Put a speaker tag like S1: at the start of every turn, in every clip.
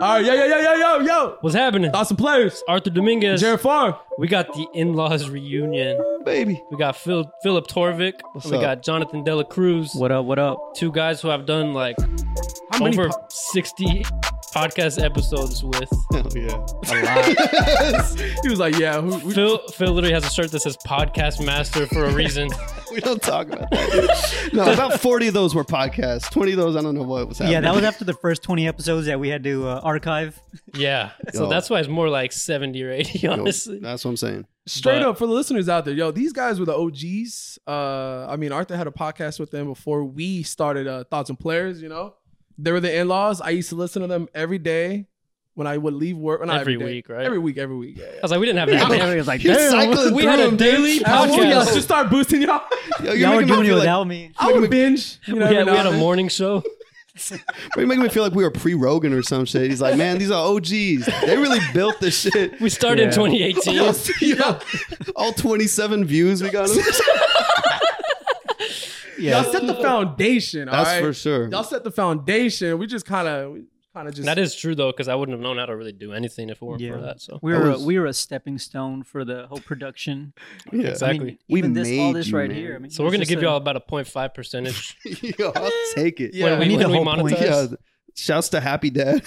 S1: All right, yo, yo, yo, yo, yo, yo.
S2: What's happening?
S1: Thoughts and players.
S2: Arthur Dominguez.
S1: Jared Farr.
S2: We got the in-laws reunion.
S3: baby.
S2: We got Phil Philip Torvik.
S3: What's
S2: we
S3: up?
S2: got Jonathan Dela Cruz.
S4: What up? What up?
S2: Two guys who I've done like
S1: How many
S2: over
S1: po-
S2: sixty podcast episodes with.
S3: Hell yeah.
S1: he was like, yeah, who, who-
S2: Phil Phil literally has a shirt that says podcast master for a reason.
S3: we don't talk about that. no, about 40 of those were podcasts. 20 of those, I don't know what was happening.
S4: Yeah, that was after the first 20 episodes that we had to uh, archive.
S2: yeah. So
S3: Yo.
S2: that's why it's more like seventy or eighty,
S3: Yo,
S2: honestly.
S3: That's what I'm saying.
S1: straight
S2: But-
S1: up for the listeners out there, yo, these guys were the OGs. Uh, I mean, Arthur had a podcast with them before we started uh, Thoughts and Players, you know? They were the in laws. I used to listen to them every day when I would leave work. well, not
S2: Every
S1: day.
S2: week, right?
S1: Every week, every week. Yeah, yeah.
S2: I was like, we didn't have that.
S4: was like,
S3: You're cycling
S2: we
S3: through
S2: had a
S3: them,
S2: daily
S3: dude.
S1: I would,
S2: podcast.
S1: yeah, just start boosting y'all.
S3: Yo,
S4: y'all
S3: making
S4: were
S3: me
S4: doing it
S3: feel like-
S4: without me.
S1: I would binge. You know,
S2: we, had,
S1: every
S2: we had
S1: now
S2: a
S1: and then.
S2: morning show.
S3: You're making me feel like we were pre-Rogan or some shit. He's like, man, these are OGs. They really built this shit.
S2: We started in
S4: Yeah.
S2: 2018.
S3: Yo, yo, all 27 views we got. on this.
S4: Yeah.
S1: Y'all set the foundation. all
S3: That's
S1: right?
S3: for sure.
S1: Y'all set the foundation. We just kind of, we kind of just.
S2: That is true though, because I wouldn't have known how to really do anything if it weren't
S4: Yeah.
S2: for that. So
S4: We were,
S3: was-
S4: we were a stepping stone for the whole production.
S3: Yeah.
S4: I mean,
S2: exactly.
S3: We
S4: even this, all
S3: made
S4: this
S3: you,
S4: right
S3: man.
S4: here. I mean,
S2: So we're
S4: it's
S2: gonna
S4: just
S2: give
S4: a-
S2: y'all about a 0.5 percentage.
S3: Yo, I'll take it.
S1: Yeah,
S2: when we,
S4: need
S2: when
S4: the
S2: we
S4: whole point.
S2: monetize.
S3: Yeah. Shouts to Happy Dad.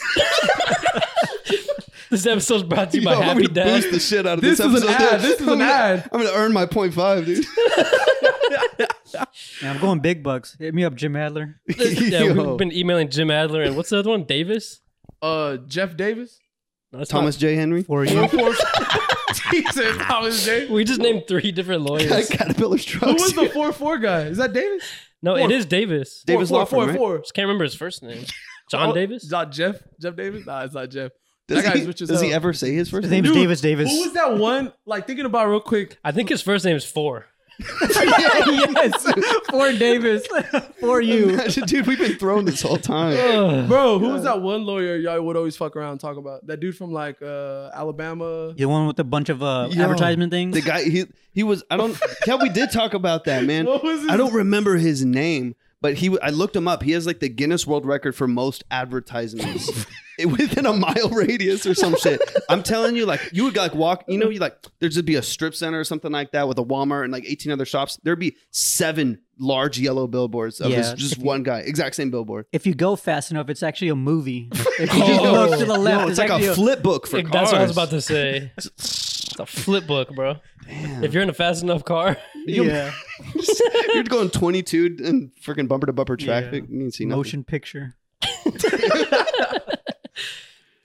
S2: This episode's brought to you
S3: Yo,
S2: by
S3: I'm
S2: Happy
S3: gonna
S2: Dad.
S3: boost the shit out of
S1: This
S3: this,
S1: is an
S3: episode,
S1: ad.
S3: dude.
S1: This is an
S3: I'm gonna-
S1: ad.
S3: I'm gonna earn my point five, dude.
S4: Yeah, I'm going big bucks. Hit me up, Jim Adler.
S2: yeah,
S3: Yo.
S2: we've been emailing Jim Adler and what's the other one? Davis?
S1: uh, Jeff Davis.
S2: No, that's
S3: Thomas J. Henry.
S4: For you.
S1: Jesus, Thomas J.
S2: not- we just named three different lawyers.
S3: Caterpillar
S1: Who
S3: trucks.
S1: was the four four guy? Is that Davis?
S2: No,
S1: Four.
S2: it is Davis.
S3: Davis.
S1: four,
S3: Law Firm,
S1: four,
S3: right?
S1: four.
S2: Just can't remember his first name. John
S1: Oh,
S2: Davis.
S1: Is that Jeff? Jeff Davis? Nah, it's not Jeff.
S3: Does,
S1: That guy's uh,
S3: he,
S1: rich as
S3: does he
S1: hell.
S3: ever say his first
S4: His
S3: name?
S4: name's
S1: Dude,
S4: Davis Davis.
S1: Who was that one? Like thinking about it real quick.
S2: I think his first name is Four.
S4: yes. For Davis. For you.
S3: Dude, we've been thrown this whole
S1: Oh,
S3: time.
S1: Bro, who was that one lawyer y'all would always fuck around and talk about? That dude from like uh Alabama.
S4: The one with a bunch of uh,
S3: Yo.
S4: advertisement things.
S3: The guy, he he was. I don't. Yeah, we did talk about that, man.
S1: What was his-
S3: I don't remember his name, but he. I looked him up. He has like the Guinness World Record for most advertisements It- within a mile radius or some shit. I'm telling you, like you would like walk. You know, you like there'd just be a strip center or something like that with a Walmart and like 18 other shops. There'd be seven large yellow billboards of this,
S4: Yeah.
S3: just one guy, exact same billboard.
S4: if you go fast enough, it's actually a movie. If you just look to the left,
S3: Oh. No,
S4: it's
S3: it's like
S4: actually
S3: a flip book for
S2: Like,
S3: cars.
S2: that's what I was about to say. It's a flip book, bro. If you're in a fast enough car,
S4: yeah,
S3: You're going 22 and freaking bumper to bumper traffic. You didn't see nothing.
S4: motion picture.
S2: all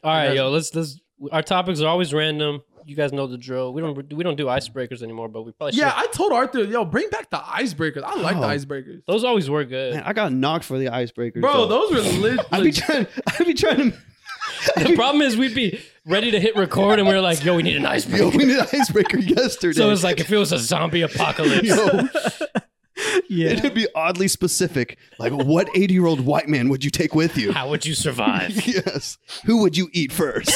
S2: right, yo, let's let's. Our topics are always random. You guys know the drill. We don't we don't do icebreakers anymore, but we probably
S1: Yeah,
S2: should.
S1: I told Arthur, yo, bring back the icebreakers. I like the
S3: Oh.
S1: icebreakers.
S2: Those always were good.
S3: Man, I got knocked for the icebreaker.
S1: Bro, those were lit.
S3: I'd be trying. I'd be trying to.
S2: The problem is we'd be ready to hit record and we are like, yo, we need an
S3: Yo,
S2: icebreaker.
S3: we did icebreaker yesterday.
S2: So it's like if it was a zombie apocalypse.
S3: Yo,
S4: Yeah,
S3: it'd be oddly specific. Like, what 80 year old white man would you take with you?
S2: How would you survive?
S3: Yes. Who would you eat first?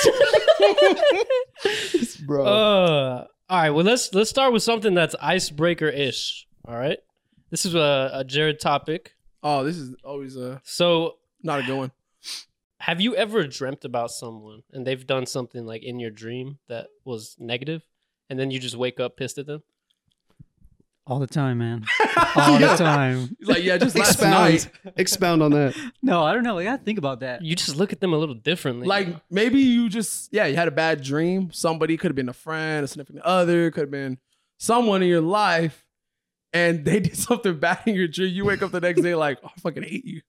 S3: Bro.
S2: Uh, all right. Well, let's let's start with something that's icebreaker ish. All right. This is a, a Jared topic.
S1: oh, this is always uh
S2: So,
S1: not a good one.
S2: have you ever dreamt about someone and they've done something like in your dream that was negative, and then you just wake up pissed at them?
S4: all the time, man, all the time.
S1: He's like, yeah, just last night.
S3: expound. Expound on that.
S4: No, I don't know. I gotta think about that.
S2: You just look at them a little differently.
S1: Like maybe you just yeah, you had a bad dream. Somebody could have been a friend, a significant other, could have been someone in your life, and they did something bad in your dream. You wake up the next day like, oh, I fucking hate you.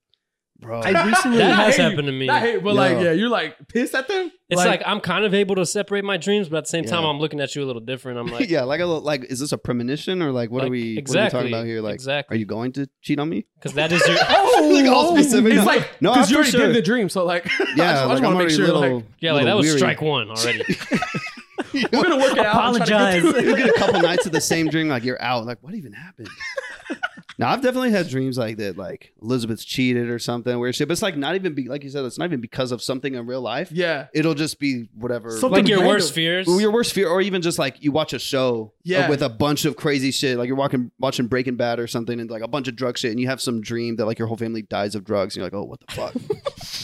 S3: Bro.
S4: I recently
S2: That
S1: I
S2: has
S1: hate you.
S2: happened to me.
S1: I hate, but like
S3: Yeah.
S1: yeah, you're like pissed at them.
S2: it's like, I'm kind of able to separate my dreams, but at the same time,
S3: Yeah.
S2: I'm looking at you a little different. I'm like,
S3: yeah, like a little, like, is this a premonition or like what
S2: Like,
S3: are we
S2: exactly,
S3: what are we talking about here? Like,
S2: exactly.
S3: are you going to cheat on me?
S2: because that is your.
S3: like all specific.
S1: it's like no,
S3: no, I'm
S1: because you
S3: for
S1: already
S3: sure.
S1: did the dream, so like I
S3: Yeah,
S1: just,
S3: like,
S1: want
S3: I'm
S1: to make
S3: already
S1: sure.
S3: a little,
S1: like,
S2: Yeah, like that
S3: little
S2: was
S3: weary.
S2: strike one already.
S1: we're gonna work it out. I'm trying to get
S4: Apologize.
S1: through it.
S3: You get a couple nights of the same dream, like you're out. Like, what even happened? Now I've definitely had dreams like that, like Elizabeth's cheated or something weird shit. But it's like not even be like you said, it's not even because of something in real life.
S1: Yeah.
S3: It'll just be whatever.
S1: Some-
S2: like
S1: Something
S2: your worst
S1: random.
S2: fears.
S3: your worst fear, or even just like you watch a show uh,
S1: Yeah.
S3: with a bunch of crazy shit. Like you're walking, watching Breaking Bad or something, and like a bunch of drug shit, and you have some dream that like your whole family dies of drugs, and you're like, oh, what the fuck?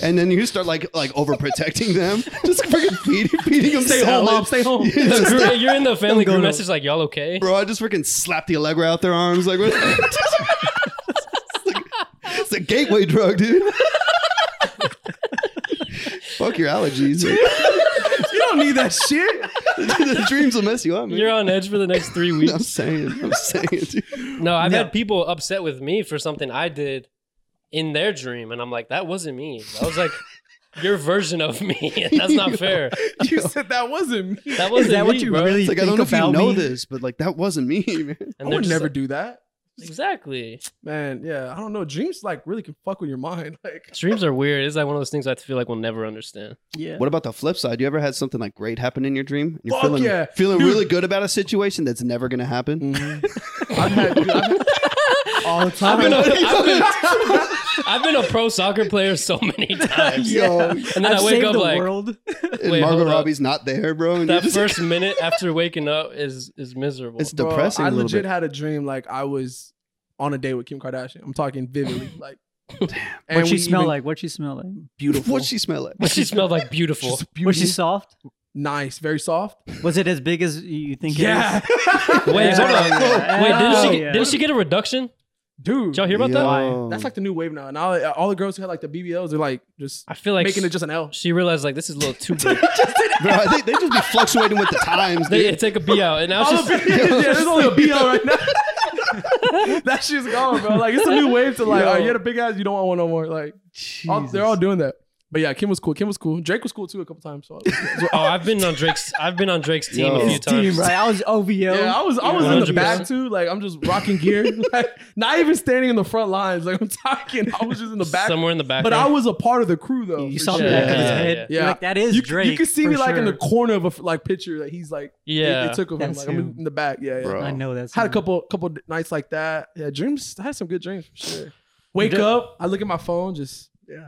S3: and then you start like like overprotecting them, just freaking feeding, feeding them.
S1: Stay home,
S3: salad.
S1: mom. Stay home.
S3: Yeah,
S2: The
S3: just-
S2: group- you're in the family
S3: go
S2: group
S3: to-
S2: message like y'all okay?
S3: bro. I just freaking slapped the Allegra out their arms. Like, what? It's like- it's a gateway drug, dude. Fuck your allergies.
S1: you don't need that shit.
S3: the dreams will mess you up, man.
S2: You're on edge for the next three weeks.
S3: I'm saying, I'm saying, dude.
S2: No, I've
S1: No.
S2: had people upset with me for something I did in their dream, and I'm like, that wasn't me. That was like your version of me. and That's not fair.
S1: You said that wasn't me.
S2: That wasn't
S4: that
S2: me,
S4: what you
S2: bro.
S4: really
S3: It's like I don't know if
S4: think
S3: you
S4: about
S3: know
S4: me?
S3: this, but like that wasn't me, man.
S1: I
S2: And they're
S1: would
S2: just
S1: never
S2: like-
S1: do that.
S2: exactly.
S1: Man, yeah, I don't know. Dreams like really can fuck with your mind. Like,
S2: Dreams are weird. It's like one of those things I feel like we'll never understand.
S1: yeah.
S3: What about the flip side? You ever had something like great happen in your dream? You're
S1: Fuck
S3: feeling
S1: yeah.
S3: feeling
S1: Dude. Mm.
S3: really good about a situation that's never gonna happen.
S1: I've had, dude, I've had all the time.
S2: I've been, a, I've, been, I've been a pro soccer player so many times.
S3: Yo,
S2: And then i
S4: I've
S2: wake
S4: saved
S2: up
S4: the
S2: like
S4: world.
S3: and
S2: Wait,
S3: Margot
S2: hold up.
S3: Robbie's not there, bro. And
S2: that
S3: you're just-
S2: first minute after waking up is is miserable.
S3: it's
S1: Bro,
S3: depressing.
S1: I
S3: a little
S1: legit
S3: bit.
S1: had a dream like I was on a date with Kim Kardashian. I'm talking vividly, like. and
S4: What she
S1: we
S4: smell
S1: even-
S4: like? What she smell like?
S1: Beautiful.
S3: What'd she smell like?
S2: But she smelled like beautiful.
S1: Just
S4: Was she
S1: beauty.
S4: soft?
S1: nice, very soft.
S4: Was it as big as you think it
S1: Yeah,
S4: is?
S2: Wait, hold on.
S4: Yeah.
S2: Wait, didn't
S4: Oh,
S2: she
S4: yeah.
S2: didn't she get a reduction?
S1: dude.
S2: Did y'all hear about that?
S3: Yo.
S1: That's like the new wave now. And all, all the girls who had like the BBLs, they're like just
S2: I feel like
S1: making it just an L.
S2: she realized like this is a little too big.
S3: Bro, I think they just be fluctuating with the times,
S2: they, they
S3: dude.
S2: take a B out, and now
S1: All
S2: she's
S1: the yeah, there's only a BL right now. that shit's gone, bro. Like it's a new wave to like,
S2: Yo.
S1: all right, you had a big ass, you don't want one no more. Like all, Oh, they're all doing that. But yeah, Kim was cool. Kim was cool. Drake was cool too a couple times. So I was-
S2: oh, I've been on Drake's. I've been on Drake's team
S3: Yo.
S2: a few
S4: His team,
S2: times.
S4: right? I was OVO.
S1: yeah, I was I was in the
S2: 100%.
S1: back too. Like I'm just rocking gear, like not even standing in the front lines. Like I'm talking, I was just in the back.
S2: Somewhere in the back.
S1: But I was a part of the crew though.
S4: you
S1: for
S4: saw
S1: sure.
S4: the back of his
S2: Yeah.
S4: head.
S1: Yeah.
S4: You're Like that is
S1: You,
S4: Drake.
S1: you can see
S4: for
S1: me like in the
S4: sure.
S1: corner of a f- like picture that he's like
S2: Yeah.
S1: they, they took of him
S4: That's
S1: like I'm
S4: him.
S1: in the back yeah yeah
S3: Bro.
S4: I know that's
S1: had a
S4: him.
S1: couple couple d- nights like that. Yeah, dreams. I had some good dreams for sure. Wake
S2: did-
S1: up, I look at my phone, just yeah.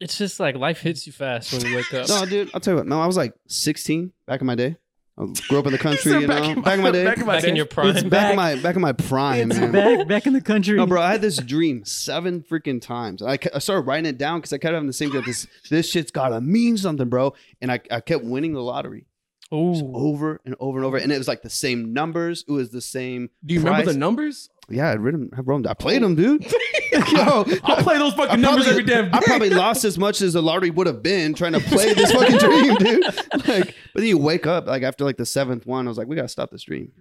S2: it's just like life hits you fast when you wake up.
S3: No, dude, I'll tell you what. No, I was like 16 back in my day. I grew up in the country,
S1: He said
S3: you know. Back in my, back in my day. Back in my,
S2: back in
S1: day.
S2: your prime.
S4: It's
S3: back
S4: back.
S3: in my, prime,
S4: It's
S3: man.
S4: back, back in the country.
S3: No, bro, I had this dream seven freaking times. I, ke- I started writing it down because I kept having the same dream. This this shit's gotta mean something, bro. And I, I kept winning the lottery Just
S2: Ooh.
S3: over and over and over. And it was like the same numbers. It was the same.
S1: Do you remember
S3: price.
S1: the numbers?
S3: Yeah, I read them. I wrote 'em down. I played them, dude. Yo,
S1: I'll play those fucking numbers every damn day.
S3: I probably lost as much as the lottery would have been trying to play this fucking dream, dude. Like, but then you wake up like after like the seventh one, I was like, we gotta stop this dream.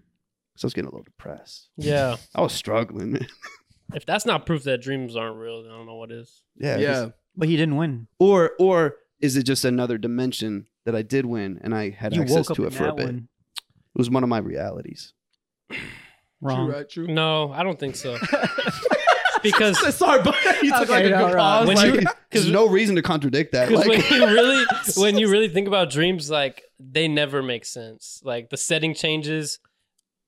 S3: So I was getting a little depressed.
S2: Yeah.
S3: I was struggling, man.
S2: If that's not proof that dreams aren't real, then I don't know what is.
S3: Yeah.
S1: yeah,
S4: but he didn't win.
S3: Or or is it just another dimension that I did win and I had
S4: You
S3: access
S4: woke up
S3: to
S4: in
S3: it for a
S4: that
S3: bit?
S4: one.
S3: It was one of my realities.
S1: true,
S4: Wrong.
S1: right, true.
S2: No, I don't think so. because
S1: Sorry, but you took
S4: Okay,
S1: like a good
S4: all right.
S1: pause.
S2: When
S1: like,
S2: you-
S3: There's no reason to contradict that.
S2: Because
S3: Like,
S2: when you really when you really think about dreams, like they never make sense. Like the setting changes,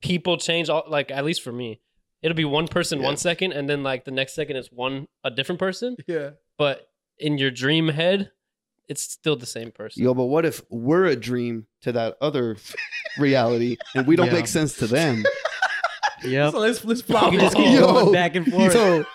S2: people change. All, like at least for me, it'll be one person
S3: Yeah.
S2: one second, and then like the next second it's one a different person.
S1: yeah,
S2: But in your dream head, it's still the same person.
S3: yo, but what if we're a dream to that other reality and we don't
S4: Yeah.
S3: make sense to them?
S4: Yep.
S1: so let's let's
S4: You
S1: flop.
S4: can
S1: it
S4: just
S1: off.
S4: keep
S3: Yo.
S4: going back and forth.
S3: Yo,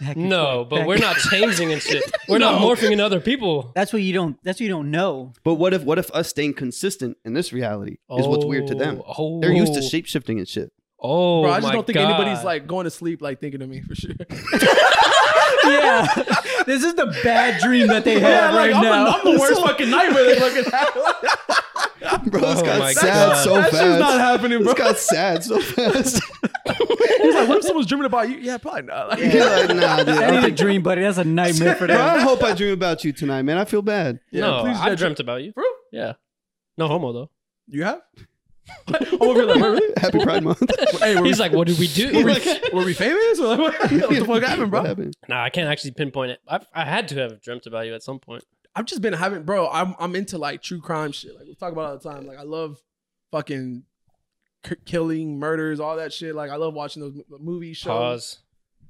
S4: back and
S2: No,
S4: forth,
S2: but
S4: back-
S2: we're not changing and shit. We're not
S1: No.
S2: morphing in other people.
S4: That's what you don't. That's what you don't know.
S3: But what if what if us staying consistent in this reality is what's weird to them?
S2: Oh,
S3: They're used to
S2: oh.
S3: shape shifting and shit.
S2: Oh,
S1: Bro, I just
S2: my
S1: don't think
S2: God.
S1: anybody's like going to sleep like thinking of me for sure.
S4: yeah, this is the bad dream that they
S1: yeah,
S4: have
S1: like
S4: right
S1: I'm,
S4: now.
S1: the, I'm the worst fucking nightmare they fucking have.
S3: Bro, this
S2: Oh my
S3: got sad
S2: God.
S3: so
S1: that shit's
S3: fast.
S1: not happening, bro.
S3: This got sad so fast.
S1: He's like, what if someone's dreaming about you? Yeah, probably not. Like,
S3: You're like, nah, dude. I
S4: that
S3: don't
S4: ain't a
S3: think-
S4: dream, buddy. That's a nightmare for
S3: Bro,
S4: them.
S3: I hope I dream about you tonight, man. I feel bad.
S1: yeah,
S2: no,
S1: please,
S2: I
S1: yeah,
S2: dreamt about you.
S1: bro.
S2: Yeah, no homo though.
S1: You have? I'm over here like, wait, really?
S3: Happy Pride Month.
S1: Hey, were,
S2: He's like, what did we do?
S1: we, were, we, were we famous? Or like, what, what the fuck happened,
S3: What
S1: bro?
S3: happened?
S2: Nah, I can't actually pinpoint it. I've, I had to have dreamt about you at some point.
S1: I've just been having, bro. I'm I'm into like true crime shit. Like we talk about it all the time. Like I love fucking k- killing, murders, all that shit. Like I love watching those m- movies, shows.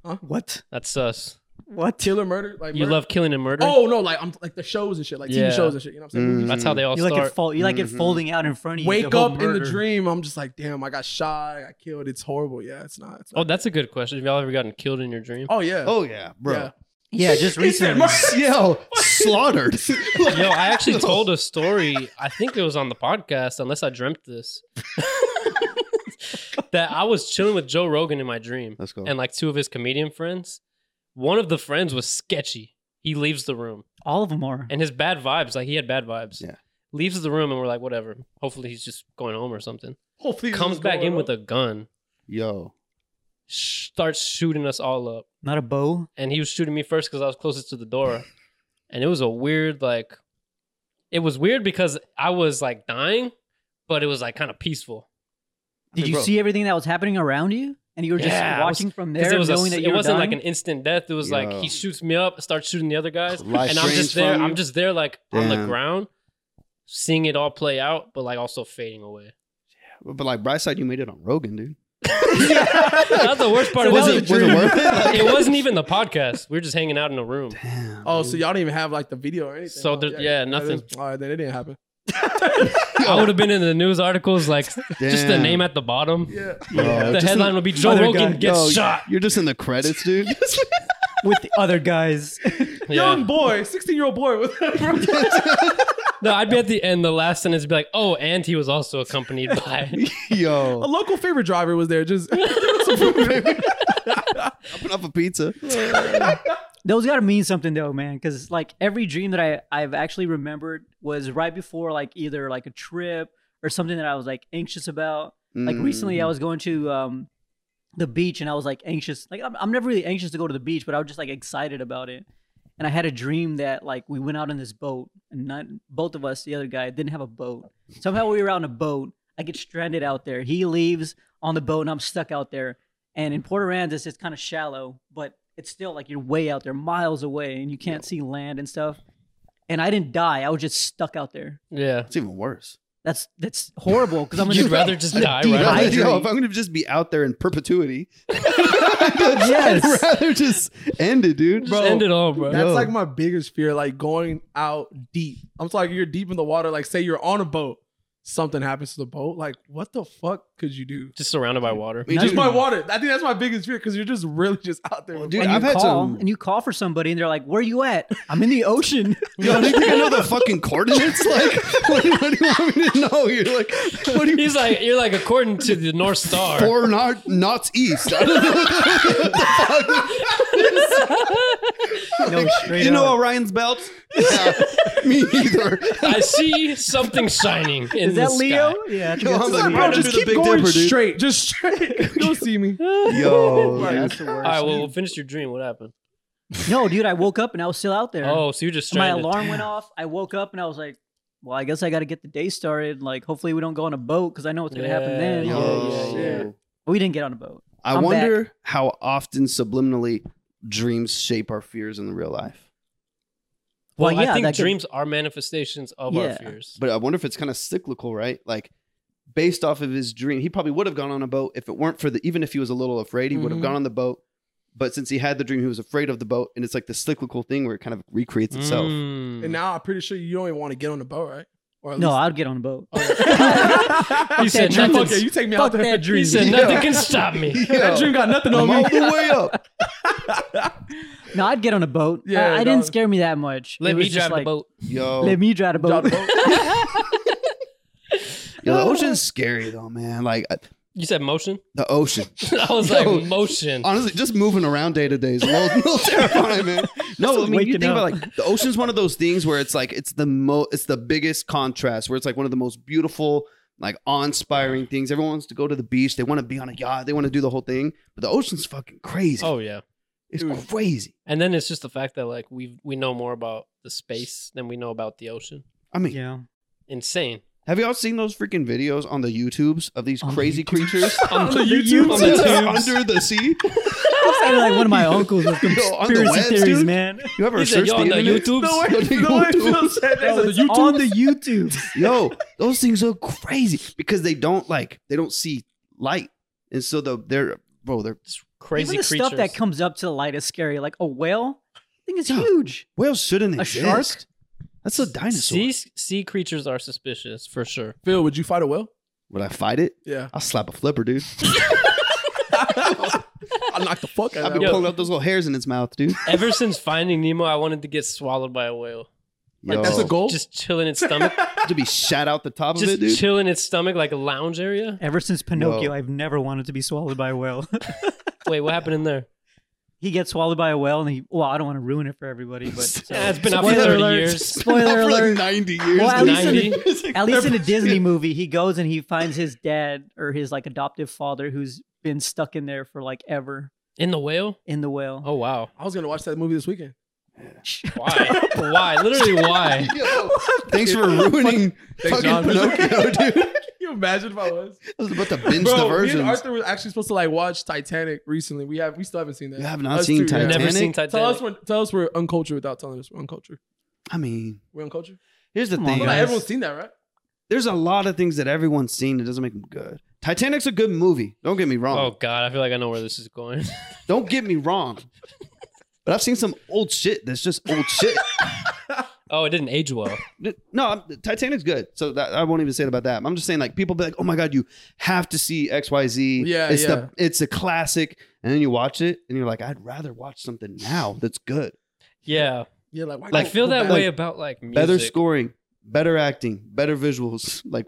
S2: Pause.
S4: What?
S2: That's sus.
S4: What?
S1: Killer murder. Like
S2: You
S1: murder-
S2: love killing and murdering.
S1: Oh no, like I'm like the shows and shit, like
S2: Yeah.
S1: TV shows and shit. You know what I'm saying?
S3: Mm.
S2: That's how they all
S4: you
S2: start.
S4: like it fold, you like it
S3: Mhm.
S4: folding out in front of you.
S1: Wake
S4: the whole
S1: up in the
S4: murder.
S1: dream. I'm just like, damn, I got shot, I got killed. It's horrible. Yeah, it's not. It's not
S2: oh, that's a good question. Have y'all ever gotten killed in your dream?
S1: Oh yeah.
S3: Oh yeah,
S1: Yeah.
S3: bro.
S4: Yeah, just
S1: He said
S4: recently.
S1: murder.
S3: Yo, slaughtered.
S2: Yo, I actually told a story. I think it was on the podcast, unless I dreamt this. that I was chilling with Joe Rogan in my dream
S3: Let's go.
S2: and like two of his comedian friends. One of the friends was sketchy. He leaves the room
S4: All of them are.
S2: and his bad vibes, like he had bad vibes.
S3: Yeah.
S2: Leaves the room and we're like, whatever. Hopefully he's just going home or something.
S1: Hopefully this
S2: Comes
S1: is
S2: back
S1: going
S2: in with
S1: well.
S2: a gun,
S3: Yo,
S2: sh- starts shooting us all up.
S4: Not a bow.
S2: and he was shooting me first because I was closest to the door. and it was a weird, like, it was weird because I was like dying, but it was like kind of peaceful.
S4: Did
S3: Hey,
S4: you
S3: bro.
S4: see everything that was happening around you? And you were just
S2: Yeah, I was-
S4: watching from
S2: Because
S4: there,
S2: it was a,
S4: knowing that you
S2: it
S4: were
S2: wasn't
S4: dying?
S2: like an instant death. It was like
S3: Yeah.
S2: he shoots me up, starts shooting the other guys,
S3: Life
S2: and I'm
S3: drains
S2: just there.
S3: from you.
S2: I'm just there, like on the
S3: Damn.
S2: ground, seeing it all play out, but like also fading away.
S3: but like Bryce said, you made it on Rogan, dude.
S2: That's the worst part. it,
S3: was,
S4: So that
S2: wasn't,
S3: it, was it worth it? Like,
S2: it wasn't even the podcast. We were just hanging out in a room.
S3: damn.
S1: Oh, so y'all didn't even have like the video or anything.
S2: So
S1: Oh,
S2: there- yeah, nothing.
S1: this- All right, then it didn't happen.
S2: I would have been in the news articles, like just the
S3: Damn.
S2: name at the bottom.
S1: Yeah.
S2: the
S3: Bro, just in
S2: headline would be Joe
S4: Other
S2: Rogan
S4: guy.
S2: gets
S3: yo,
S2: shot.
S3: You're just in the credits, dude.
S4: with the other guys.
S2: Yeah.
S1: Young boy, 16 year old boy. with-
S2: No, I'd be at the end. The last sentence would be like, "Oh, and he was also accompanied by."
S1: a
S3: Yo,
S1: local favorite driver was there. Just
S3: open up a pizza.
S4: Those got to mean something though, man, because like every dream that I I've actually remembered was right before like either like a trip or something that I was like anxious about. Like
S3: Mm.
S4: recently, I was going to um the beach and I was like anxious. Like I'm, I'm never really anxious to go to the beach, but I was just like excited about it. And I had a dream that like we went out in this boat, and not both of us, the other guy didn't have a boat. Somehow we were out in a boat. I get stranded out there. He leaves on the boat, and I'm stuck out there. And in Port Aransas, it's kind of shallow, but it's still like you're way out there, miles away, and you can't see land and stuff. And I didn't die. I was just stuck out there.
S2: yeah,
S3: It's even worse.
S4: That's that's horrible because I'm
S2: you'd
S4: just-
S2: rather just die,
S3: Dude,
S2: right?
S3: I'm like, yo,
S4: Hydrate.
S3: if I'm gonna just be out there in perpetuity,
S4: Yes.
S3: I'd rather just end it, dude.
S2: Just end it all, bro.
S1: That's
S3: Yo.
S1: like my biggest fear, like going out deep. I'm talking you're deep in the water, like say you're on a boat, something happens to the boat, like what the fuck could you do?
S2: just surrounded by water.
S3: Me
S1: Just
S3: too.
S1: my water. I think that's my biggest fear because you're just really just out there.
S3: Well,
S1: with
S3: dude,
S4: and you
S3: I've had
S4: call
S3: some-
S4: and you call for somebody and they're like, "Where are you at? I'm in the ocean."
S3: Yo, do you think I know the fucking coordinates? Like, what, what do you want me to know? You're like, what do you?
S2: He's like, you're like according to the North Star.
S3: Four knot, knots east. I don't know what
S4: no,
S3: the-
S4: straight
S3: you know
S4: up.
S3: Orion's belt? Yeah, me either.
S2: I see something shining in
S4: Is that
S2: the
S4: Leo?
S2: sky.
S4: Yeah, I think
S3: Yo,
S4: that's
S3: I'm
S1: It's like,
S3: like,
S4: Leo.
S1: bro,
S3: Right
S1: just
S3: under the
S1: keep
S3: Big
S1: going
S3: Dipper, dude.
S1: straight. Just straight. Don't see me.
S3: Yo,
S4: Yeah,
S3: dude.
S4: that's the
S2: All
S4: worst.
S2: right, well, we'll finish your dream. What happened?
S4: no, dude, I woke up and I was still out there.
S2: Oh, so you're just
S4: my
S2: stranded.
S4: alarm went off. I woke up and I was like, "Well, I guess I got to get the day started. Like, hopefully we don't go on a boat because I know what's gonna happen
S2: Yeah,
S4: then."
S2: yeah,
S3: Oh,
S2: yeah, yeah.
S4: But We didn't get on a boat.
S3: I
S4: I'm
S3: wonder how often subliminally dreams shape our fears in the real life.
S2: Well,
S4: Well, yeah,
S2: I think
S4: that could-
S2: dreams are manifestations of our
S4: Yeah.
S2: fears.
S3: But I wonder if it's kind of cyclical, right? Like based off of his dream, he probably would have gone on a boat if it weren't for the even if he was a little afraid, he would have
S1: Mhm.
S3: gone on the boat. But since he had the dream, he was afraid of the boat, and it's like the cyclical thing where it kind of recreates itself.
S2: Mm.
S1: And now I'm pretty sure you don't even want to get on the boat, right? Or at
S4: No,
S1: least- Oh.
S4: I'd get on a boat.
S1: Fuck
S2: He said
S4: that dream.
S1: that,
S2: nothing.
S1: you take me
S4: Fuck
S1: out there.
S4: that dream.
S2: He said
S3: Yeah.
S2: nothing can stop me.
S1: That
S3: Yo,
S1: dream got nothing on
S3: I'm
S1: me.
S3: all the way up.
S4: No, I'd get on a boat.
S1: Yeah,
S4: I, I
S1: no.
S4: didn't scare me that much. It
S2: Let
S4: was
S2: me
S4: just
S2: drive the
S4: like,
S2: boat.
S3: Yo,
S4: Let me drive the
S1: Got the
S4: boat.
S1: boat.
S3: yo, the ocean's scary though, man. Like I-
S2: You said motion.
S3: the ocean.
S2: I was
S3: Yo.
S2: like motion.
S3: Honestly, just moving around day to day is a little, little terrifying, man. No, I mean you
S4: waking
S3: think about
S4: up.
S3: like the ocean's one of those things where it's like it's the mo it's the biggest contrast where it's like one of the most beautiful, like awe-inspiring things. Everyone wants to go to the beach, they want to be on a yacht, they want to do the whole thing, but the ocean's fucking crazy.
S2: Oh yeah.
S3: it's
S1: dude.
S3: crazy.
S2: And then it's just the fact that like we we know more about the space than we know about the ocean.
S3: I mean,
S4: Yeah.
S2: Insane.
S3: have y'all seen those freaking videos on the YouTubes of these
S4: On the
S3: crazy
S4: YouTubes?
S3: creatures
S1: On the
S2: YouTube,
S1: YouTube.
S2: on the tube.
S3: under the sea?
S4: It sounded like one of my uncles with
S3: on the
S4: conspiracy
S3: webs,
S4: theories,
S3: dude.
S4: man.
S3: You ever
S2: He said,
S3: search
S2: "Yo, on the
S3: internet?
S2: YouTubes."
S1: No way.
S3: On the
S1: No way. Phil
S3: YouTubes.
S1: said that.
S4: No,
S1: So the
S4: it's on
S1: YouTube.
S4: the YouTube.
S3: Yo, those things are crazy because they don't like they don't see light, and so the they're bro they're
S2: Just crazy
S4: Even the
S2: creatures.
S4: stuff that comes up to the light is scary. Like a whale, I think it's
S3: Yeah.
S4: huge.
S3: Whales shouldn't
S4: A
S3: exist.
S4: shark?
S3: That's a
S2: sea
S3: dinosaur.
S2: sea creatures are suspicious for sure.
S1: Phil, would you fight a whale?
S3: Would I fight it?
S1: Yeah.
S3: I'll slap a flipper, dude.
S1: I knock the fuck out
S3: I'll
S1: of
S3: be
S1: that.
S2: Yo.
S3: pulling out those little hairs in its mouth, dude.
S2: Ever since Finding Nemo, I wanted to get swallowed by a whale. Like
S3: Yo.
S1: That's a
S4: Oh.
S1: goal.
S2: Just chill in its stomach.
S3: to be shot out the top of it,
S2: just
S3: dude.
S2: chill in its stomach like a lounge area.
S4: Ever since Pinocchio,
S3: Yo.
S4: I've never wanted to be swallowed by a whale.
S2: Wait, what happened in there?
S4: he gets swallowed by a whale, and he. Well, I don't want to ruin it for everybody, but so.
S2: Yeah, it's been out for
S4: Spoiler
S2: 30
S4: alert.
S2: years.
S4: Spoiler
S3: For like
S4: alert.
S3: ninety years.
S4: Well, at
S3: dude.
S4: least in the-
S2: 90.
S4: At least in a Disney movie, he goes and he finds his dad or his like adoptive father who's been stuck in there for like ever
S2: In the whale?
S4: in the whale.
S2: Oh, wow.
S1: I was gonna watch that movie this weekend.
S3: Oh.
S2: Why? why? Literally, why?
S3: Yo, thanks for ruining
S1: Thanks,
S3: fucking
S1: John.
S3: Pinocchio, dude. I
S1: Can you imagine if I was?
S3: was about to binge
S1: Bro,
S3: the
S1: me and
S3: versions.
S1: Arthur was actually supposed to like watch Titanic recently. We have we still haven't seen that.
S3: You have not
S1: Us
S3: seen
S1: two, yeah.
S2: I've never
S3: Titanic?
S2: seen
S1: Tell us
S2: Titanic.
S1: we're tell us we're uncultured without telling us we're uncultured.
S3: I mean,
S1: We're uncultured.
S3: here's the
S4: Come on,
S3: thing.
S4: Yes.
S1: Well, like,
S3: guys.
S1: everyone's seen that, right?
S3: There's a lot of things that everyone's seen. It doesn't make them good. Titanic's a good movie. Don't get me wrong.
S2: Oh, God. I feel like I know where this is going.
S3: Don't get me wrong. But I've seen some old shit that's just old shit.
S2: Oh, it didn't age well.
S3: No, I'm, Titanic's good. So that, I won't even say it about that. I'm just saying, like, people be like, oh my God, you have to see XYZ.
S1: Yeah,
S3: it's The, it's a classic. And then you watch it and you're like, I'd rather watch something now that's good.
S2: Yeah.
S1: Yeah, like why
S2: Like,
S1: go-
S2: feel
S1: go
S2: that
S1: back?
S2: way about like music.
S3: Better scoring, better acting, better visuals. Like,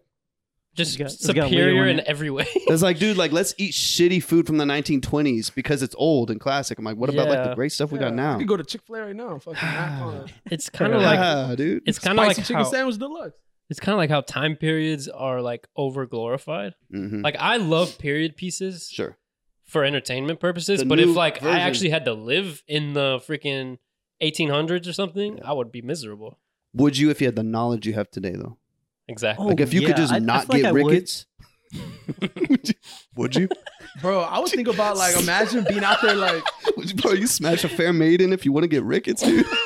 S2: Just
S4: It's got- it's got Leo
S2: superior
S4: in
S2: in
S4: it.
S2: every way.
S3: it's like, dude, like, let's eat shitty food from the 1920s because it's old and classic. I'm like, what about like
S2: Yeah.
S3: the great stuff we got
S1: Yeah,
S3: now?
S1: We could go to Chick Fil A right now. Fucking knock on it.
S2: It's kind of like.
S3: Ah, dude.
S2: It's kind of
S1: spicy
S2: like
S1: chicken
S2: how,
S1: sandwich deluxe.
S2: it's kind of like how time periods are like over glorified.
S3: Mhm.
S2: Like I love period pieces
S3: Sure.
S2: for entertainment purposes,
S3: The
S2: but
S3: new
S2: if like
S3: version.
S2: I actually had to live in the freaking 1800s or something, I would be miserable.
S3: Would you if you had the knowledge you have today, though?
S2: Exactly.
S4: Oh,
S3: Like, if you
S4: yeah,
S3: could just
S4: I- I
S3: not
S4: feel like
S3: get
S4: I would.
S3: rickets, would you? Would you?
S1: Bro, I would think about like imagine being out there like
S3: Would you, bro, you smash a fair maiden if you want to get rickets, dude.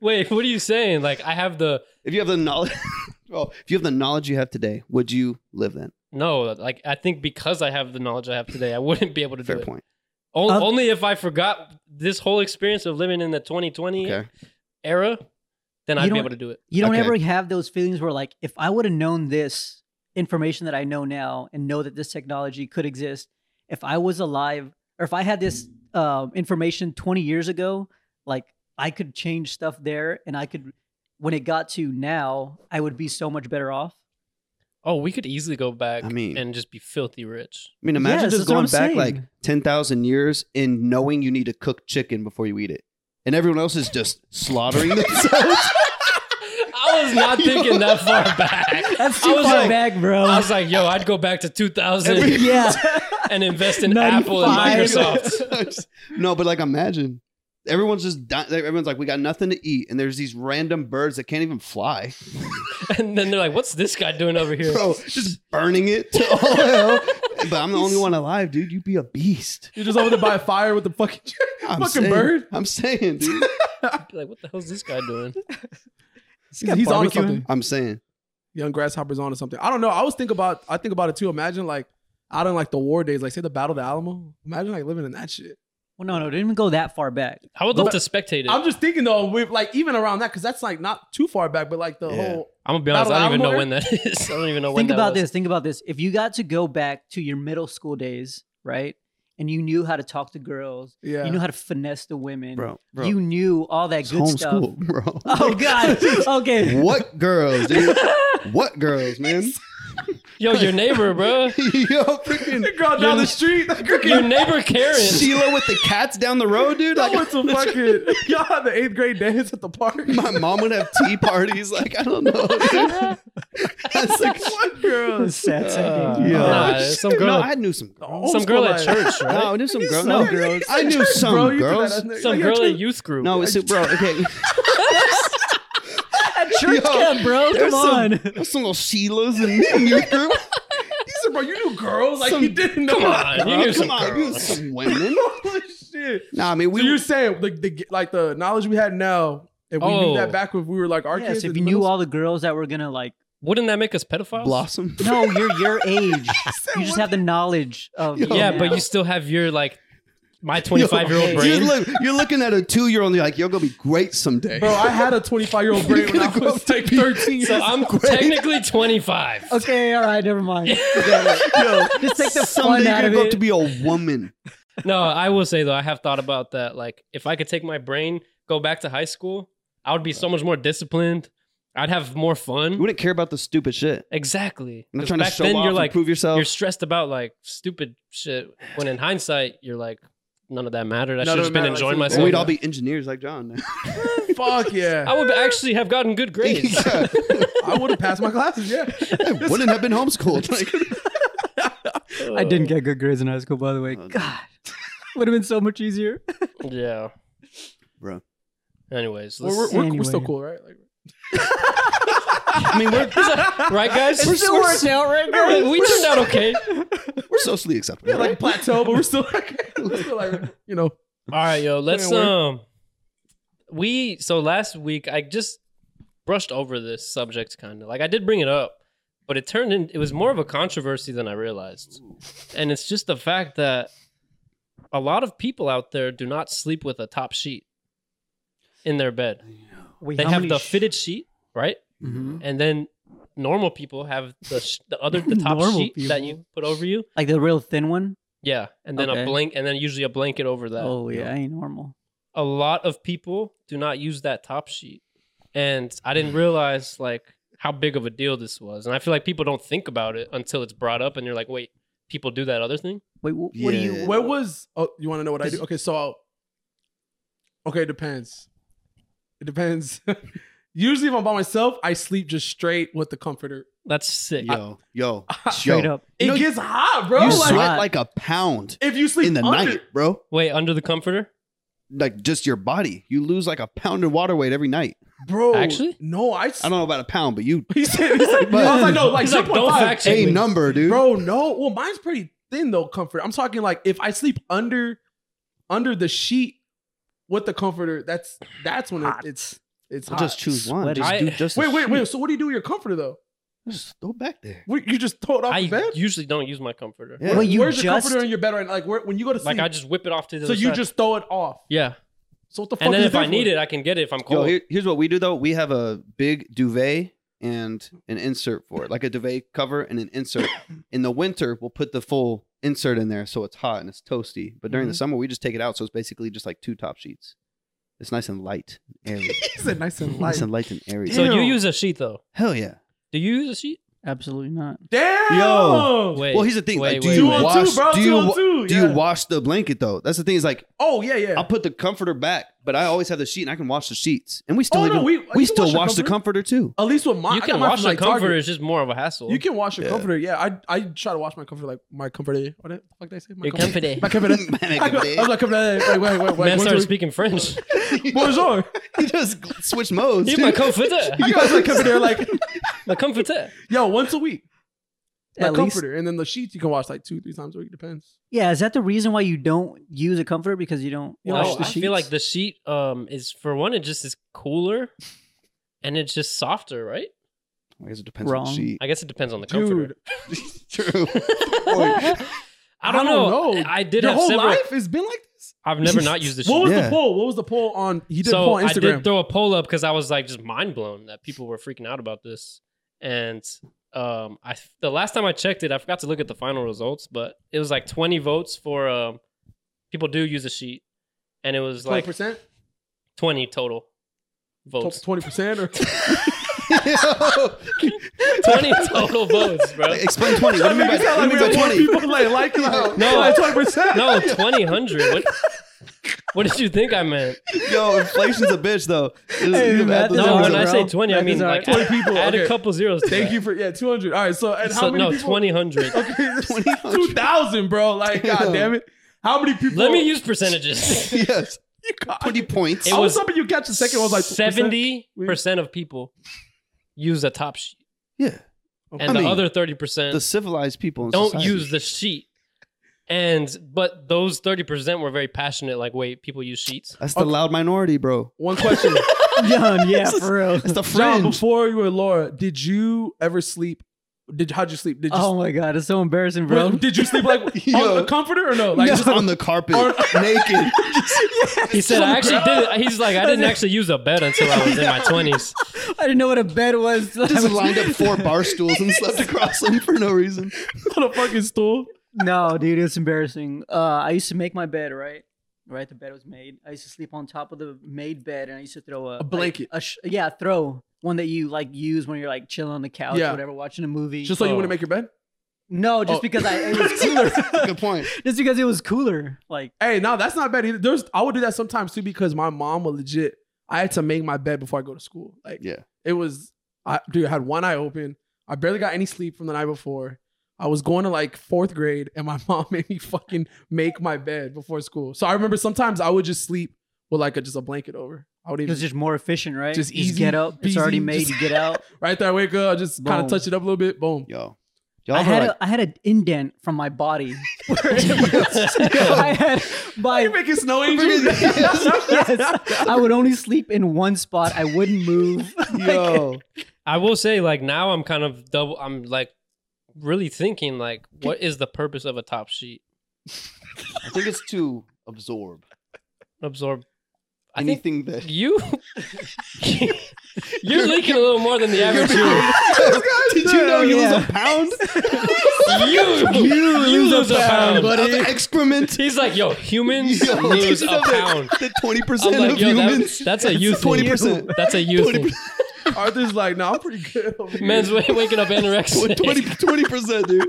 S2: Wait, what are you saying? Like I have the
S3: if you have the knowledge, well, if you have the knowledge you have today, would you live then?
S2: no, like I think because I have the knowledge I have today, I wouldn't be able to
S3: Fair
S2: do it.
S3: point.
S2: O-
S4: Um,
S2: only if I forgot this whole experience of living in the 2020
S3: Okay.
S2: era, then
S4: You
S2: I'd
S4: don't-
S2: be able to do it.
S4: You don't
S3: Okay.
S4: ever have those feelings where, like, if I would have known this information that I know now and know that this technology could exist, if I was alive or if I had this um information 20 years ago, like, I could change stuff there and I could, when it got to now, I would be so much better off.
S2: Oh, we could easily go back
S3: I mean-
S2: and just be filthy rich.
S3: I mean, imagine
S4: Yes,
S3: just
S4: that's what
S3: going
S4: I'm
S3: back
S4: saying.
S3: like ten thousand years and knowing you need to cook chicken before you eat it, and everyone else is just slaughtering themselves.
S2: I was not thinking that far back.
S4: That's
S2: I
S4: too far
S2: was like-
S4: back, bro.
S2: I was like, yo, I'd go back to 2000
S4: yeah.
S2: and invest in Apple and
S4: 95.
S2: Microsoft.
S3: no, but like imagine everyone's just dying. everyone's like, we got nothing to eat, and there's these random birds that can't even fly.
S2: And then they're like, what's this guy doing over here?
S3: bro, just burning it to all Oh, hell. But I'm the only one alive, dude. You'd be a beast.
S1: you're just over there by a fire with the fucking
S3: I'm
S1: fucking
S3: saying-
S1: bird.
S3: I'm saying, dude.
S2: Like, what the hell's this guy doing?
S1: He's, he's on to
S4: barbecuing.
S1: something.
S3: I'm saying.
S1: young grasshoppers on or something. I don't know. I always think about I think about it too. Imagine like out in like the war days, like say the Battle of the Alamo. Imagine like living in that shit.
S4: Well, no, no, didn't even go that far back.
S2: I would love to spectate it.
S1: I'm
S2: I'm,
S1: just thinking though, with like even around that, because that's like not too far back, but like the
S3: Yeah.
S1: whole
S2: gonna be honest,
S1: Battle
S2: I don't even know
S1: Alamo
S2: when that is. I don't even know when
S4: Think
S2: that
S4: about
S2: was.
S4: this. Think about this. If you got to go back to your middle school days, right? And you knew how to talk to girls,
S1: yeah.
S4: you knew how to finesse the women,
S3: Bro, bro.
S4: you knew all that
S3: it's
S4: good stuff.
S3: homeschool, bro.
S4: Oh God. Okay.
S3: What girls, dude? What girls, man?
S2: Yo, your neighbor, bro.
S3: Yo, freaking
S1: the girl down
S2: You're-
S1: the street, the
S2: Your
S1: cookie.
S2: neighbor Karen.
S3: Sheila with the cats down the road, dude.
S1: That
S3: Like,
S1: was a fucking y'all had the eighth grade dance at the park.
S3: my mom would have tea parties. Like, I don't know. dude. That's like,
S1: what girl?
S4: Sad, sad day.
S3: yeah.
S2: Nah, some girl.
S3: No, I knew some girls.
S2: some girl at church, right?
S3: No, I knew some girls.
S4: some
S3: No,
S4: girls.
S3: I knew some
S1: Bro, you do that
S3: girls.
S1: at- like,
S2: Some
S1: at
S2: girl at
S1: church.
S2: youth group.
S3: No, it's bro. Okay.
S4: At church
S3: Yo,
S4: camp, bro. Come
S3: There's some-
S4: on.
S3: There's some little Sheilas in in youth group.
S1: He said, bro, you knew girls like
S3: Some-
S1: you didn't know.
S2: Come on, you
S3: Bro,
S2: knew some
S3: come on, you
S2: girls.
S3: some women.
S1: Holy shit.
S3: Nah, I mean we.
S1: so you're saying like the like the knowledge we had now, if we
S2: Oh.
S1: knew that back when we were like our
S4: Yes,
S1: kids.
S4: if
S1: in
S4: you knew
S1: middle
S4: all the girls that were gonna like
S2: Wouldn't that make us pedophiles?
S3: Blossom.
S4: No, you're your age.
S1: said,
S4: you just
S1: what
S4: have the knowledge of.
S3: Yo.
S2: Yeah,
S4: now.
S2: but you still have your like my 25 year old
S4: Yo,
S3: You're,
S2: brain.
S3: look, you're looking at a two year old and you're like, you're going to be great someday.
S1: Bro, I had a 25 year old brain when I was like 13 years
S2: So I'm technically 25.
S4: Okay, all right, never mind.
S3: Yo,
S4: Just take the
S3: someday
S4: fun out
S3: you're
S4: of
S3: going
S4: it.
S3: to be a woman.
S2: No, I will say though, I have thought about that. Like, if I could take my brain, go back to high school, I would be so much more disciplined. I'd have more
S3: You
S2: fun.
S3: wouldn't care about the stupid shit.
S2: Exactly.
S3: I'm not
S2: 'Cause
S3: trying to
S2: back
S3: show
S2: then,
S3: off
S2: you're
S3: and
S2: like
S3: prove yourself.
S2: you're stressed about like stupid shit. When in hindsight, you're like, none of that mattered. I
S1: None
S2: should
S1: of
S2: have
S1: it
S2: been
S1: mattered.
S2: enjoying
S1: Like,
S3: and
S2: myself.
S3: we'd all be engineers like John.
S1: old. Fuck yeah.
S2: I would actually have gotten good grades.
S3: Yeah.
S1: I would have passed my classes, yeah.
S3: I wouldn't have been homeschooled. Like,
S4: I didn't get good grades in high school, by the way.
S3: Oh, dude.
S4: God, would have been so much easier.
S2: Yeah.
S3: Bro.
S2: Anyways,
S1: We're,
S2: let's,
S1: we're, we're, we're still
S4: Anyway.
S1: cool, right? Like,
S3: I mean, we're,
S2: right, guys.
S3: We're so- we're so-
S4: out right
S2: we turned out okay.
S3: we're socially acceptable.
S1: yeah, like plateau, but we're still like, we're still like you know.
S2: All right, yo, let's
S1: work.
S2: um we so last week I just brushed over this subject kind of. Like I did bring it up, but it turned in it was more of a controversy than I realized. And it's just the fact that a lot of people out there do not sleep with a top sheet in their bed.
S4: Wait,
S2: They
S4: how
S2: have
S4: many
S2: the
S4: sh-
S2: fitted sheet, right?
S4: Mhm.
S2: And then normal people have the sh- the other the top
S4: Normal
S2: sheet that
S4: people.
S2: you put over you.
S4: like the real thin one.
S2: Yeah, and then
S4: Okay.
S2: a blank and then usually a blanket over that.
S4: oh yeah, I ain't normal.
S2: a lot of people do not use that top sheet and i didn't realize like how big of a deal this was and i feel like people don't think about it until it's brought up and you're like wait people do that other thing
S4: Wait, wh- what do
S3: Yeah.
S4: you?
S1: Where was? Oh, you want to know what I do? Okay, so I'll, okay, it depends. It depends. Usually, if I'm by myself, I sleep just straight with the comforter.
S2: that's sick
S3: yo, yo,
S4: Straight
S3: yo.
S4: up.
S1: It
S3: You know,
S1: gets hot, bro.
S3: you
S1: like
S3: sweat like a pound
S1: if you sleep
S3: in the
S1: under,
S3: night, bro.
S2: wait under the comforter
S3: Like just your body. You lose like a pound of water weight every night.
S1: bro.
S2: Actually?
S1: no, I. s-
S3: I don't know about a pound, but you
S1: He said, he's like,
S3: But-
S1: I was like, no, like
S2: He's like,
S1: zero
S2: don't
S1: point five,
S2: fact check
S3: a
S2: me.
S3: number, dude.
S1: bro. No, well, mine's pretty thin though. Comfort. I'm talking like if I sleep under, under the sheet with the comforter, that's that's when it,
S4: Hot.
S1: it's it's
S3: Well,
S1: hot.
S3: just choose one.
S4: Sweaty.
S3: Just
S2: I-
S3: do just a
S1: Wait, wait,
S3: sheet.
S1: wait. So what do you do with your comforter though?
S3: Just go back there.
S1: What, you just throw it off
S2: i
S1: the bed?
S2: usually don't use my comforter
S3: Yeah.
S4: Wait, you
S1: Where's your
S4: just
S1: comforter in your bed right now? Like where, when you go to sleep,
S2: like i just whip it off to the
S1: so
S2: other
S1: you
S2: side.
S1: just throw it off.
S2: yeah
S1: So what the fuck?
S2: and then
S1: is
S2: if i
S1: that
S2: need
S1: for?
S2: it i can get it if i'm
S3: Yo,
S2: cold
S3: here, here's what we do though. We have a big duvet and an insert for it, like a duvet cover and an insert. In the winter, we'll put the full insert in there so it's hot and it's toasty. But during the
S1: Mhm.
S3: summer, we just take it out, so it's basically just like two top sheets. It's nice and light, and airy.
S1: he said nice and light.
S3: nice and light and airy.
S2: so you
S1: Damn.
S2: use a sheet though
S3: Hell yeah.
S2: do you use a sheet
S4: Absolutely not.
S1: Damn.
S3: Yo,
S2: wait
S3: well, here's the thing.
S2: wait,
S3: like, do
S2: wait,
S3: you
S1: wait. Two on
S3: wash?
S1: two, bro,
S3: do
S1: two
S3: you
S1: on
S3: wa-
S1: two,
S3: do
S1: yeah.
S3: you wash the blanket though? That's the thing. Is like
S1: Oh yeah, yeah.
S3: I'll put the comforter back, but I always have the sheet and I can wash the sheets, and we still
S1: oh
S3: even-
S1: no, we
S3: we
S1: you can
S3: still wash,
S1: your
S3: the comforter too.
S1: At least with mine,
S2: you
S1: I
S2: can
S1: got mine
S2: wash
S1: from,
S2: the
S1: like,
S2: comforter
S1: Target.
S2: it's just more of a hassle
S1: You can wash your
S3: Yeah.
S1: comforter. Yeah, I I try to wash my comforter like my comforter. What the fuck did I say? My
S2: your
S1: comforter.
S2: comforter
S1: My comforter. I go- I was like, comforter. Wait, wait, wait, wait.
S2: man started
S1: Bonjour.
S2: speaking french
S1: Bonjour.
S3: he just gl- switched modes.
S2: you
S3: dude.
S2: my comforter
S1: I got my comforter like,
S2: my comforter
S1: yo, once a week. My
S4: At least-
S1: comforter, and then the sheets you can wash like two, three times a week. Depends.
S4: Yeah, is that the reason why you don't use a comforter because you don't
S1: You
S2: Well,
S4: wash
S1: know,
S4: the
S2: I
S4: sheets?
S2: feel like the sheet um is for one, it just is cooler, and it's just softer, right?
S3: I guess it depends on
S4: Wrong.
S3: the sheet.
S2: I guess it depends on the comforter.
S1: Dude,
S3: True.
S2: I don't know. I did
S1: Your
S2: have
S1: whole
S2: several.
S1: life has been like this.
S2: I've never not used the sheet.
S1: What was
S3: Yeah.
S1: the poll? What was the poll on? He did a
S2: so
S1: poll on
S2: I
S1: Instagram.
S2: did throw a poll up because I was like just mind blown that people were freaking out about this. And um, I the last time I checked it, I forgot to look at the final results, but it was like 20 votes for um, people do use a sheet, and it was
S1: Twenty
S2: like
S1: percent,
S2: 20 total votes.
S1: twenty percent, or
S2: Twenty total votes, bro.
S3: Explain twenty. What do you mean by,
S1: Sound
S3: what do you mean by
S1: we got more
S3: twenty?
S1: People like like it.
S2: No.
S1: like twenty percent.
S2: No, twenty hundred. What, what did you think I meant?
S3: Yo, inflation's a bitch though. This- you
S4: math
S3: add
S4: is
S3: the
S2: No,
S3: numbers
S4: hard,
S2: when I
S3: up.
S4: bro.
S2: say twenty, I
S4: That
S2: mean
S4: is all
S2: like
S4: right.
S1: 20
S2: add-
S1: people,
S2: Add
S1: okay.
S2: a couple zeros. To
S1: Thank
S2: that.
S1: you for yeah, two hundred. All right, so and
S2: So,
S1: how many
S2: no,
S1: people?
S2: twenty hundred.
S1: two thousand, bro. Like, god damn it, how many people?
S2: Let me use percentages.
S3: Yes,
S1: You got,
S3: twenty points.
S2: It
S1: I was,
S2: was
S1: hoping you catch the second one. I was like
S2: seventy percent of people use a top sheet,
S3: yeah,
S2: and
S3: I
S2: the
S3: mean,
S2: other thirty percent
S3: the civilized people in
S2: don't
S3: society.
S2: use the sheet. And but those thirty percent were very passionate. Like, wait, people use sheets.
S3: That's the loud minority, bro.
S1: One question.
S4: Done, yeah, for real.
S3: That's the
S1: John,
S3: fringe.
S1: before you were Laura, did you ever sleep? Did how'd you sleep? Did you,
S4: Oh my god, it's so embarrassing, bro.
S1: Wait, did you sleep like on
S3: Yeah.
S1: a comforter or no? Like
S3: Just on the carpet, naked.
S2: He said, I actually did. it." He's like, I didn't actually use a bed until I was in my twenties.
S4: I didn't know what a bed was. till I
S3: Just
S4: was-
S3: lined up four bar stools and slept across them for no reason.
S1: on a fucking stool.
S4: no, dude, it's embarrassing. Uh, I used to make my bed, right? Right, the bed was made. I used to sleep on top of the made bed, and I used to throw a,
S1: A blanket.
S4: like, a sh- yeah, throw one that you like use when you're like chilling on the couch,
S1: Yeah.
S4: or whatever, watching a movie.
S1: Just so you
S2: Oh.
S1: wouldn't make your bed.
S4: no, just
S1: Oh.
S4: because I it was cooler.
S3: Good point.
S4: just because it was cooler. Like
S1: Hey, no, that's not bad either. There's I would do that sometimes too because my mom would legit. I had to make my bed before I go to school. Like
S3: Yeah.
S1: it was. I dude I had one eye open. I barely got any sleep from the night before. I was going to like fourth grade, and my mom made me fucking make my bed before school. So I remember sometimes I would just sleep with like a, just a blanket over. I would
S4: it
S1: even
S4: was just more efficient, right?
S1: Just easy,
S4: get up. It's already
S1: peasy,
S4: made.
S1: just-
S4: You get out.
S1: right there. I wake up, I just kind
S4: Boom.
S1: of touch it up a little bit. Boom.
S3: Yo,
S4: I
S3: y'all had
S4: had a, I had an indent from my body. I had
S1: You're
S4: my
S1: making snow angels.
S4: yes, I would only sleep in one spot. I wouldn't move.
S3: yo.
S2: I will say, like now, I'm kind of double. I'm like really thinking, like, what is the purpose of a top sheet?
S3: I think it's to absorb
S2: Absorb. I think
S3: anything that
S2: you you're leaking a little more than the average. human.
S3: Did you know you
S4: Yeah.
S3: lose a pound?
S2: You you, lose, a pound.
S3: Of excrement.
S2: He's like, yo, humans
S3: Yo,
S2: lose a
S3: stop that.
S2: pound.
S3: The twenty
S2: I'm
S3: percent
S2: like,
S3: of
S2: yo,
S3: humans.
S2: that, that's a youth thing.
S3: 20%.
S2: That's a youth thing.
S1: Arthur's like, no, I'm pretty good. over here."
S2: Man's wa- waking up anorexic.
S3: 20 percent, dude.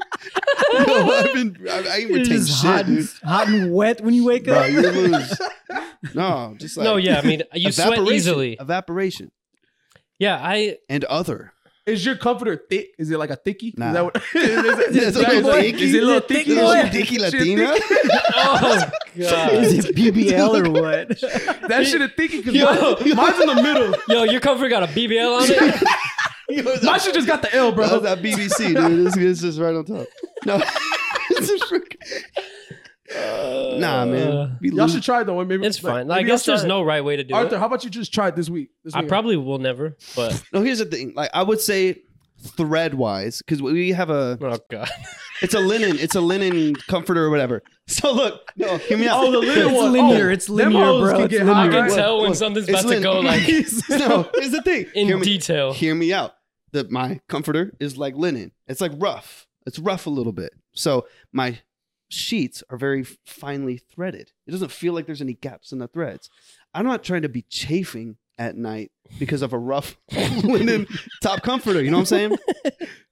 S3: Yo, I've been, I, I ain't
S4: It's
S3: retained
S4: just hot,
S3: shit,
S4: and,
S3: dude.
S4: hot and wet when you wake
S3: Bro,
S4: up.
S3: you lose. No, just like
S2: no, yeah, I mean, you sweat
S3: evaporation,
S2: easily.
S3: Evaporation
S2: Yeah, I
S3: and other.
S1: Is your comforter thick? Is it like a thicky?
S3: Nah.
S1: Is that what? is, it,
S3: That's what
S1: that
S3: I'm
S1: what-
S3: thinking.
S1: is it a little thick?
S4: Thick boy.
S1: boy?
S3: Dicky
S1: Shit,
S3: Latina.
S2: oh god.
S4: Is it BBL or what?
S1: That shit a thicky because
S2: Yo.
S1: mine, mine's in the middle.
S2: Yo, your comfort got a BBL on it.
S3: Yo, that-
S1: My shit just got the L,
S3: that was
S1: bro.
S3: that BBC, dude. This is just right on top. No, it's just freaking- nah, man. We
S1: Y'all
S3: lose.
S1: should try it though. Maybe
S2: It's
S1: like,
S2: fine. I
S1: maybe
S2: guess
S1: y'all
S2: there's
S1: try it.
S2: no right way to do
S1: Arthur,
S2: it.
S1: how about you just try it this week? This
S2: I
S1: weekend?
S2: probably will never, but
S3: No, here's the thing. Like, I would say thread wise, because we have a.
S2: oh god.
S3: It's a linen. It's a linen comforter or whatever. So look, no, hear me out.
S1: Oh, the little
S4: It's
S1: one.
S4: linear,
S1: Oh,
S4: it's
S1: them
S4: linear,
S1: hoes
S4: bro,
S1: can
S4: it's
S1: get
S4: linear.
S1: high,
S2: I can
S1: right?
S2: tell when something's
S3: It's
S2: about to
S3: lin-
S2: go like
S3: no, here's the thing.
S2: in
S3: hear me,
S2: detail.
S3: Hear me out. That my comforter is like linen. It's like rough. It's rough a little bit. So my sheets are very finely threaded. It doesn't feel like there's any gaps in the threads. I'm not trying to be chafing at night because of a rough linen top comforter. You know what I'm saying?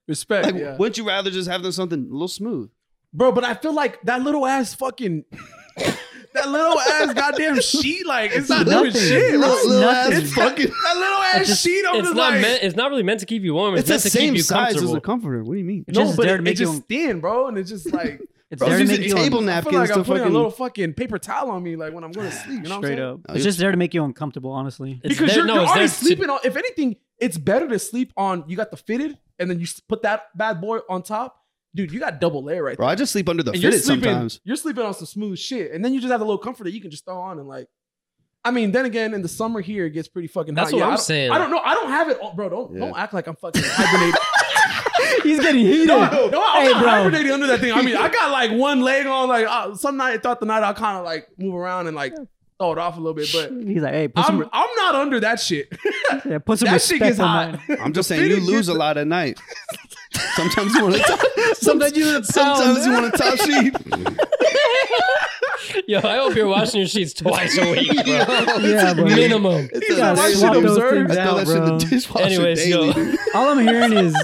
S1: Respect.
S3: Like,
S1: yeah.
S3: wouldn't you rather just have them something a little smooth?
S1: Bro, but I feel like that little ass fucking that little ass goddamn sheet, like it's not doing
S4: Nothing.
S1: shit. bro.
S4: Little- little ass
S1: It's
S3: fucking-
S1: that, that little ass
S4: just-
S1: sheet. I'm
S2: it's
S1: just
S2: not
S1: like,
S2: meant. It's not really meant to keep you warm. It's,
S3: It's,
S2: meant
S3: the
S2: to keep
S3: same
S2: you
S3: size as
S2: comfortable.
S3: a comforter. What do you mean?
S4: It's just
S1: no, but
S4: there
S1: it,
S4: to
S1: it
S4: make you
S1: just thin, bro, and it's just like
S4: It's
S1: Bro,
S4: there
S3: He's
S4: to
S1: it's
S4: make
S3: using
S4: you un-
S3: table
S1: I feel like
S3: napkins
S1: I'm
S3: to
S1: putting a little
S3: fucking.
S1: fucking paper towel on me, like when I'm going to sleep. You know what
S4: straight
S1: I'm saying?
S4: up. It's just there to make you uncomfortable, honestly.
S2: It's
S1: Because
S2: there-
S1: you're,
S2: no,
S1: you're
S2: it's
S1: already
S2: there to-
S1: sleeping on. If anything, it's better to sleep on. You got the fitted, and then you s- put that bad boy on top, dude. You got double layer right there.
S3: Bro, I just sleep under the
S1: and you're
S3: fitted
S1: sleeping,
S3: sometimes.
S1: you're sleeping on some smooth shit, and then you just have a little comfort that you can just throw on and like. I mean, then again, in the summer here, it gets pretty fucking
S2: That's
S1: hot.
S2: what
S1: Yeah,
S2: I'm
S1: I don't-
S2: saying.
S1: I don't know. I don't have it, on, bro. Don't
S3: Yeah.
S1: don't act like I'm fucking hibernating.
S4: He's getting heated.
S1: no, no, I'm
S4: Hey,
S1: not
S4: bro.
S1: hibernating under that thing. I mean, I got like one leg on. Like uh, some night, thought the night I kind of like move around and like throw it off a little bit, but
S4: He's like, hey, put
S1: I'm
S4: some,
S1: I'm not under that shit.
S4: yeah, put some
S1: that shit
S4: respect
S1: gets
S4: on
S1: hot.
S4: mine.
S3: I'm just
S1: The
S3: saying you
S1: fitted gets-
S3: lose a lot at night. Sometimes you want to.
S4: Sometimes you want a towel.
S3: Sometimes you want a top sheet.
S2: Yo, I hope you're washing your sheets twice a week, bro.
S4: Yeah, bro.
S2: minimum.
S3: It's
S1: You
S3: a
S1: gotta
S3: daily,
S1: swap
S3: dude.
S1: those
S3: I
S1: things
S3: throw
S4: out,
S3: that shit in
S4: bro.
S3: the dishwasher
S2: Anyways,
S3: daily,
S2: yo.
S3: dude.
S4: All I'm hearing is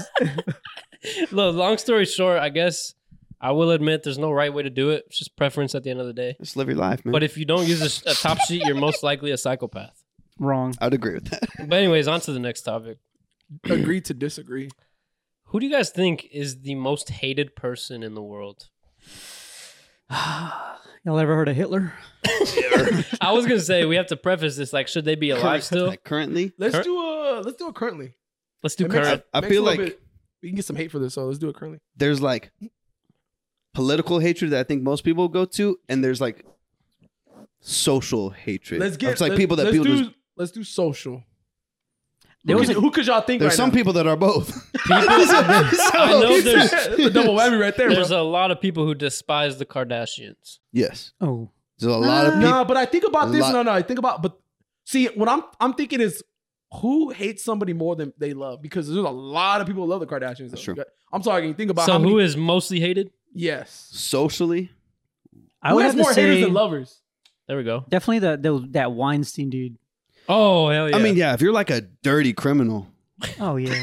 S2: Look, long story short, I guess I will admit there's no right way to do it. It's just preference at the end of the
S1: Mm-hmm.
S2: day.
S3: Just live your life, man.
S2: But if you don't use a, sh- a top sheet, you're most likely a psychopath.
S4: wrong.
S3: I'd agree with that.
S2: But anyways, on to the next topic.
S1: Agree to disagree.
S2: Who do you guys think is the most hated person in the world?
S4: Y'all ever heard of Hitler?
S2: I was gonna say we have to preface this like, should they be alive still?
S3: Like currently,
S1: Let's
S2: Cur-
S1: do a let's do it currently.
S2: Let's do
S1: It makes-
S2: current.
S3: I
S1: makes a
S3: feel
S1: little
S3: like-
S1: bit- we can get some hate for this, so let's do it currently.
S3: there's like political hatred that I think most people go to, and there's like social hatred.
S1: Let's get
S3: it's like
S1: let's-
S3: people that
S1: let's
S3: people.
S1: do,
S3: just,
S1: let's do social.
S4: There
S1: who,
S4: was
S1: could,
S4: a-
S1: who could y'all think
S3: there's
S1: right
S3: some
S1: now?
S3: people that are both.
S2: I know there's
S1: That's a double whammy right there,
S2: there's
S1: bro.
S2: a lot of people who despise the Kardashians.
S3: yes,
S4: oh,
S3: there's a lot of people.
S1: Nah, but I think about this.
S3: Lot-
S1: No, no, I think about but see what I'm I'm thinking is who hates somebody more than they love because there's a lot of people who love the Kardashians.
S3: That's
S1: though.
S3: true.
S1: I'm talking. Think about
S2: so
S1: how many,
S2: who is mostly hated?
S1: yes.
S3: Socially,
S4: I
S1: who
S4: would
S1: has
S4: have to
S1: more haters
S4: say
S1: than lovers?
S2: There we go.
S4: definitely the, the that Weinstein dude.
S2: Oh hell yeah!
S3: I mean, yeah, if you're like a dirty criminal,
S4: Oh yeah,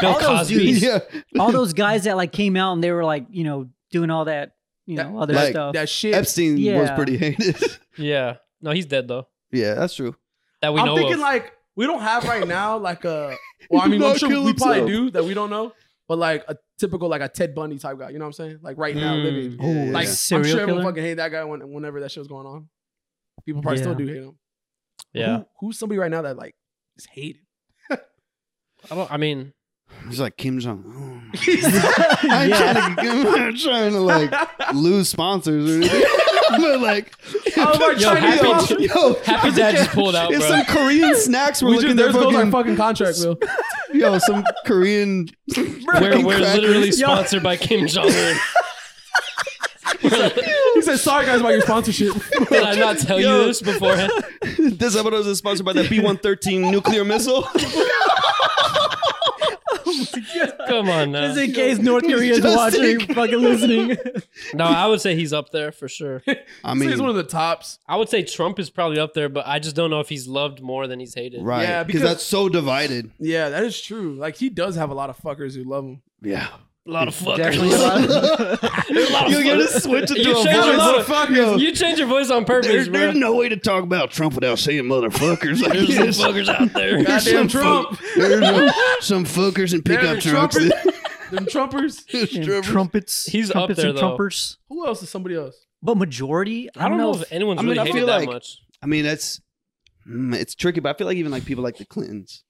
S2: Bill Cosby.
S3: yeah,
S4: all those guys that like came out and they were like you know doing all that you know
S1: That-
S4: other
S3: like,
S4: stuff.
S1: That shit.
S3: Epstein was
S4: Yeah.
S3: pretty hated.
S2: Yeah. No, he's dead though.
S3: yeah, that's true.
S2: That we
S1: I'm
S2: know
S1: thinking
S2: of.
S1: like we don't have right now like a well, I
S3: He
S1: mean
S3: did
S1: I'm
S3: not
S1: sure
S3: kill
S1: we probably
S3: himself.
S1: do that we don't know, but like a typical like a Ted Bundy type guy, you know what I'm saying? Like right now
S2: Mm.
S1: living.
S3: Yeah, yeah,
S1: Like
S3: yeah.
S1: I'm
S4: Hmm. serial
S1: sure everyone
S4: killer?
S1: fucking hate that guy when, whenever that shit was going on. People probably still
S4: Yeah.
S1: do hate him.
S2: yeah.
S1: Who, who's somebody right now that like is hated?
S2: I don't. I mean,
S3: he's like Kim Jong. I'm,
S4: yeah,
S3: trying to, I'm trying to like lose sponsors or anything. but like,
S1: Oh, my
S2: Yo,
S1: Chinese
S2: happy-
S1: option.
S3: yo,
S2: Happy Dad just pulled out,
S3: If
S2: bro.
S3: some Korean snacks were
S1: We
S3: looking
S1: just, there
S3: their
S1: goes our
S3: fucking,
S1: fucking contract, Bill.
S3: yo, some Korean.
S2: we're,
S3: fucking
S2: we're
S3: crackers.
S2: literally
S3: Yo,
S2: sponsored by Kim Jong Un.
S1: he said, "Sorry guys about your sponsorship."
S2: Did I not tell
S3: Yo.
S2: you this beforehand?
S3: This episode is sponsored by the B-113 nuclear missile.
S2: Come on now.
S4: just in case North Korea's
S3: Just in
S4: watching, fucking listening.
S2: No, I would say he's up there for sure.
S3: I
S1: he's one
S3: mean,
S1: of the tops.
S2: I would say Trump is probably up there, but I just don't know if he's loved more than he's hated.
S3: right?
S1: Yeah,
S3: because
S1: because-
S3: that's so divided.
S1: Yeah, that is true. Like he does have a lot of fuckers who love him.
S3: Yeah.
S2: A lot of fuckers.
S4: Definitely a lot of-
S2: There's a lot of
S3: You're gonna
S2: fuckers.
S3: switch it to
S2: You
S3: a
S2: change
S3: voice.
S2: your voice.
S3: Yo,
S2: You change your voice on purpose,
S3: there's,
S2: bro.
S3: there's no way to talk about Trump without saying motherfuckers. Like
S2: There's
S3: this.
S2: some fuckers out there.
S1: Goddamn
S3: some
S1: Trump.
S3: fuck- there's some, some fuckers and
S1: Damn,
S3: pickup trucks.
S1: Trumpers. Them Trumpers.
S4: And
S3: Trumpers.
S4: trumpets,
S2: He's up
S4: trumpets
S2: there,
S4: and
S2: though.
S4: trumpers.
S1: Who else is somebody else?
S4: But majority,
S2: I don't know if anyone's
S3: I mean,
S2: really
S3: I feel
S2: hated that
S3: like-
S2: much.
S3: I mean, that's mm, it's tricky, but I feel like even like people like the Clintons,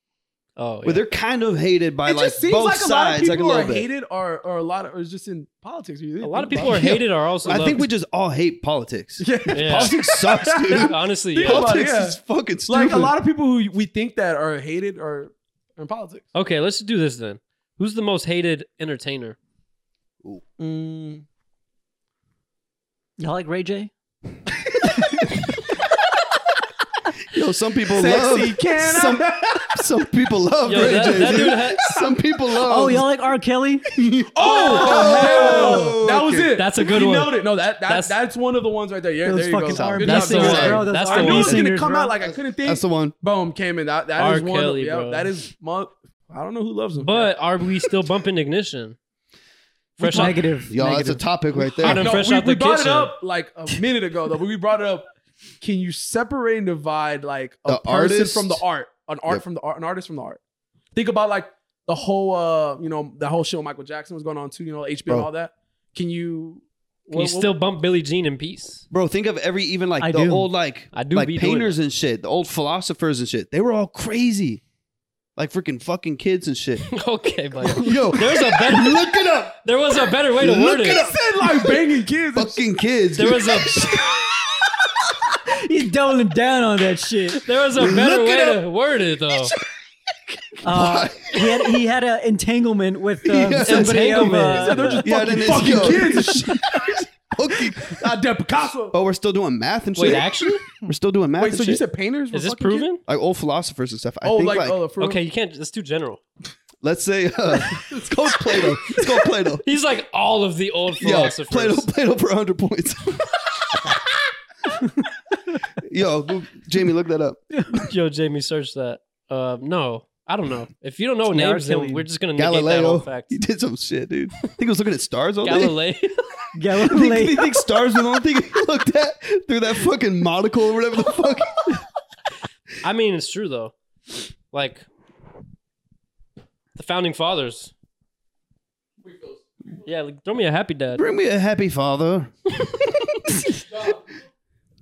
S2: Oh,
S3: where they're kind of hated by
S1: it
S3: like
S1: just seems
S3: both
S1: like a lot of
S3: sides, like a
S1: people
S3: little
S1: are
S3: bit.
S1: hated, or or a lot, of, or it's just in politics. You
S2: yeah.
S1: think
S2: a lot of
S1: about
S2: people are
S1: it.
S2: hated are also.
S3: I think we
S2: loved.
S3: just all hate politics.
S1: Yeah.
S2: Yeah.
S3: Politics sucks, dude.
S2: honestly,
S1: Think
S2: yeah.
S1: about
S3: Politics
S1: it, yeah.
S3: is fucking stupid.
S1: Like a lot of people who we think that are hated are are in politics.
S2: Okay, let's do this then. Who's the most hated entertainer?
S1: Mm.
S4: y'all like Ray J.
S3: Yo, some people
S1: Sexy
S3: love.
S1: can I-
S3: Some, some people love
S2: Yo,
S3: Ray
S2: that-
S3: J,
S2: that
S3: dude.
S2: dude had-
S3: Some people love.
S4: Oh, y'all like R. Kelly?
S1: Oh,
S3: Oh,
S1: that was
S3: okay.
S1: it.
S2: That's a good
S1: You
S2: one.
S1: nailed it. No, that, that that's
S2: That's-
S1: that's one of the ones right there. Yeah,
S4: Those
S1: there you go.
S4: fucking
S1: Good
S4: R&B
S1: job,
S2: That's the
S1: good
S2: one.
S1: job.
S4: bro. Those
S2: That's
S1: I
S2: the
S4: R&B
S1: knew it was
S2: one.
S1: gonna
S4: singers,
S1: come
S4: bro.
S1: out like I couldn't think.
S3: That's the one.
S1: Boom, came in. That that
S2: R.
S1: is one. of-
S2: Kelly,
S1: yeah,
S2: bro.
S1: That is. Mo- I don't know who loves him.
S2: But are we still bumping ignition? Fresh off,
S4: negative.
S3: Y'all, that's a
S4: negative.
S3: topic right
S2: I
S3: there.
S2: don't-
S1: no,
S2: fresh
S1: we,
S2: out
S1: we
S2: the
S1: brought
S2: kitchen.
S1: it up like a minute ago though. But we brought it up. Can you separate and divide like a
S3: The
S1: person
S3: artist?
S1: from the art, an art
S3: Yep.
S1: from the art, an artist from the art? Think about like the whole, uh, you know, the whole show Michael Jackson was going on too. You know, HBO
S3: Bro.
S1: and all that. Can you?
S2: Can you still bump Billie Jean in peace?
S3: Bro, think of every even like
S4: I
S3: the
S4: do.
S3: old like
S2: I do
S3: like
S2: be doing
S3: painters and shit, the old philosophers and shit. They were all crazy, like freaking fucking kids and shit.
S2: okay, buddy.
S3: Yo,
S2: There's a better.
S3: look it up.
S2: There was a better way to
S3: Look
S2: word
S3: it
S2: it.
S3: up.
S1: said like banging kids. and
S3: Fucking kids.
S2: There was a
S4: He's doubling down on that shit.
S2: there was a better
S3: Look it
S2: way to word it though.
S4: Uh, he had he had an entanglement with uh,
S3: Yeah.
S4: somebody. of,
S2: Entanglement.
S4: uh,
S1: They're just
S3: Yeah,
S1: fucking,
S3: then it's-
S1: fucking
S3: yo.
S1: kids and shit.
S3: fucking.
S1: Goddamn Picasso.
S3: But we're still doing math and shit.
S2: Wait, actually,
S3: we're still doing math.
S1: Wait,
S3: and
S1: so you
S3: shit.
S1: said painters? Were
S2: is this
S1: fucking kids?
S2: proven?
S3: like old philosophers and stuff? I
S1: Oh,
S3: think
S1: like,
S3: like,
S1: oh, for
S2: Okay, you can't. Let's do general.
S3: let's say uh, let's go with Plato. Let's go with Plato.
S2: He's like all of the old
S3: Yo,
S2: philosophers.
S3: Plato, Plato for hundred points. Yo, go- Jamie, look that up.
S2: Yo, Jamie, search that. Uh, no, I don't know. If you don't know
S4: Yeah,
S2: names, then
S4: Kelly.
S2: we're just gonna negate that whole
S3: Galileo,
S2: fact.
S3: he did some shit, dude. I think he was looking at stars all day.
S2: Galileo.
S3: You think,
S4: Galileo.
S3: you think stars were the only thing he looked at through that fucking monocle or whatever the fuck?
S2: I mean, it's true though. Like the founding fathers. Yeah, like throw me a happy dad.
S3: Bring me a happy father.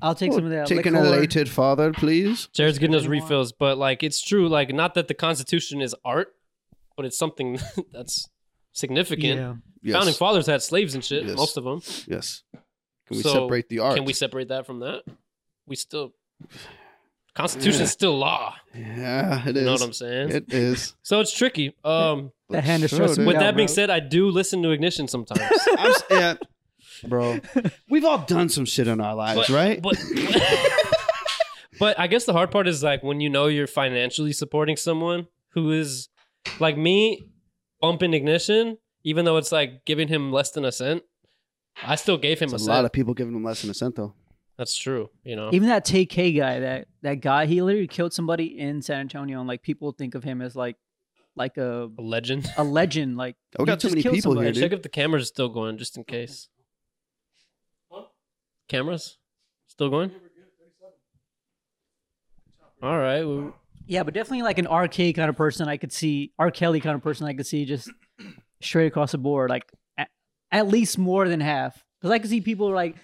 S4: I'll take some of that.
S3: Take an
S4: liquor.
S3: elated father, please.
S2: Jared's getting us refills, but like it's true. Like not that the Constitution is art, but it's something that's significant.
S4: Yeah.
S3: Yes.
S2: Founding fathers had slaves and shit,
S3: Yes.
S2: most of them.
S3: Yes. Can we
S2: So,
S3: separate the art?
S2: Can we separate that from that? We still Constitution's still law.
S3: Yeah, it is.
S2: You know what I'm saying?
S3: It is.
S2: so it's tricky. Um
S4: The hand is
S3: Sure,
S4: stressing
S3: dude.
S4: me
S2: with
S4: out,
S2: that being
S4: bro.
S2: said, I do listen to ignition sometimes.
S3: I'm s- yeah. Bro, we've all done some shit in our
S2: But-
S3: lives, right?
S2: But But I guess the hard part is like when you know you're financially supporting someone who is like me bumping ignition, even though it's like giving him less than a cent. I still gave him
S3: It's
S2: a,
S3: a
S2: cent.
S3: lot of people giving them less than a cent, though.
S2: That's true, you know.
S4: Even that TK guy, that that guy, he literally killed somebody in San Antonio, and like people think of him as like like a
S2: a legend.
S4: a legend. Like
S3: Oh, We got
S4: you
S3: too
S4: just
S3: many
S4: killed
S3: people here,
S2: Hey,
S4: somebody.
S3: dude.
S2: check if the cameras are still going, just in case. Cameras still going. All right. well,
S4: Yeah, but definitely like an RK kind of person. I could see R Kelly kind of person. I could see just straight across the board, like at, at least more than half. Because I could see people like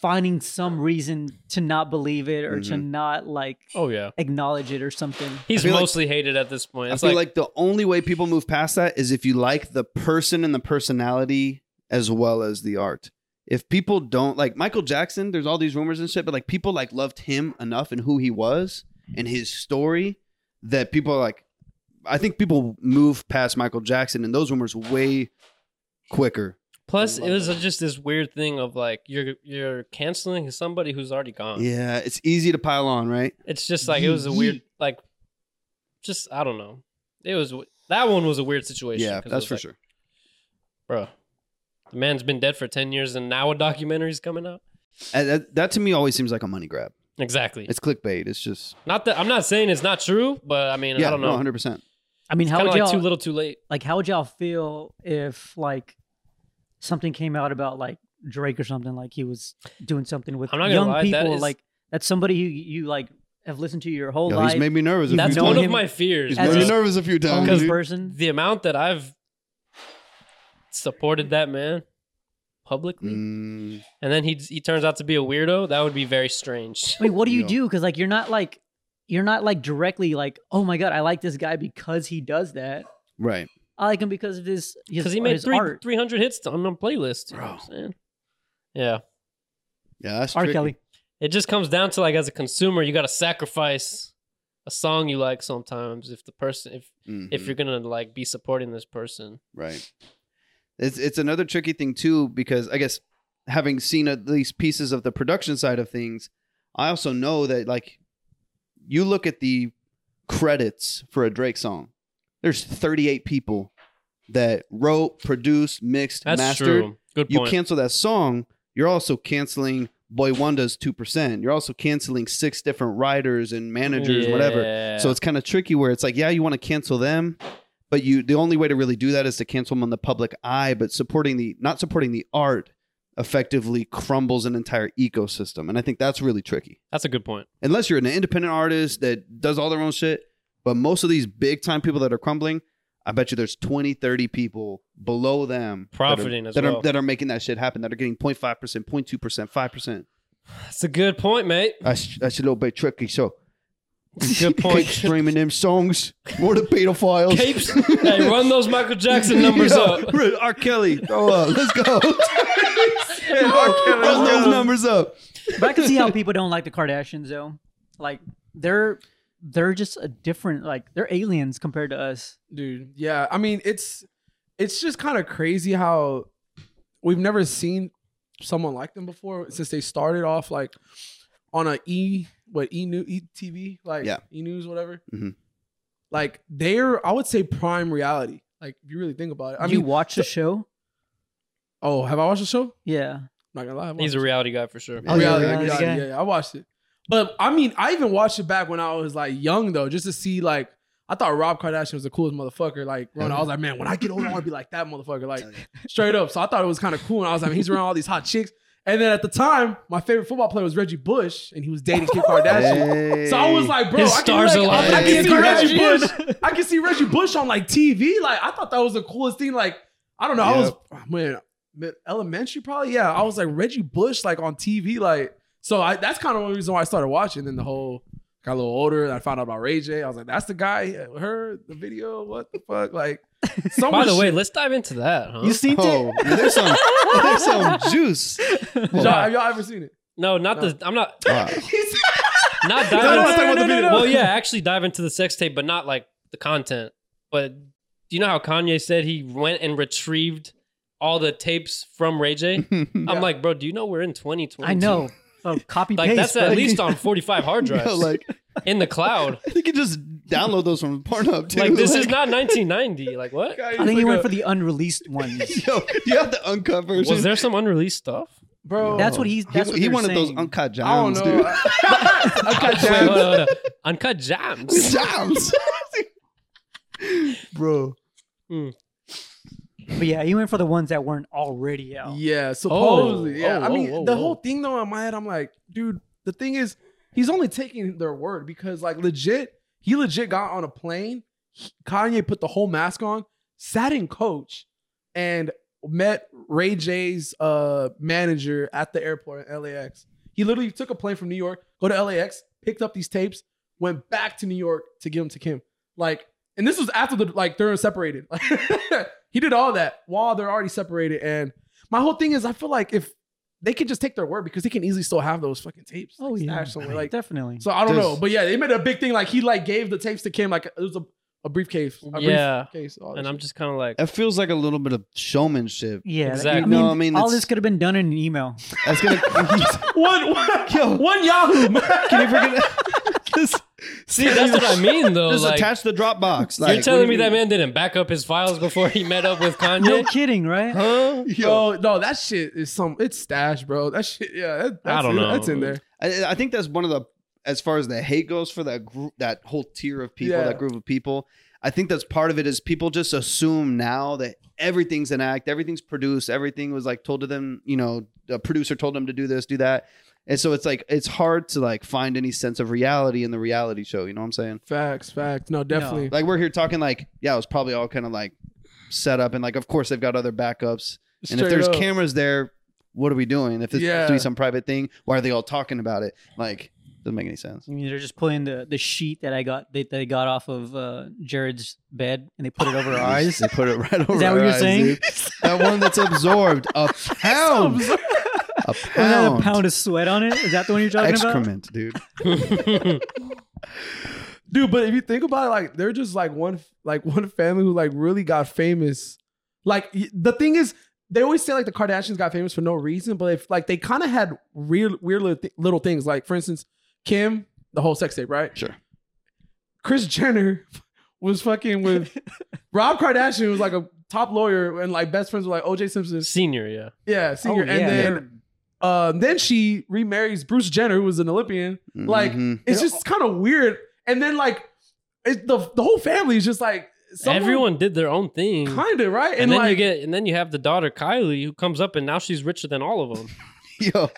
S4: finding some reason to not believe it or to not like
S2: oh yeah.
S4: acknowledge it or something.
S2: He's
S3: feel like-
S2: mostly hated at this point.
S3: I
S2: It's
S3: feel
S2: like,
S3: like, the only way people move past that is if you like the person and the personality as well as the art. If people don't like Michael Jackson, there's all these rumors and shit, but like people like loved him enough and who he was and his story that people are like I think people move past Michael Jackson and those rumors way quicker.
S2: plus it was just this weird thing of like you're you're canceling somebody who's already gone.
S3: Yeah, it's easy to pile on, right?
S2: It's just like it was a weird like, just I don't know. It was that one was a weird situation.
S3: Yeah,
S2: 'cause it
S3: that's
S2: was
S3: for
S2: like,
S3: sure.
S2: bro. The man's been dead for ten years, and now a documentary's coming out.
S3: And that, that to me always seems like a money grab.
S2: Exactly.
S3: It's clickbait. It's just
S2: Not that I'm not saying it's not true, but I mean
S3: yeah,
S2: I don't know.
S3: no, 100%.
S4: I mean,
S2: It's
S4: how
S2: kind of
S4: would
S2: like
S4: y'all
S2: too little, too late.
S4: like how would y'all feel if like something came out about like Drake or something like he was doing something with
S2: I'm not gonna
S4: young
S2: lie, that
S4: people
S2: is-
S4: like that's somebody who you like have listened to your whole
S3: Yo,
S4: life
S3: he's made me nervous. a
S2: That's
S3: few
S4: know
S2: one of
S3: times.
S4: him
S2: my fears.
S3: He's
S4: as
S3: made me
S4: a-
S2: bro.
S3: nervous a few times.
S4: own
S3: dude.
S4: person.
S2: The amount that I've supported that man publicly,
S3: Mm,
S2: and then he he turns out to be a weirdo. That would be very strange.
S4: Wait, what do you
S3: Yo.
S4: do? Because like you're not like you're not like directly like oh my god I like this guy because he does that.
S3: right.
S4: I like him because of his his,
S2: Because he made
S4: his
S2: three
S4: art.
S2: three hundred hits on the playlist. You know what I'm saying? Yeah,
S3: Yeah, that's
S4: R
S3: tricky.
S4: Kelly.
S2: it just comes down to like as a consumer, you got to sacrifice a song you like sometimes if the person if if
S3: Mhm,
S2: you're gonna like be supporting this person.
S3: right. It's it's another tricky thing too because I guess having seen at least pieces of the production side of things, I also know that like you look at the credits for a Drake song. There's 38 people that wrote, produced, mixed,
S2: That's
S3: mastered.
S2: true. Good
S3: you
S2: point.
S3: cancel that song, you're also canceling Boy Wonda's 2%. You're also canceling six different writers and managers, whatever. So it's kind of tricky where it's like, yeah, you want to cancel them, but you the only way to really do that is to cancel them on the public eye, but supporting the not supporting the art effectively crumbles an entire ecosystem. And I think that's really tricky.
S2: that's a good point.
S3: Unless you're an independent artist that does all their own shit, but most of these big time people that are crumbling, I bet you there's 20, 30 people below them that are-
S2: Profiting as
S3: that are,
S2: well.
S3: that are making that shit happen, that are getting 0.5%, 0.2%, 5%.
S2: That's a good point, mate.
S3: That's, that's a little bit tricky. So
S2: Good
S3: keep
S2: point.
S3: streaming them songs. More the pedophiles.
S2: Capes. hey, run those Michael Jackson numbers
S3: Yeah,
S2: up.
S3: right, R. Kelly. Oh, uh, let's go. Run those numbers up.
S4: But I can see how people don't like the Kardashians though. Like they're they're just a different like they're aliens compared to us.
S1: dude yeah i mean it's it's just kind of crazy how we've never seen someone like them before since they started off like on a e what e new e tv like
S3: Yeah.
S1: e news whatever
S3: Mhm.
S1: like they're i would say prime reality like if you really think about it i
S4: you
S1: mean
S4: watch the show?
S1: oh have i watched the show
S4: Yeah.
S1: not gonna lie I've
S2: He's a
S1: watched it.
S2: reality guy for sure.
S4: Oh, yeah,
S1: reality,
S4: reality
S1: reality,
S4: guy.
S1: yeah, yeah i watched it but i mean i even watched it back when i was like young though just to see like I thought Rob Kardashian was the coolest motherfucker. Like, growing up, I was like, man, when I get older, I want to be like that motherfucker. Like, straight up. So I thought it was kind of cool. And I was like, he's around all these hot chicks. And then at the time, my favorite football player was Reggie Bush, and he was dating Kim Kardashian. So I was like, bro,
S2: His
S1: I can,
S2: stars
S1: like,
S2: align.
S1: I, can see
S3: Hey.
S1: Reggie Bush. I can see Reggie Bush on like TV. Like I thought that was the coolest thing. Like I don't know, I was oh, man, man, elementary probably. Yeah, I was like Reggie Bush like on TV. Like so, I, that's kind of one reason why I started watching. And the whole Got a little older, and I found out about Ray J. I was like, that's the guy, her, the video, what the fuck? Like, so
S2: By
S1: much
S2: the way,
S1: shit.
S2: let's dive into that, huh?
S4: You seen
S3: Oh,
S4: it?
S3: there's some, there's some juice.
S1: Y'all- have y'all ever seen it?
S2: no, not
S1: No.
S2: the. I'm not.
S3: Wow.
S2: Not
S1: No,
S2: dive
S1: no,
S2: into.
S1: no, no, no, no, no.
S2: Well, yeah, actually dive into the sex tape, but not like the content. But do you know how Kanye said he went and retrieved all the tapes from Ray J?
S1: Yeah.
S2: I'm like, bro, do you know we're in 2020?
S4: I know. Oh, copy
S2: Like
S4: paste.
S2: that's at
S4: but-
S2: least on 45 hard drives
S3: No, like
S2: in the cloud.
S3: I think you just download those from Pornhub too.
S2: Like this is not 1990. Like what?
S4: I think he went for the unreleased ones.
S3: Yo, you have the uncovered.
S2: Was there some unreleased stuff?
S1: bro.
S4: That's what he's. That's
S3: he,
S4: what
S3: he
S4: they're
S3: wanted those
S4: saying.
S3: uncut
S1: I don't
S3: jams,
S1: know.
S3: dude.
S1: Uncut
S2: Wait,
S1: Gems.
S2: hold on, hold on. Uncut jams.
S3: jams, bro.
S4: But yeah, he went for the ones that weren't already out.
S1: Yeah, supposedly. yeah,
S2: oh,
S1: I mean,
S2: oh, oh,
S1: the
S2: oh.
S1: whole thing though in my head, I'm like, dude, the thing is, he's only taking their word because, like, legit, he legit got on a plane. he- Kanye put the whole mask on, sat in coach, and met Ray J's uh, manager at the airport in LAX. He literally took a plane from New York, go to LAX, picked up these tapes, went back to New York to give them to Kim. Like, and this was after the like they're separated. he did all that while they're already separated. And my whole thing is, I feel like if they could just take their word because they can easily still have those fucking tapes.
S4: Oh
S1: like,
S4: yeah,
S1: stashed somewhere, like
S4: definitely.
S1: so. I don't
S3: Does-
S1: know, but yeah, they made a big thing. Like he like gave the tapes to Kim. Like it was a, a briefcase. A
S2: Yeah.
S1: briefcase. all that
S2: And I'm
S1: shit.
S2: just kind of like,
S3: It feels like a little bit of showmanship.
S4: yeah, that-
S2: Exactly.
S4: I mean,
S3: No, I mean,
S4: all
S3: it's-
S4: this could have been done in an email.
S3: That's gonna.
S1: one one,
S3: Yo.
S1: one Yahoo.
S3: can you forget? just
S2: see, that's what I mean though.
S3: just
S2: like,
S3: attach the Dropbox.
S2: you're telling me that man didn't back up his files before he met up with
S4: No
S2: Kanye?
S4: kidding, right?
S2: huh?
S3: Yo,
S1: Yo, Oh, no, that shit is some. It's stash, bro. That shit, yeah. That, that's
S2: I don't
S1: in-
S2: know.
S1: That's in there.
S3: I, I think that's one of the as far as the hate goes for that group, that whole tier of people,
S1: Yeah.
S3: that group of people. I think that's part of it is people just assume now that everything's an act, everything's produced, everything was like told to them. You know, a producer told them to do this, do that, and so it's like it's hard to like find any sense of reality in the reality show. You know what I'm saying?
S1: Facts, facts. No, definitely.
S3: Like we're here talking like, yeah, it was probably all kind of like set up, and like of course they've got other backups, and if
S1: Straight
S3: there's
S1: up.
S3: cameras there, what are we doing? If it's
S1: Yeah.
S3: supposed to be some private thing, why are they all talking about it? Like doesn't make any sense.
S4: I mean, they're just pulling the, the sheet that I got that they got off of uh, Jared's bed and they put it over our eyes.
S3: They put it right over.
S4: Is that
S3: our
S4: what you're
S3: eyes,
S4: saying?
S3: dude. That one that's absorbed a pound, a
S4: Was that
S3: pound,
S4: a pound of sweat on it? Is that the one you're talking about?
S3: excrement, dude.
S1: dude. But if you think about it, like they're just like one, like one family who like really got famous. Like y- the thing is, they always say like the Kardashians got famous for no reason, but if like they kind of had real weird little, th- little things. Like for instance, Kim, the whole sex tape, right?
S3: Sure.
S1: Chris Jenner was fucking with Rob Kardashian, was like a top lawyer and like best friends with like OJ Simpson.
S2: Senior, yeah.
S1: Yeah, senior.
S4: Oh, yeah.
S1: And then um, then she remarries Bruce Jenner, who was an Olympian. Like
S3: Mhm.
S1: it's just kind of weird. And then like it, the the whole family is just like someone-
S2: Everyone did their own thing.
S1: kind of right.
S2: and,
S1: And,
S2: then
S1: like
S2: you get, and then you have the daughter Kylie who comes up, and now she's richer than all of them.
S3: yo,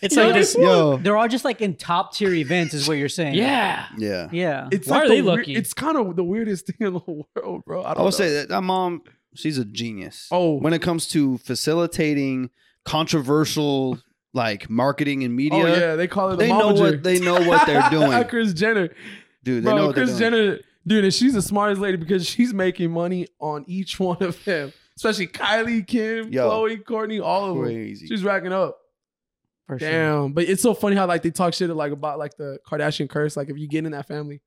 S2: It's
S1: No,
S2: like
S1: this
S2: this.
S3: yo,
S4: They're all just like in top tier events, is what you're saying.
S2: Yeah,
S3: yeah.
S4: Yeah.
S1: it's
S2: Why
S1: like
S2: are
S1: the
S2: they
S1: weir-
S2: lucky?
S1: it's kind of the weirdest thing in the world, bro. I, don't
S3: I will
S1: know.
S3: say that that mom, she's a genius.
S1: Oh.
S3: when it comes to facilitating controversial like marketing and media,
S1: Oh yeah, they call it the
S3: they know what they know what they're doing,
S1: Chris Jenner,
S3: dude. They know
S1: bro.
S3: what they're
S1: Chris
S3: doing.
S1: Jenner, dude, and she's the smartest lady because she's making money on each one of them, especially Kylie, Kim,
S3: Yo.
S1: Chloe, Courtney, all of them.
S3: Crazy.
S1: She's racking up.
S4: For sure.
S1: Damn, but it's so funny how like they talk shit like about like the Kardashian curse. Like if you get in that family,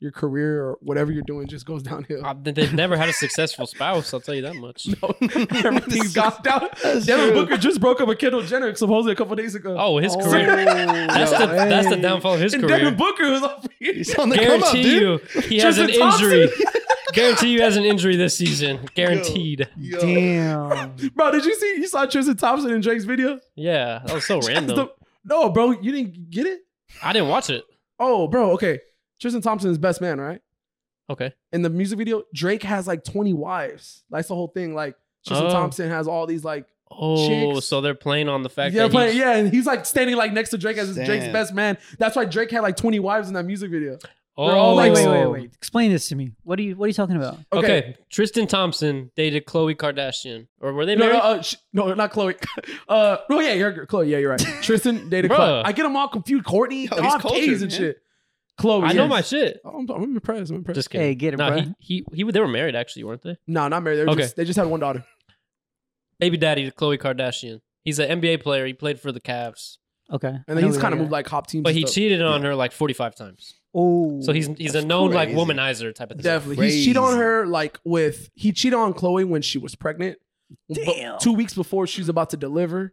S1: your career or whatever you're doing just goes downhill.
S2: Uh, they- they've never had a successful spouse. I'll tell you that much.
S1: Everything's gone down.
S3: That's
S1: Devin
S3: true.
S1: Booker just broke up with Kendall Jenner supposedly a couple days ago.
S2: Oh, his
S4: Oh.
S2: career. That's the that's the
S1: hey.
S2: downfall of his
S1: and
S2: career.
S1: Devin Booker was up here.
S3: He's on the come up,
S2: Guarantee
S3: dude.
S2: you, he has an
S1: Tristan Thompson?
S2: injury. Guarantee you has an injury this season. Guaranteed.
S3: Yo.
S4: Damn.
S1: Bro, did you see? You saw Tristan Thompson in Drake's video?
S2: Yeah, that was so random.
S1: The- no, bro, you didn't get it.
S2: I didn't watch it.
S1: Oh, bro, okay. Tristan Thompson is best man, right?
S2: Okay.
S1: in the music video, Drake has like 20 wives. That's the whole thing. Like Tristan
S2: Oh.
S1: Thompson has all these like
S2: Oh,
S1: Chicks.
S2: so they're playing on the fact
S1: yeah,
S2: that
S1: playing,
S2: he,
S1: yeah, and he's like standing like next to Drake as
S3: Damn.
S1: Drake's best man. That's why Drake had like 20 wives in that music video.
S2: oh,
S1: they're all
S4: wait, wait, wait, wait. Explain this to me. What are you What are you talking about?
S2: Okay. Tristan Thompson dated Khloe Kardashian, or were they
S1: No,
S2: married?
S1: no, uh, sh- no, not Chloe. Uh, oh yeah, you're Chloe. Yeah, you're right. Tristan dated
S2: Bruh.
S1: Chloe. I get them all confused. Courtney,
S3: Yo,
S1: all
S3: he's
S1: have K's
S3: cultured,
S1: and
S3: man.
S1: shit. Chloe.
S2: I know
S1: yes.
S2: my shit.
S1: Oh, I'm, I'm impressed. I'm impressed.
S2: Just kidding.
S4: Hey, get it,
S2: no,
S4: bro.
S2: he, he he they were married actually, weren't they?
S1: no, not married. They, were
S2: Okay.
S1: just, they just had one daughter.
S2: Baby daddy to Khloe Kardashian. He's an NBA player. He played for the Cavs,
S4: okay.
S1: And then he's kind of moved like hop teams.
S2: but
S1: and
S2: he
S1: stuff.
S2: cheated on her like 45 times.
S4: Oh,
S2: So he's he's a
S3: That's
S2: known like
S3: crazy.
S2: womanizer type of thing.
S1: Definitely.
S3: Crazy.
S1: He cheated on her like with he cheated on Chloe when she was pregnant. but
S4: Damn.
S1: Two weeks before she's about to deliver.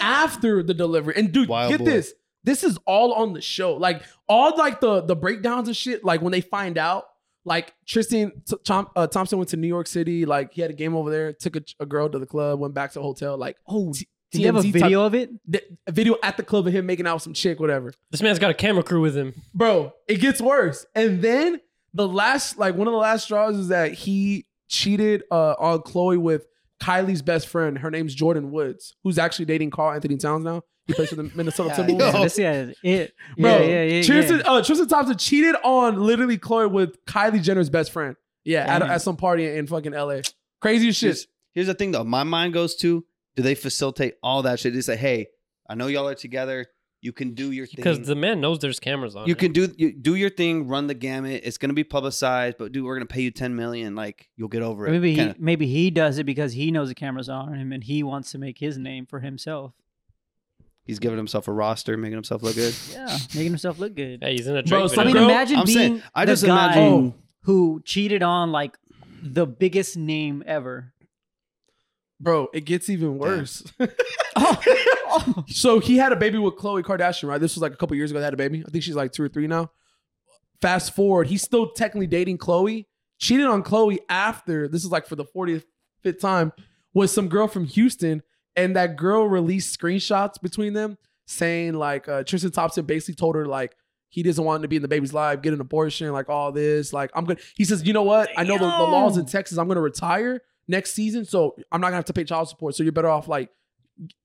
S1: After the delivery. And dude,
S3: Wild
S1: get
S3: boy.
S1: this. This is all on the show. Like all like the the breakdowns and shit, like when they find out. Like Tristan T- Thom- uh, Thompson went to New York City. Like he had a game over there. Took a, a girl to the club. Went back to the hotel. Like
S4: oh.
S1: T-
S4: Did you have a
S1: TMZ type-
S4: video of it?
S1: th- a video at the club of him making out with some chick, whatever
S2: This man's got a camera crew with him.
S1: bro, it gets worse. And then the last, like one of the last straws is that he cheated uh, on Chloe with Kylie's best friend. Her name's Jordan Woods, who's actually dating Carl Anthony Towns now. He plays for the Minnesota
S4: Yeah,
S1: Timberwolves.
S4: yeah, this- yeah, it.
S1: Bro,
S4: yeah, yeah, yeah,
S1: Tristan,
S4: yeah.
S1: Uh, Tristan Thompson cheated on literally Chloe with Kylie Jenner's best friend. Yeah, at,
S4: Damn.
S1: at some party in fucking LA. Crazy as shit.
S3: Here's, here's the thing though. My mind goes to do they facilitate all that shit? They say, hey, I know y'all are together. You can do your
S2: Because
S3: thing.
S2: the man knows there's cameras on.
S3: you
S2: him.
S3: can do you, do your thing, run the gamut. It's gonna be publicized, but dude, we're gonna pay you ten million. Like you'll get over
S4: Or
S3: it.
S4: Maybe he,
S3: Kinda.
S4: maybe he does it because he knows the cameras on him and he wants to make his name for himself.
S3: he's giving himself a roster, making himself look good.
S4: Yeah, making himself look good.
S2: Hey, he's in a
S1: Bro,
S2: Drake
S1: so
S2: video.
S4: I mean,
S1: Bro,
S4: imagine
S3: I'm
S4: being
S3: saying- I
S4: the
S3: just
S4: guy
S3: imagine-
S4: Oh. who cheated on like the biggest name ever.
S1: Bro, it gets even worse. Oh.
S4: Oh.
S1: so he had a baby with Khloe Kardashian, right? This was like a couple years ago. They had a baby. I think she's like two or three now. Fast forward, he's still technically dating Chloe. Cheated on Chloe after this is like for the 45th time with some girl from Houston, and that girl released screenshots between them saying like uh, Tristan Thompson basically told her like he doesn't want to be in the baby's life, get an abortion, like all this. Like I'm gonna. He says, you know what? I know the, the laws in Texas. I'm gonna retire next season, so I'm not gonna have to pay child support. So you're better off like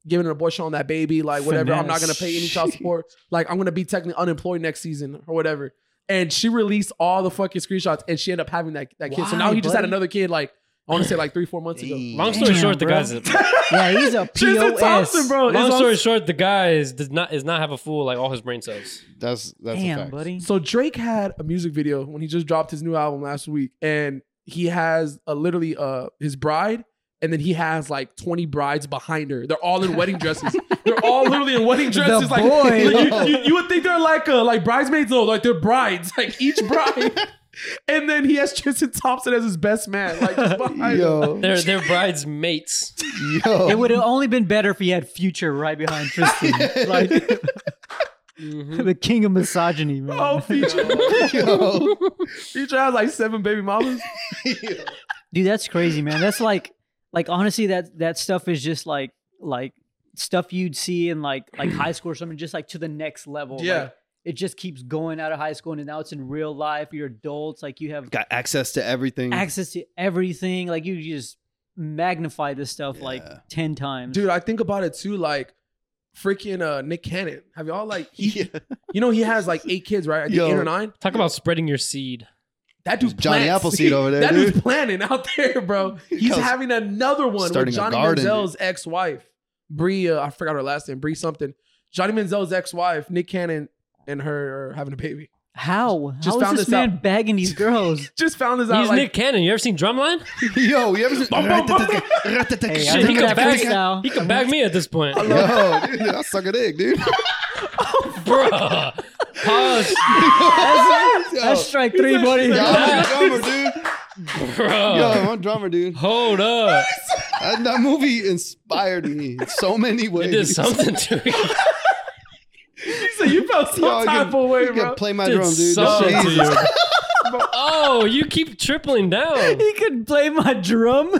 S1: giving an abortion on that baby, like whatever. I'm not gonna
S4: Finesse.
S1: pay any child support. Like I'm gonna be technically unemployed next season or whatever. And she released all the fucking screenshots, and she ended up having that that kid. so
S4: Why,
S1: now he just had
S4: buddy?
S1: another kid, like I want to say like three four months ago.
S2: Long story
S4: Damn,
S2: short, the
S4: bro.
S2: guy's a,
S4: Yeah, he's a
S1: Tristan
S4: pos.
S1: Thompson, bro. is
S2: long
S1: on-
S2: story short, the guy is does not is not have a fool like all his brain cells.
S5: That's that's a
S4: Damn,
S5: fact.
S4: buddy.
S1: So Drake had a music video when he just dropped his new album last week, and he has a, literally uh his bride, and then he has like twenty brides behind her. They're all in wedding dresses. they're all literally in wedding dresses. like,
S4: boy.
S1: like, you, you- you would think they're like uh, like bridesmaids though, like they're brides, like each bride. and then he has Tristan Thompson as his best man, like just behind him.
S5: Yo,
S2: They're they're bride's mates.
S5: yo.
S4: It would have only been better if he had Future right behind Tristan, like
S3: Mm-hmm.
S2: Mhm.
S4: the king of misogyny, man.
S1: Oh, feature.
S5: yo.
S1: feature has like seven baby mamas.
S4: Dude, that's crazy, man. That's like, like honestly, that that stuff is just like, like stuff you'd see in like like high school or something, just like to the next level.
S1: Yeah.
S4: Like, it just keeps going out of high school, and now it's in real life. You're adults, like you have
S3: Got access to everything.
S4: access to everything. Like you just magnify this stuff like
S3: Yeah.
S4: ten times.
S1: Dude, I think about it too, like freaking uh Nick Cannon. Have y'all like he
S3: Yeah.
S1: You know he has like eight kids, right? I think
S5: Yo.
S1: eight or nine.
S2: Talk about spreading your seed.
S1: That dude's
S5: Johnny
S1: plants.
S5: Appleseed over there,
S1: that dude's
S5: dude.
S1: planning out there, bro. He's
S3: Yo,
S1: having another one
S3: starting
S1: with
S3: a
S1: Johnny
S3: garden.
S1: Manziel's ex-wife, Bree. Uh, I forgot her last name, Bree something. Johnny Manziel's ex-wife, Nick Cannon, and her are having a baby.
S4: how?
S1: Just
S4: how is
S1: found
S4: this
S1: this
S4: man
S1: out.
S4: bagging these girls?
S1: Just found this out.
S2: He's
S1: like,
S2: Nick Cannon. You ever seen Drumline?
S5: Yo, you ever seen
S1: Bum, bum, bum.
S4: hey,
S2: Shit,
S4: I
S2: he
S4: think
S2: could
S4: that
S2: bag-
S4: freestyle.
S2: He could bag me at this point,
S5: Yo, dude, I suck a dick, dude.
S2: bro. Pause,
S4: That's, that's strike three, buddy.
S5: Yo, I'm a drummer, dude. Yo,
S2: bro.
S5: I'm a drummer, dude.
S2: Hold up,
S5: That, that movie inspired me in so many ways.
S2: it did something to me.
S1: he said you felt some
S5: Yo, I
S1: type
S5: can-
S1: of way,
S5: I
S1: bro.
S5: can play my
S2: Did
S5: drum, dude.
S2: something to
S5: Jesus.
S2: you. Oh, you keep tripling down.
S4: He could play my drum.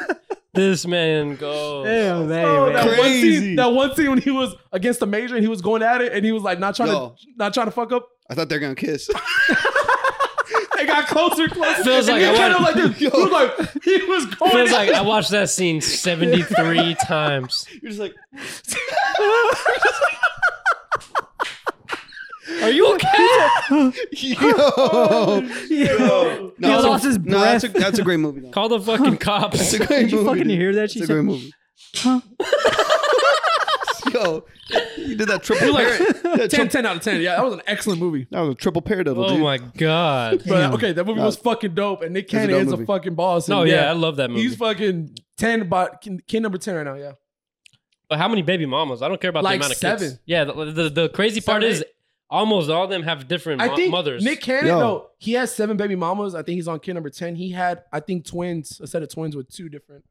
S2: This man goes.
S4: Damn, man,
S1: Oh,
S4: man.
S1: that one
S5: Crazy.
S1: scene, that one scene when he was against the major and he was going at it and he was like not trying
S5: Yo.
S1: to not trying to fuck up.
S5: I thought they're gonna kiss.
S1: They got closer, closer.
S2: Feels
S1: and
S2: like I
S1: Nick Cannon
S2: want-
S1: like this. He was like he was going.
S2: Feels like
S1: at
S2: I watched that scene 73 times.
S3: You're just like,
S2: Are you okay?
S5: Yo,
S1: it.
S4: He lost his
S3: no, that's a,
S4: breath.
S3: that's a great movie. Though.
S2: Call the fucking cops.
S5: It's a great
S4: Did you
S5: movie.
S4: fucking
S5: dude.
S4: hear that?
S5: It's
S4: She
S5: a
S4: said-
S5: great movie.
S3: Yo, you did that triple
S1: You're like,
S3: parrot. that,
S1: 10,
S3: tri-
S1: 10 out of 10. Yeah, that was an excellent movie.
S3: that was a triple paradiddle,
S2: Oh
S3: dude.
S2: my god.
S1: But,
S4: Damn.
S1: okay, that movie was fucking dope, and Nick
S3: a
S1: Cannon
S3: dope
S1: is a
S3: movie.
S1: fucking boss.
S2: No,
S1: and
S2: Oh, yeah, I love that movie.
S1: He's fucking 10, but kid kid number 10 right now, yeah.
S2: But how many baby mamas? I don't care about
S1: Like
S2: the amount of
S1: seven.
S2: kids. Yeah, the, the, the crazy part
S1: Seven,
S2: is almost all of them have different
S1: I
S2: mo-
S1: think
S2: mothers.
S1: Nick Cannon,
S3: Yo.
S1: though, he has seven baby mamas. I think he's on kid number 10. He had, I think, twins, a set of twins with two different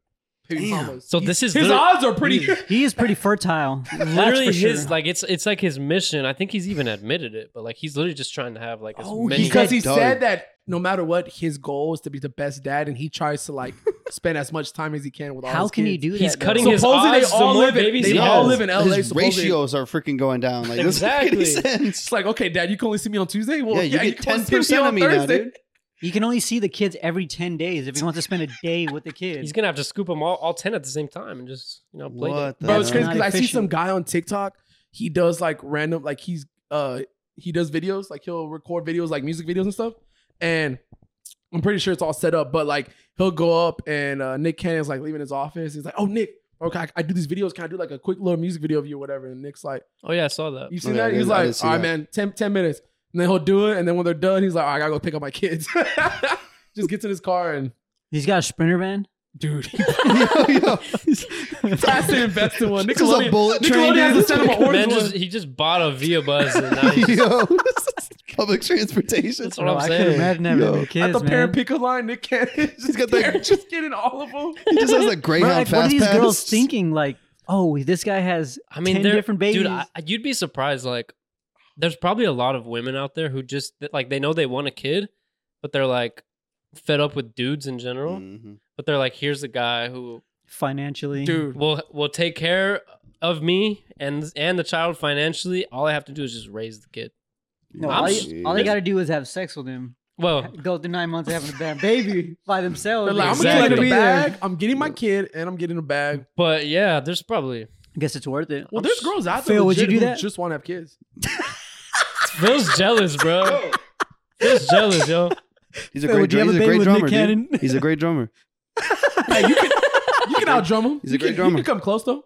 S1: baby mamas.
S2: So
S1: He-
S2: this is
S1: his
S2: literally-
S1: odds are pretty.
S4: He is pretty fertile. That's
S2: literally
S4: for
S2: his
S4: sure.
S2: like it's it's like his mission. I think he's even admitted it, but like he's literally just trying to have like as
S1: Oh,
S2: many.
S1: because he
S3: Dog.
S1: said that no matter what, his goal is to be the best dad, and he tries to like spend as much time as he can with all
S4: How
S1: his
S4: can
S1: kids.
S4: he do that?
S2: He's
S4: though?
S2: cutting his
S1: Supposedly they
S2: odds, the
S1: all
S2: more
S1: live in-
S2: babies
S1: they
S2: he
S1: all
S2: has.
S1: live in LA,
S3: His
S1: supposedly.
S3: ratios are freaking going down. Like this doesn't
S2: Exactly.
S3: make any sense.
S1: It's like, okay, dad, you can only see me on Tuesday. Well,
S3: Yeah, you get
S1: can only
S3: ten
S1: see
S3: percent
S1: on
S3: of me now,
S1: Thursday.
S3: dude.
S4: You can only see the kids every 10 days if you want to spend a day with the kids.
S2: He's gonna have to scoop them all, all ten at the same time and just you know play. them.
S3: What the
S1: Bro, it's
S4: That's
S1: crazy
S4: not
S1: because I see
S4: efficient.
S1: some guy on TikTok. He does like random, like he's uh he does videos, like he'll record videos, like music videos and stuff. And I'm pretty sure it's all set up, but like he'll go up and uh, Nick Cannon's like leaving his office. He's like, "Oh Nick, okay, I, I do these videos. Can I do like a quick little music video of you or whatever?" And Nick's like,
S2: Oh yeah, I saw that.
S1: "You seen
S3: Yeah, I
S1: that?" He's
S3: didn't- I
S1: like,
S3: didn't see
S1: "All right,
S3: that."
S1: man, 10, 10 minutes." And then he'll do it, and then when they're done, he's like, "All right, I gotta go pick up my kids." Just gets in his car and
S4: He's got a sprinter van.
S1: dude,
S3: yo, yo.
S1: has to invest in one.
S3: This is a
S1: Nickelodeon,
S3: bullet train.
S1: Nickelodeon has to
S3: dude.
S1: send him an
S2: Man,
S1: orange one.
S2: just, he just bought a Via Bus. And now he's just,
S3: Yo, public transportation.
S2: that's what I'm
S4: I could
S2: saying.
S4: imagine having
S3: Yo.
S4: the kids,
S1: at the
S4: man.
S1: parent picker line, Nick Cannon just
S3: got
S1: got
S3: that-
S1: there, just getting all of them.
S3: He just has a
S4: Bro,
S3: Greyhound
S4: like,
S3: fast
S4: what are these
S3: pass.
S4: girls thinking? Like, oh, this guy has
S2: I mean,
S4: 10
S2: there-
S4: different babies.
S2: Dude, I, you'd be surprised. Like, there's probably a lot of women out there who just like they know they want a kid, but they're like fed up with dudes in general.
S1: Mm.
S3: Mhm.
S2: But they're like, here's a guy who
S4: Financially.
S1: Dude,
S2: will will take care of me and and the child financially. All I have to do is just raise the kid.
S4: No,
S2: I'm
S4: all,
S2: s-
S4: you, all they got to do is have sex with him.
S2: Well,
S4: Go through nine months of having a bad baby by themselves.
S1: they're like,
S4: It's
S1: I'm
S4: gonna
S1: gonna get
S2: Exactly.
S1: a
S4: be there.
S1: bag. I'm getting my kid, and I'm getting a bag.
S2: but yeah, there's probably
S4: I guess it's worth it.
S1: Well,
S4: I'm
S1: there's
S4: sh-
S1: girls out there
S4: Phil, would you
S1: legit who
S4: do that?
S1: just want to have kids.
S2: Phil's jealous, bro. Phil's jealous, yo.
S3: He's a
S4: Hey,
S3: great,
S4: would you
S3: dr- he's
S4: have a
S3: a
S4: baby
S3: great
S4: with Nick
S3: drummer, dude.
S4: Cannon?
S3: He's a great drummer.
S1: Hey, you can you can outdrum him.
S3: He's a
S1: You
S3: great
S1: can-
S3: drummer.
S1: You can come close though.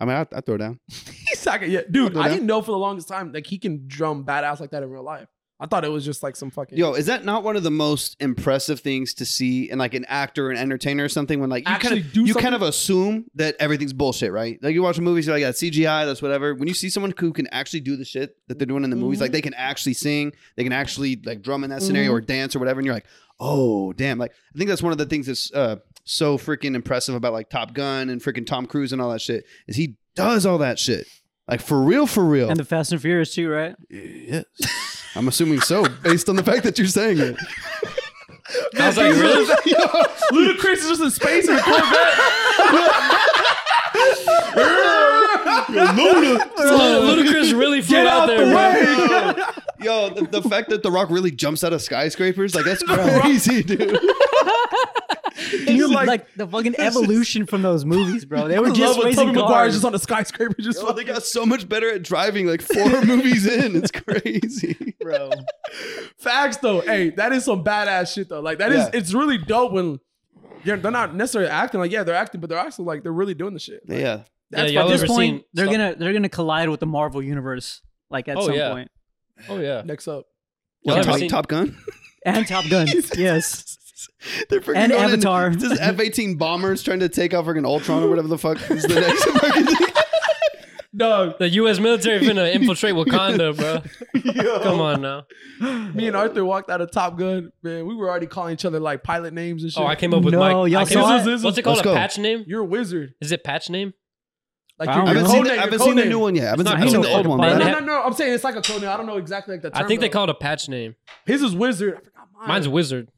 S3: I mean, I, I throw down.
S1: He's like, yeah, dude.
S3: I'll do
S1: I
S3: that.
S1: didn't know for the longest time like he can drum badass like that in real life. I thought it was just like some fucking
S3: Yo, is that not one of the most impressive things to see in like an actor, an entertainer, or something? When like you
S1: Actually
S3: kind of
S1: do
S3: you
S1: something?
S3: kind of assume that everything's bullshit, right? Like you watch movies, you're like, that's CGI, that's whatever. When you see someone who can actually do the shit that they're doing in the movies,
S1: Mm-hmm.
S3: like they can actually sing, they can actually like drum in that scenario or dance or whatever, and you're like, oh damn! Like I think that's one of the things that's uh, so freaking impressive about like Top Gun and freaking Tom Cruise and all that shit is he does all that shit. Like for real, for real.
S4: And the Fast and Furious too, right?
S3: yes. I'm assuming so, based on the fact that you're saying it.
S2: I was like, really?
S1: Ludacris is just in space in a Corvette.
S2: Ludacris really flew
S1: Get
S2: out
S1: out
S2: there,
S1: the
S2: bro.
S1: way.
S3: Yo, the, the fact that The Rock really jumps out of skyscrapers, like that's crazy, dude.
S4: Can you
S1: like-
S4: like, the fucking evolution from those movies, bro? They were
S1: I love
S4: just
S1: when
S4: raising
S1: Tobey Maguire's
S4: cars.
S1: just on a skyscraper, just
S3: Yo, they got so much better at driving like four movies in. It's crazy.
S4: bro.
S1: Facts though, hey, that is some badass shit though. Like that is,
S3: Yeah.
S1: it's really dope when they're, they're not necessarily acting like yeah they're acting, but they're actually like they're really doing the shit. Like,
S3: Yeah.
S1: that's yeah,
S2: Yeah, y'all
S4: At this
S2: ever
S4: point,
S2: seen-
S4: they're
S2: stop.
S4: gonna they're gonna collide with the Marvel universe, like at
S2: Oh,
S4: some
S2: yeah.
S4: point.
S2: Oh yeah.
S1: next up.
S2: Y'all ever
S3: Top,
S2: seen-
S3: Top Gun?
S4: And Top Gun, yes,
S3: They're freaking
S4: and
S3: going in-
S4: Avatar.
S3: This is F 18 bombers trying to take off freaking Ultron or whatever the fuck is the next fucking thing.
S1: Dog,
S2: The U.S. military finna infiltrate Wakanda, bro. Come on now.
S1: me and Arthur walked out of Top Gun, man. We were already calling each other like pilot names and shit.
S2: Oh, I came up with
S4: No,
S2: my.
S4: y'all
S2: I came
S4: saw
S2: up-
S1: it?
S2: What's it called?
S3: Let's
S2: A
S3: go.
S2: patch name?
S1: You're a wizard.
S2: Is it patch name?
S1: Like
S4: I
S1: your,
S4: don't
S3: I
S1: your
S3: haven't
S4: know.
S1: code
S3: seen,
S1: name.
S3: the, I
S1: your
S3: haven't
S1: code
S3: seen the
S1: name.
S3: new one yet. I haven't
S2: It's
S3: seen
S2: not
S3: I've seen the
S2: coded.
S3: old one,
S2: They
S1: No,
S3: right?
S2: have-
S1: no, no, no. I'm saying it's like a code name. I don't know exactly like the term.
S2: I think they
S1: though.
S2: called a patch name.
S1: his is wizard. I forgot mine.
S2: Mine's Wizard.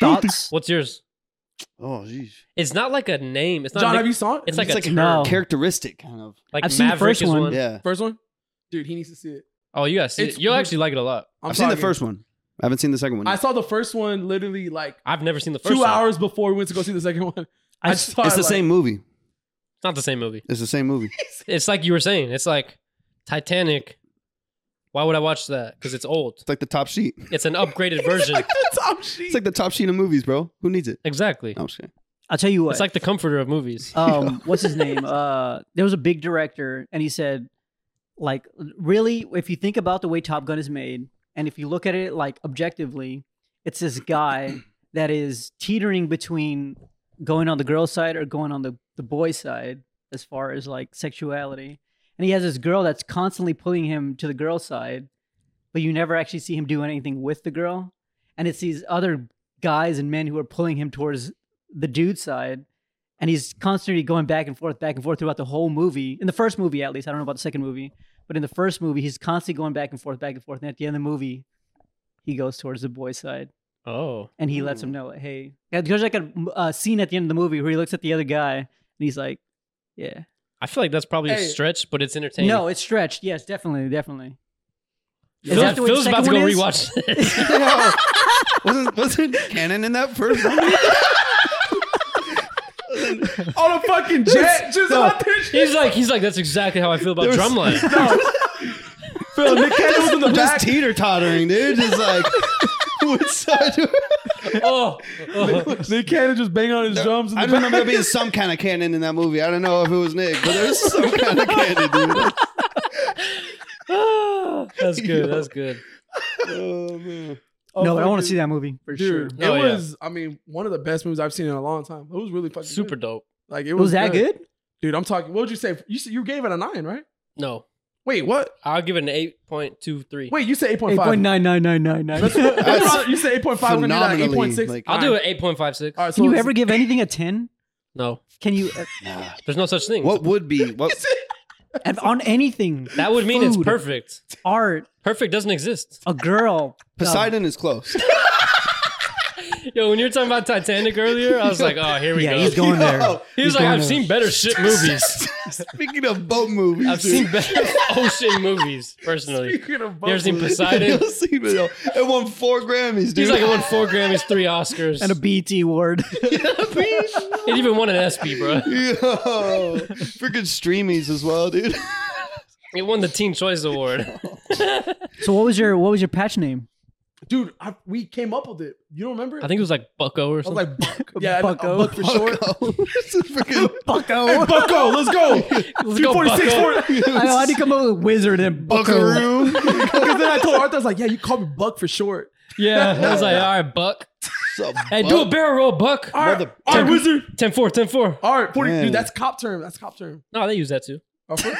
S4: thoughts.
S2: What's yours?
S3: Oh, jeez.
S2: It's not like a name. It's not.
S1: John.
S2: Nick-
S1: have you saw it?
S2: it's like
S1: You
S2: a
S1: said-
S2: term.
S4: No.
S3: Characteristic, kind of.
S2: Like
S4: I've seen the
S2: Maverick
S4: first
S2: is
S4: one.
S2: one.
S3: Yeah.
S1: first one, dude. He needs to see it.
S2: Oh, you guys,
S1: It's-
S2: you'll actually like it a lot.
S1: I'm
S3: I've seen the
S1: sorry.
S3: first one. I haven't seen the second one.
S1: I
S3: yet.
S1: saw the first one literally like
S2: I've never seen the first
S1: two
S2: one.
S1: hours before we went to go see the second one. I,
S4: I
S1: just saw
S3: It's
S1: it,
S3: the
S1: like-
S3: same movie.
S2: It's not the same movie.
S3: It's the same movie.
S2: It's like you were saying. It's like Titanic. Why would I watch that? Because it's old.
S3: It's like the top sheet.
S2: It's an upgraded version.
S1: Like the top sheet.
S3: It's like the top sheet of movies, bro. Who needs it?
S2: Exactly.
S3: No, I'm just kidding.
S4: I'll tell you what.
S2: It's like the comforter of movies.
S4: um, what's his name? Uh, there was a big director, and he said, like, really, if you think about the way Top Gun is made, and if you look at it like objectively, it's this guy that is teetering between going on the girl side or going on the the boy side as far as like sexuality, and he has this girl that's constantly pulling him to the girl side, but you never actually see him do anything with the girl, and it's these other guys and men who are pulling him towards the dude side and he's constantly going back and forth, back and forth throughout the whole movie. In the first movie, at least, I don't know about the second movie, but in the first movie, he's constantly going back and forth, back and forth. And at the end of the movie, he goes towards the boy side,
S2: Oh,
S4: and he lets him know, like, "Hey." Yeah, There's like a uh, scene at the end of the movie where he looks at the other guy, and he's like, "Yeah."
S2: I feel like that's probably
S1: Hey.
S2: a stretch, but it's entertaining.
S4: No, it's stretched. Yes, definitely, definitely. Is
S2: Phil-
S4: that the way the
S2: Phil's about to go
S4: second one
S2: rewatch this.
S3: wasn't wasn't Cannon in that first movie?
S1: On a fucking jet, just out there.
S2: he's like, he's like, that's exactly how I feel about Drumline.
S1: Phil, Nick Cannon was in the
S3: Just
S1: back.
S3: teeter tottering, dude. Just like what side? do-
S2: oh, oh.
S1: Nick Cannon just banging on his drums. In
S3: I
S1: the
S3: just remember
S1: back.
S3: there being some kind of Cannon in that movie. I don't know if it was Nick, but there was some kind of Cannon, dude.
S2: that's good. That's good.
S3: Oh man.
S4: No, but I want to see that movie for sure.
S1: Dude,
S2: Oh,
S1: it
S2: yeah.
S1: was. I mean, one of the best movies I've seen in a long time. It was really fucking
S2: Super
S1: Good.
S2: dope.
S1: Like it was,
S4: Was, that good?
S1: dude. I'm talking. What would you say? You said you gave it a nine, right?
S2: No,
S1: Wait, what?
S2: I'll give it an eight point two three.
S1: Wait, you said eight point
S4: Eight point
S1: five.
S4: nine nine nine nine nine.
S1: you said eight point five. We're gonna do that eight point six.
S3: Like,
S2: I'll do an eight point five six.
S1: All right, so
S4: Can you
S1: it's-
S4: ever give anything a ten?
S2: No,
S4: Can you uh,
S3: nah.
S2: there's no such thing.
S3: What would be what
S4: and on anything?
S2: That would mean it's
S4: Food.
S2: perfect.
S4: art,
S2: Perfect doesn't exist.
S4: a girl.
S3: Poseidon is close.
S2: Yo, when you were talking about Titanic earlier, I was like, oh, here we
S4: yeah,
S2: go.
S4: he's going there.
S3: Yo,
S2: He was
S4: he's
S2: like,
S4: going
S2: I've
S4: there.
S2: seen better shit movies.
S3: Speaking of boat movies,
S2: I've
S3: dude.
S2: seen better ocean movies personally.
S1: Speaking of
S2: You ever seen
S1: vocals,
S2: Poseidon?
S3: You'll see, but yo, it won four Grammys, dude.
S2: He's like, it won four Grammys, three Oscars,
S4: And a BT word.
S2: it even won an ESPY, bro.
S3: Yo, freaking streamies as well, dude.
S2: It won the Teen Choice Award.
S4: so what was your what was your patch name?
S1: dude. I, we came up with it. You don't remember?
S2: I think it was like Bucko or
S1: I was
S2: something.
S1: like, Buck. yeah,
S4: Bucko.
S1: Buck for short.
S3: It's a freaking-
S4: Bucko.
S1: Bucko, let's go.
S2: Let's
S1: Two
S2: go,
S1: forty six.
S2: Bucko.
S4: I know, I had to come up with wizard and
S3: Buckaroo.
S4: buckaroo.
S1: Because then I told Arthur, I was like, yeah, you call me Buck for short.
S2: Yeah, I was like, all right, Buck.
S3: So,
S2: Hey, do a barrel roll, Buck.
S1: All right,
S3: Mother-
S1: all right, wizard.
S2: 10 4, 10 4.
S1: All right, 40.
S3: Man.
S1: Dude, that's cop term. That's cop term.
S2: No, they use that too.
S1: Oh, for-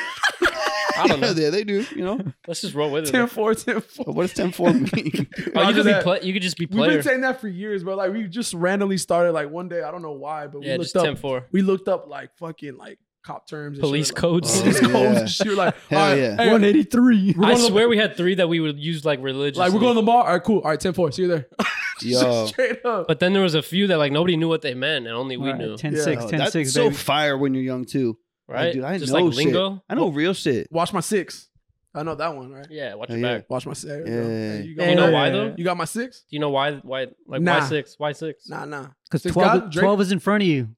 S2: I don't
S3: yeah,
S2: know.
S3: they, they do, you know.
S2: Let's just roll with it.
S1: 10
S2: Oh,
S1: 4, 10 4.
S3: But what does 10 4 mean?
S2: you,
S1: Roger
S2: could be
S1: that.
S2: pla- you could just be
S1: We've
S2: player.
S1: been saying that for years, but like we just randomly started like one day. I don't know why, but we
S2: Yeah,
S1: looked
S2: just
S1: up.
S2: 10 4.
S1: We looked up like fucking like cop terms, and
S2: Police
S1: shit, like,
S2: codes.
S1: police
S3: Oh,
S1: codes.
S3: yeah.
S1: And shit. We're like,
S3: Hell
S1: all right,
S3: yeah.
S1: hey,
S4: 183.
S2: I swear we had three that we would use like religiously.
S1: like we're going to the mall. All right, cool. All right, 10 4. See you there. Just
S3: Yo.
S1: straight up.
S2: But then there was a few that like nobody knew what they meant, and only we knew,
S4: 10
S1: Yeah.
S4: 6, 10
S3: that's
S4: 6,
S3: so
S4: baby.
S3: fire when you're young, too. Like,
S2: right?
S3: dude, I
S2: Just
S3: know
S2: like
S3: shit.
S2: lingo.
S3: I know real shit.
S1: Watch my six. I know that one, right?
S2: Yeah, watch
S3: Oh,
S2: your
S3: yeah.
S2: back.
S1: Watch my six.
S3: Yeah.
S1: You,
S2: You know
S1: got-
S2: why, though?
S1: you got my six?
S2: Do you know why? Why? Like
S1: Nah.
S2: why six? Why six?
S1: Nah, nah.
S4: Because
S1: Six
S4: 12,
S1: guys, Drake-
S4: 12 is in front of you.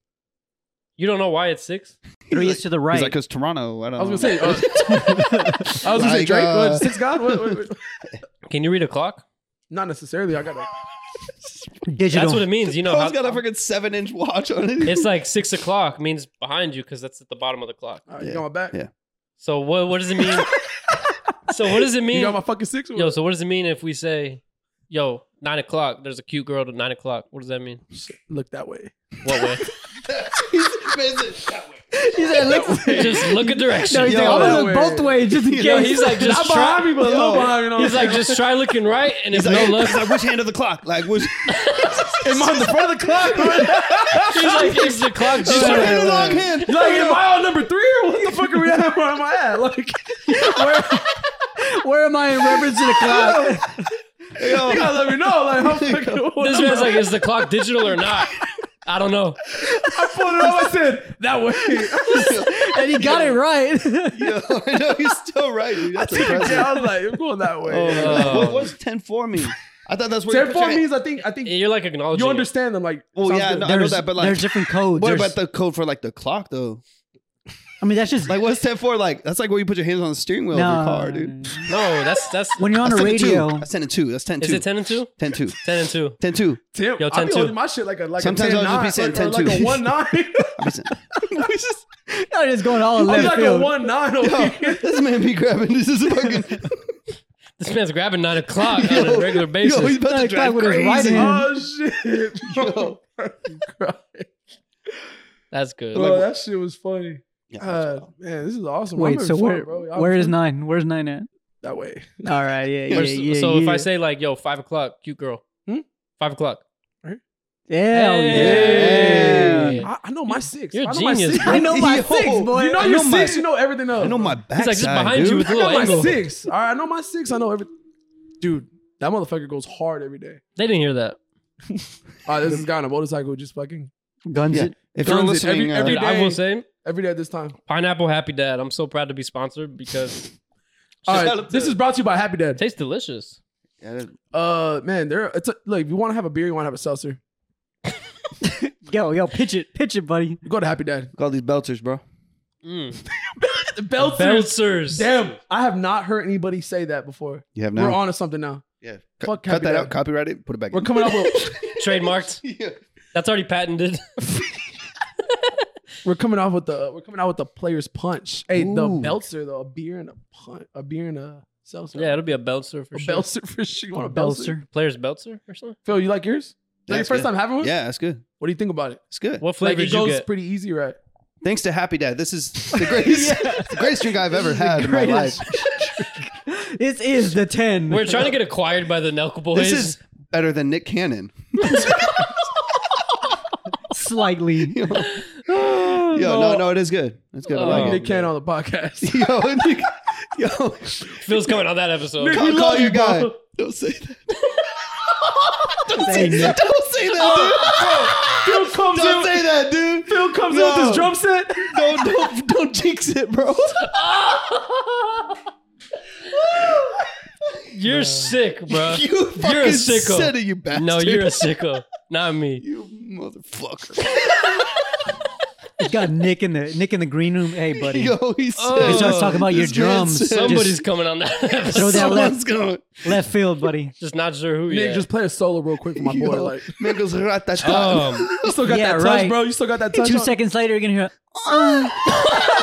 S2: You don't know why it's six?
S4: Three is to the right.
S3: He's like, because Toronto, I don't
S1: I was
S3: know.
S1: gonna say. Uh, I was gonna say
S3: Like,
S1: Drake.
S3: uh,
S1: but six God. What, what, what?
S2: Can you read a clock?
S1: Not necessarily. I uh, gotta.
S4: Digital.
S2: That's what it means. You know
S3: Paul's
S2: how
S3: got a freaking seven inch watch on it.
S2: it's like six o'clock means behind you because that's at the bottom of the clock.
S1: all right, You
S3: Yeah,
S1: got my back.
S3: yeah.
S2: So what? What does it mean? so what does it
S1: You
S2: mean?
S1: got my fucking six.
S2: Yo, so what does it mean if we say, yo, nine o'clock? There's a cute girl to nine o'clock. What does that mean?
S1: Look that way.
S2: What way?
S3: He's amazing.
S4: he said, look,
S2: just look a
S4: no,
S2: direction.
S4: he's
S3: Yo,
S4: like, I'm
S1: that
S4: gonna look
S1: way.
S4: both ways just in case.
S2: Yo, he's like
S1: Not
S2: just
S1: behind
S2: try.
S1: me, but a little
S3: Yo.
S1: behind. You know.
S2: He's like just try looking right, and if
S3: He's like,
S2: no luck,
S3: he's like, which hand of the clock? Like, which.
S1: am I in the front of the clock? Like,
S2: he's like, is the clock
S3: Which
S2: just
S3: hand
S2: right?
S3: of the long hand?
S1: am I on number three or what the fuck are we at? Where am I at? Like,
S4: Where am I in reference to the clock?
S1: you
S3: Yo,
S1: gotta let me know. Like, how fucking. what
S2: This
S1: am
S2: man's
S1: I-
S2: like, is the clock digital or not? I don't know.
S1: I pulled it up. I said that way.
S4: and he got it right.
S3: yo, I know he's still right, dude. That's impressive. uh,
S1: yeah, I was like, I'm going that
S3: Oh,
S1: way.
S3: what,
S2: Um,
S3: what's 10 4 mean? I thought that's what
S1: Ten four
S3: you're
S1: means I think I think
S2: you're like acknowledging.
S1: you
S2: it.
S1: understand them. Like,
S3: Well,
S1: sounds
S3: yeah,
S1: good.
S3: no, I know
S4: There's,
S3: that, but like-
S4: there's different codes.
S3: What
S4: There's-
S3: about the code for like the clock though?
S4: I mean, that's just
S3: Like, what's that for? Like, that's like where you put your hands on the steering wheel of your car, dude.
S4: no, no.
S2: No, that's that's.
S4: When you're on
S3: That's
S4: a
S3: 10 to two.
S4: radio,
S3: That's 10 and 2. That's 10 and
S2: is
S3: 2.
S2: it ten and two?
S3: 10 2.
S2: Ten and two.
S3: 10 2.
S1: Tim,
S2: Yo,
S1: I
S2: 10-2.
S1: be holding my shit like a like
S3: Sometimes
S1: a 10,
S3: I'll just be
S1: nine,
S3: saying
S1: like, or
S3: 10-2.
S1: Like a one nine.
S3: We just-
S4: no, it's going all
S1: I'm
S4: left
S1: like a
S4: field.
S1: one nine over here.
S3: this man be grabbing. This is fucking.
S2: This man's grabbing nine o'clock on a regular basis.
S3: Yo, he's about to
S4: Like,
S3: drive
S4: with his
S3: crazy.
S4: right hand.
S1: Oh shit! Bro,
S2: that's good.
S1: Bro, that shit was funny.
S3: Yeah, that's
S1: Uh, man, this is awesome. I'm
S4: Wait,
S1: having
S4: so
S1: fun,
S4: where
S1: bro. I'm
S4: where is
S1: having-
S4: nine? Where's nine at?
S1: that way?
S4: All right, yeah, yeah,
S2: Or s-
S4: yeah.
S2: so if
S4: yeah.
S2: I say like, "Yo, five o'clock, cute girl,"
S1: Hmm?
S2: five o'clock.
S4: hell
S2: E Hey.
S4: yeah,
S1: I, I know my six.
S2: You're a
S1: I know
S2: genius,
S1: My six.
S2: bro.
S4: I know my
S3: Yo,
S4: six, boy.
S1: You know
S4: I
S1: your
S4: my-
S1: six. You know everything else.
S3: I know my back.
S2: It's like just behind you with a
S1: I know
S2: little
S1: my
S2: angle.
S1: six. All right, I know my six. I know every. Dude, that motherfucker goes hard every day.
S2: They didn't hear that.
S1: All right, this is guy on a motorcycle just fucking
S4: guns
S3: Yeah.
S4: it.
S3: If you're
S1: Guns it every-
S3: listening, uh,
S1: every
S2: Dude, I
S1: day.
S2: will say,
S1: every day at this time.
S2: pineapple happy dad. I'm so proud to be sponsored because
S1: All
S3: Shout
S1: right,
S3: out
S1: this
S3: to-
S1: is brought to you by Happy
S2: it
S1: Dad.
S2: tastes delicious.
S3: yeah, that-
S1: Uh, man, there. It's a, look. If you want to have a beer, you want to have a seltzer.
S4: Yo, yo, pitch it, pitch it, buddy.
S1: You go to Happy Dad.
S3: call these belters, bro.
S2: Mm.
S1: The
S2: Belzers.
S1: Damn, I have not heard anybody say that before.
S3: You have
S1: We're
S3: now.
S1: on to something now.
S3: Yeah.
S1: Fuck
S3: Cut, cut
S1: Happy
S3: that
S1: Dad.
S3: out. Copyright it. Put it back.
S1: We're
S3: in.
S1: coming up with
S2: Trademarked.
S3: Yeah.
S2: That's already patented.
S1: we're coming off with the we're coming out with the players punch. Hey, the
S3: Ooh.
S1: Belzer though, a beer and a punch, a beer and a seltzer.
S2: yeah, it'll be a Belzer for
S1: a
S2: sure.
S1: Belzer for sure. You want a Belzer?
S4: Belzer.
S2: Players Belzer or something.
S1: Phil, you like yours? Is that your
S3: That's
S1: first
S3: good.
S1: time having one?
S3: Yeah, that's good.
S1: What do you think about it?
S3: It's good.
S2: What
S1: Like
S2: flavor
S1: it
S2: did you
S1: goes
S2: get?
S1: pretty easy, right?
S3: Thanks to Happy Dad. This is the greatest, the greatest drink I've ever had in my life.
S4: greatest. This is the ten.
S2: We're trying to get acquired by the Nelk boys.
S3: This is better than Nick Cannon.
S4: slightly.
S3: Yo, no, no, it is good. It's good. I
S2: Oh.
S3: like
S1: like
S3: it.
S1: Nick Cannon on the podcast.
S3: Yo, Nick, yo,
S2: Phil's coming on that episode.
S3: call,
S1: love
S3: call
S1: you,
S3: your guy.
S1: bro.
S3: Don't say that.
S4: Hey, Nick.
S3: Don't say that,
S1: Phil comes
S3: dude. Don't say that, dude.
S1: Phil comes in with
S3: No.
S1: his drum set.
S3: Don't, don't, don't jinx it, bro.
S2: You're sick, bro.
S3: You fucking
S2: a sicko.
S3: said it, you bastard.
S2: no, you're a sicko. Not me.
S3: you motherfucker.
S4: It's got Nick in the Nick in the green room. Hey, buddy.
S3: Yo, he said.
S2: Oh,
S4: He starts talking about your
S3: This man
S4: drums.
S3: said-
S2: Somebody's
S4: Just
S2: coming on that
S4: throw
S2: episode.
S4: that
S3: Someone's
S4: left
S3: going.
S4: left field, buddy.
S2: Just not sure who
S1: Nick,
S2: yet.
S1: just play a solo real quick for my boy.
S3: Yo,
S1: Like
S3: man goes rat-a-tat.
S2: um,
S1: you still got
S4: Yeah,
S1: that touch,
S4: right.
S1: bro. You still got that touch.
S4: Two
S1: on-
S4: seconds later, you're gonna hear.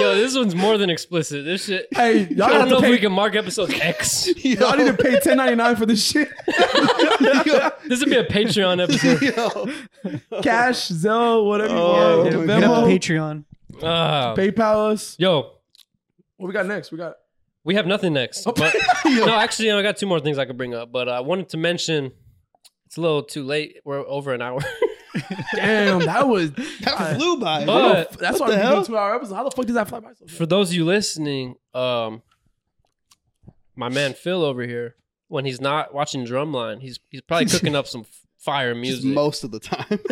S2: yo, this one's more than explicit. This shit.
S1: Hey, y'all
S2: I
S1: have
S2: don't know
S1: to
S2: if we
S1: pay.
S2: can mark episode X.
S3: Yo,
S1: Y'all need to pay ten ninety nine for this shit.
S3: yo,
S2: This would be a Patreon episode.
S3: yo.
S1: Cash, Zelle, whatever you
S3: Oh,
S1: want.
S3: yeah,
S4: Hit
S3: my
S4: up
S1: Venmo,
S4: Patreon.
S2: Ah.
S1: PayPal us.
S2: yo,
S1: What we got next? We got
S2: we have nothing next. But, no, actually, you know, I got two more things I could bring up, but I wanted to mention it's a little too late. We're over an hour.
S1: damn. That was
S3: That flew by.
S2: But-
S3: bro.
S1: that's
S3: What
S1: why
S3: the
S1: we do
S3: hell?
S1: two hour episode. How the fuck did that fly by? So
S2: For those of you listening, um, my man Phil over here, when he's not watching Drumline, he's he's probably cooking up some fire
S3: Just
S2: music.
S3: most of the time.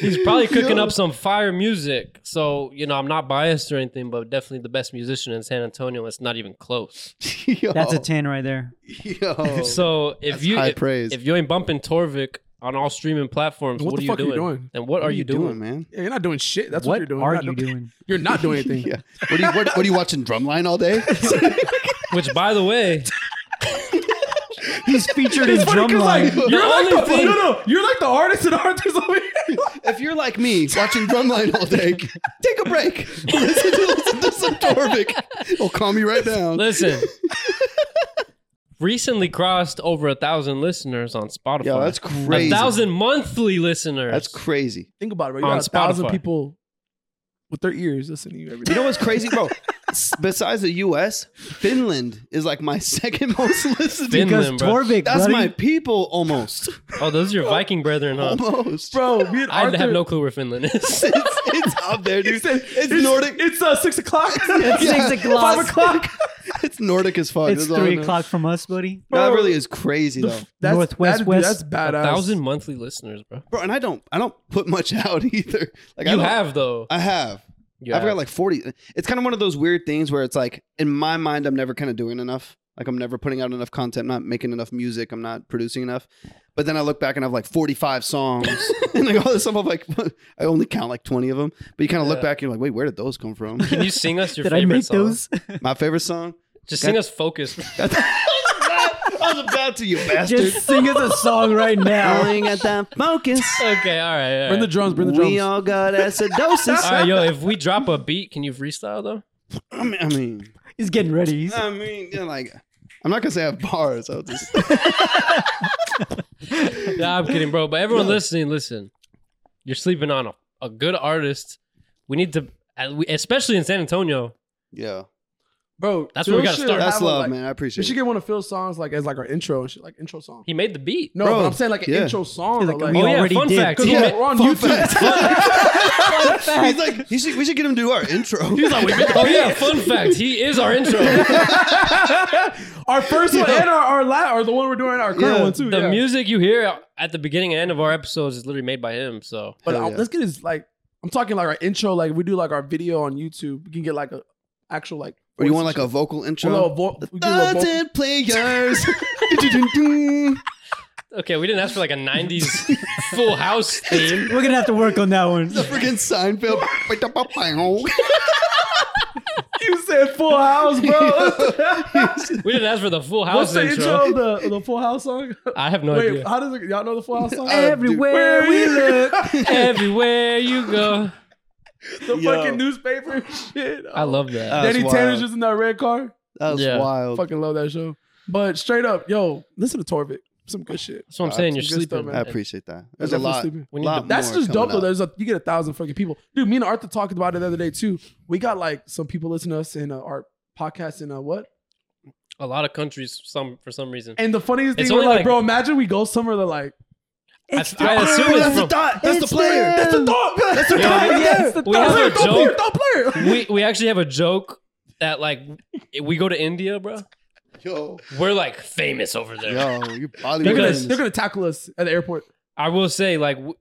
S2: He's probably cooking
S3: Yo.
S2: up some fire music. So, you know, I'm not biased or anything, but definitely the best musician in San Antonio. It's not even close.
S3: Yo,
S4: That's a ten right there.
S3: yo.
S2: So if
S3: Oh, That's
S2: you
S3: high
S2: if,
S3: praise.
S2: if you ain't bumping Torvik on all streaming platforms,
S1: What
S2: what,
S1: the
S2: are, you
S1: fuck are you
S2: doing?
S1: doing?
S2: And what, are you doing?
S3: man?
S1: yeah, you're not doing shit. That's what, you're doing.
S4: are
S1: You're not
S4: you doing?
S1: You're not doing anything.
S3: Yeah. What are you what, what are you watching drumline all day?
S2: Which, by the way,
S4: He's featured in
S1: It's funny because like
S4: Drumline.
S1: you're
S2: only
S1: like the,
S2: thing-
S1: no no you're like the artist and artist over here.
S3: if you're like me, watching drumline all day, take a break. Listen to, listen to some Torvik. It'll calm you right down.
S2: listen. recently crossed over a thousand listeners on Spotify.
S3: Yo, that's
S2: a
S3: crazy.
S2: thousand monthly listeners.
S3: That's crazy.
S1: Think about it, bro. You
S2: On
S1: got a thousand
S2: Spotify.
S1: people with their ears listening to you every
S3: You
S1: day.
S3: know what's crazy, bro? S- Besides the U.S., Finland is like my second most listened. to.
S2: Finland,
S4: Because
S2: bro.
S4: Torvik,
S3: That's
S4: buddy.
S3: my people almost.
S2: Oh, those are your Viking brethren, huh?
S3: Almost.
S1: Bro, me and
S2: I
S1: Arthur,
S2: have no clue where Finland is.
S3: It's, it's up there, dude. It's Nordic.
S1: It's uh, six o'clock.
S4: It's
S3: Yeah.
S4: six o'clock.
S1: Five o'clock.
S3: It's Nordic as fuck.
S4: It's
S3: That's all I
S4: three
S3: know.
S4: o'clock from us, buddy.
S3: That really is crazy though.
S1: That's,
S4: Northwest,
S1: that, dude,
S4: west.
S1: That's badass.
S2: thousand monthly listeners, bro.
S3: bro and i don't i don't put much out either like I
S2: You
S3: don't-
S2: have though.
S3: i have
S2: You
S3: i've
S2: have.
S3: got like 40 it's kind of one of those weird things where it's like in my mind i'm never kind of doing enough like i'm never putting out enough content I'm not making enough music i'm not producing enough But then I look back and I have like 45 songs and like all this stuff. I'm like, I only count like 20 of them. But you kind of look
S2: Yeah.
S3: back and you're like, wait, where did those come from?
S2: Can you sing us your
S4: Did I
S2: favorite
S4: make
S2: song?
S4: those?
S3: My favorite song?
S2: Just sing us "Focus."
S3: I was about to, you bastard.
S4: Just sing us a song right now.
S3: Yelling at them, focus.
S2: okay, all right. All
S1: Bring the
S2: right.
S1: drums. Bring the drums.
S3: We all got acidosis.
S2: all right, yo. If we drop a beat, can you freestyle though?
S3: I mean, I mean,
S4: He's getting ready. He's,
S3: I mean, you know, like, I'm not gonna say I have bars. I'll just
S2: Nah, I'm kidding, bro. But everyone listening, listen. You're sleeping on a, a good artist. We need to, at we- especially in San Antonio.
S3: yeah.
S1: Bro,
S2: That's where we
S1: Phil
S2: gotta
S1: should
S2: start.
S1: have
S3: That's
S1: a,
S3: love,
S1: like-
S3: man. I
S1: We
S3: appreciate
S1: should
S3: it.
S1: get one of Phil's songs like as like our intro and shit, like intro song.
S2: He made the beat.
S1: No,
S3: Bro,
S1: but I'm saying like an
S3: yeah.
S1: intro song.
S4: He's
S1: Like, like,
S4: like, we
S2: oh
S1: yeah.
S2: yeah,
S4: already
S2: fun
S4: did.
S2: fact.
S1: 'Cause
S2: He
S1: we're,
S2: made-
S1: we're on
S3: Fun
S1: YouTube.
S3: fact. He's like, he should, we should get him to do our intro. He's like,
S2: oh yeah, fun fact. He is our intro. the
S1: our first one and our our, la- or the one we're doing our current
S3: Yeah.
S1: one too. yeah.
S2: music you hear at the beginning and end of our episodes is literally made by him. So
S1: But
S3: Hell
S1: I'll-
S3: yeah.
S1: let's get his like I'm talking like our intro. Like we do like our video on YouTube. We can get like a actual like.
S3: or you
S1: voice
S3: want
S1: and
S3: like a vocal
S1: shit. A little
S3: intro?
S1: vo- we do a little vocal-
S3: Talented players. Du-du-dun-dun.
S2: okay, we didn't ask for like a '90s Full House theme.
S4: we're gonna have to work on that one.
S3: the freaking Seinfeld.
S1: You said Full House, bro.
S2: We didn't ask for the Full House
S1: What's the
S2: intro.
S1: intro? of The the Full House song.
S2: I have no
S1: Wait,
S2: idea.
S1: how does it, y'all know the Full House song?
S3: Uh,
S4: Everywhere
S1: dude.
S4: we look.
S2: Everywhere you go,
S1: the fucking newspaper and shit.
S2: I love that.
S3: Uh,
S1: Danny
S3: That's
S1: Tanner's
S3: wild.
S1: just in that red car.
S3: That was
S2: Yeah.
S3: wild.
S1: Fucking love that show. But straight up, yo, listen to Torvik. Some good shit.
S2: That's what I'm
S3: Uh,
S2: saying. You're
S1: it's good stuff,
S2: sleeping.
S1: man.
S3: I appreciate that. There's a
S1: Definitely
S3: lot.
S1: sleeping.
S2: We need
S3: lot
S2: to-
S1: That's
S3: more
S1: just
S3: coming
S1: dope though.
S3: up.
S1: There's a you get a thousand fucking people, dude. Me and Arthur talked about it the other day too. We got like some people listening to us in uh, our podcast in uh, what?
S2: a lot of countries, some for some reason.
S1: And the funniest thing,
S2: It's
S1: we're
S2: only
S1: like,
S2: like-
S1: bro, imagine we go somewhere. They're like,
S2: I, I assume
S3: that's the
S2: it's from,
S3: dot. That's the player.
S1: that's the thought. That's the
S2: Yeah.
S1: thought.
S4: Yeah,
S1: Yeah,
S4: it's the
S2: We have
S1: Player,
S2: a
S1: thought player,
S2: joke.
S1: thought player.
S2: we we actually have a joke that like we go to India, bro.
S3: Yo,
S2: We're like famous over there.
S3: yo,
S1: They're
S3: you
S1: gonna,
S3: Bollywood.
S1: they're gonna tackle us at the airport.
S2: I will say, like, w-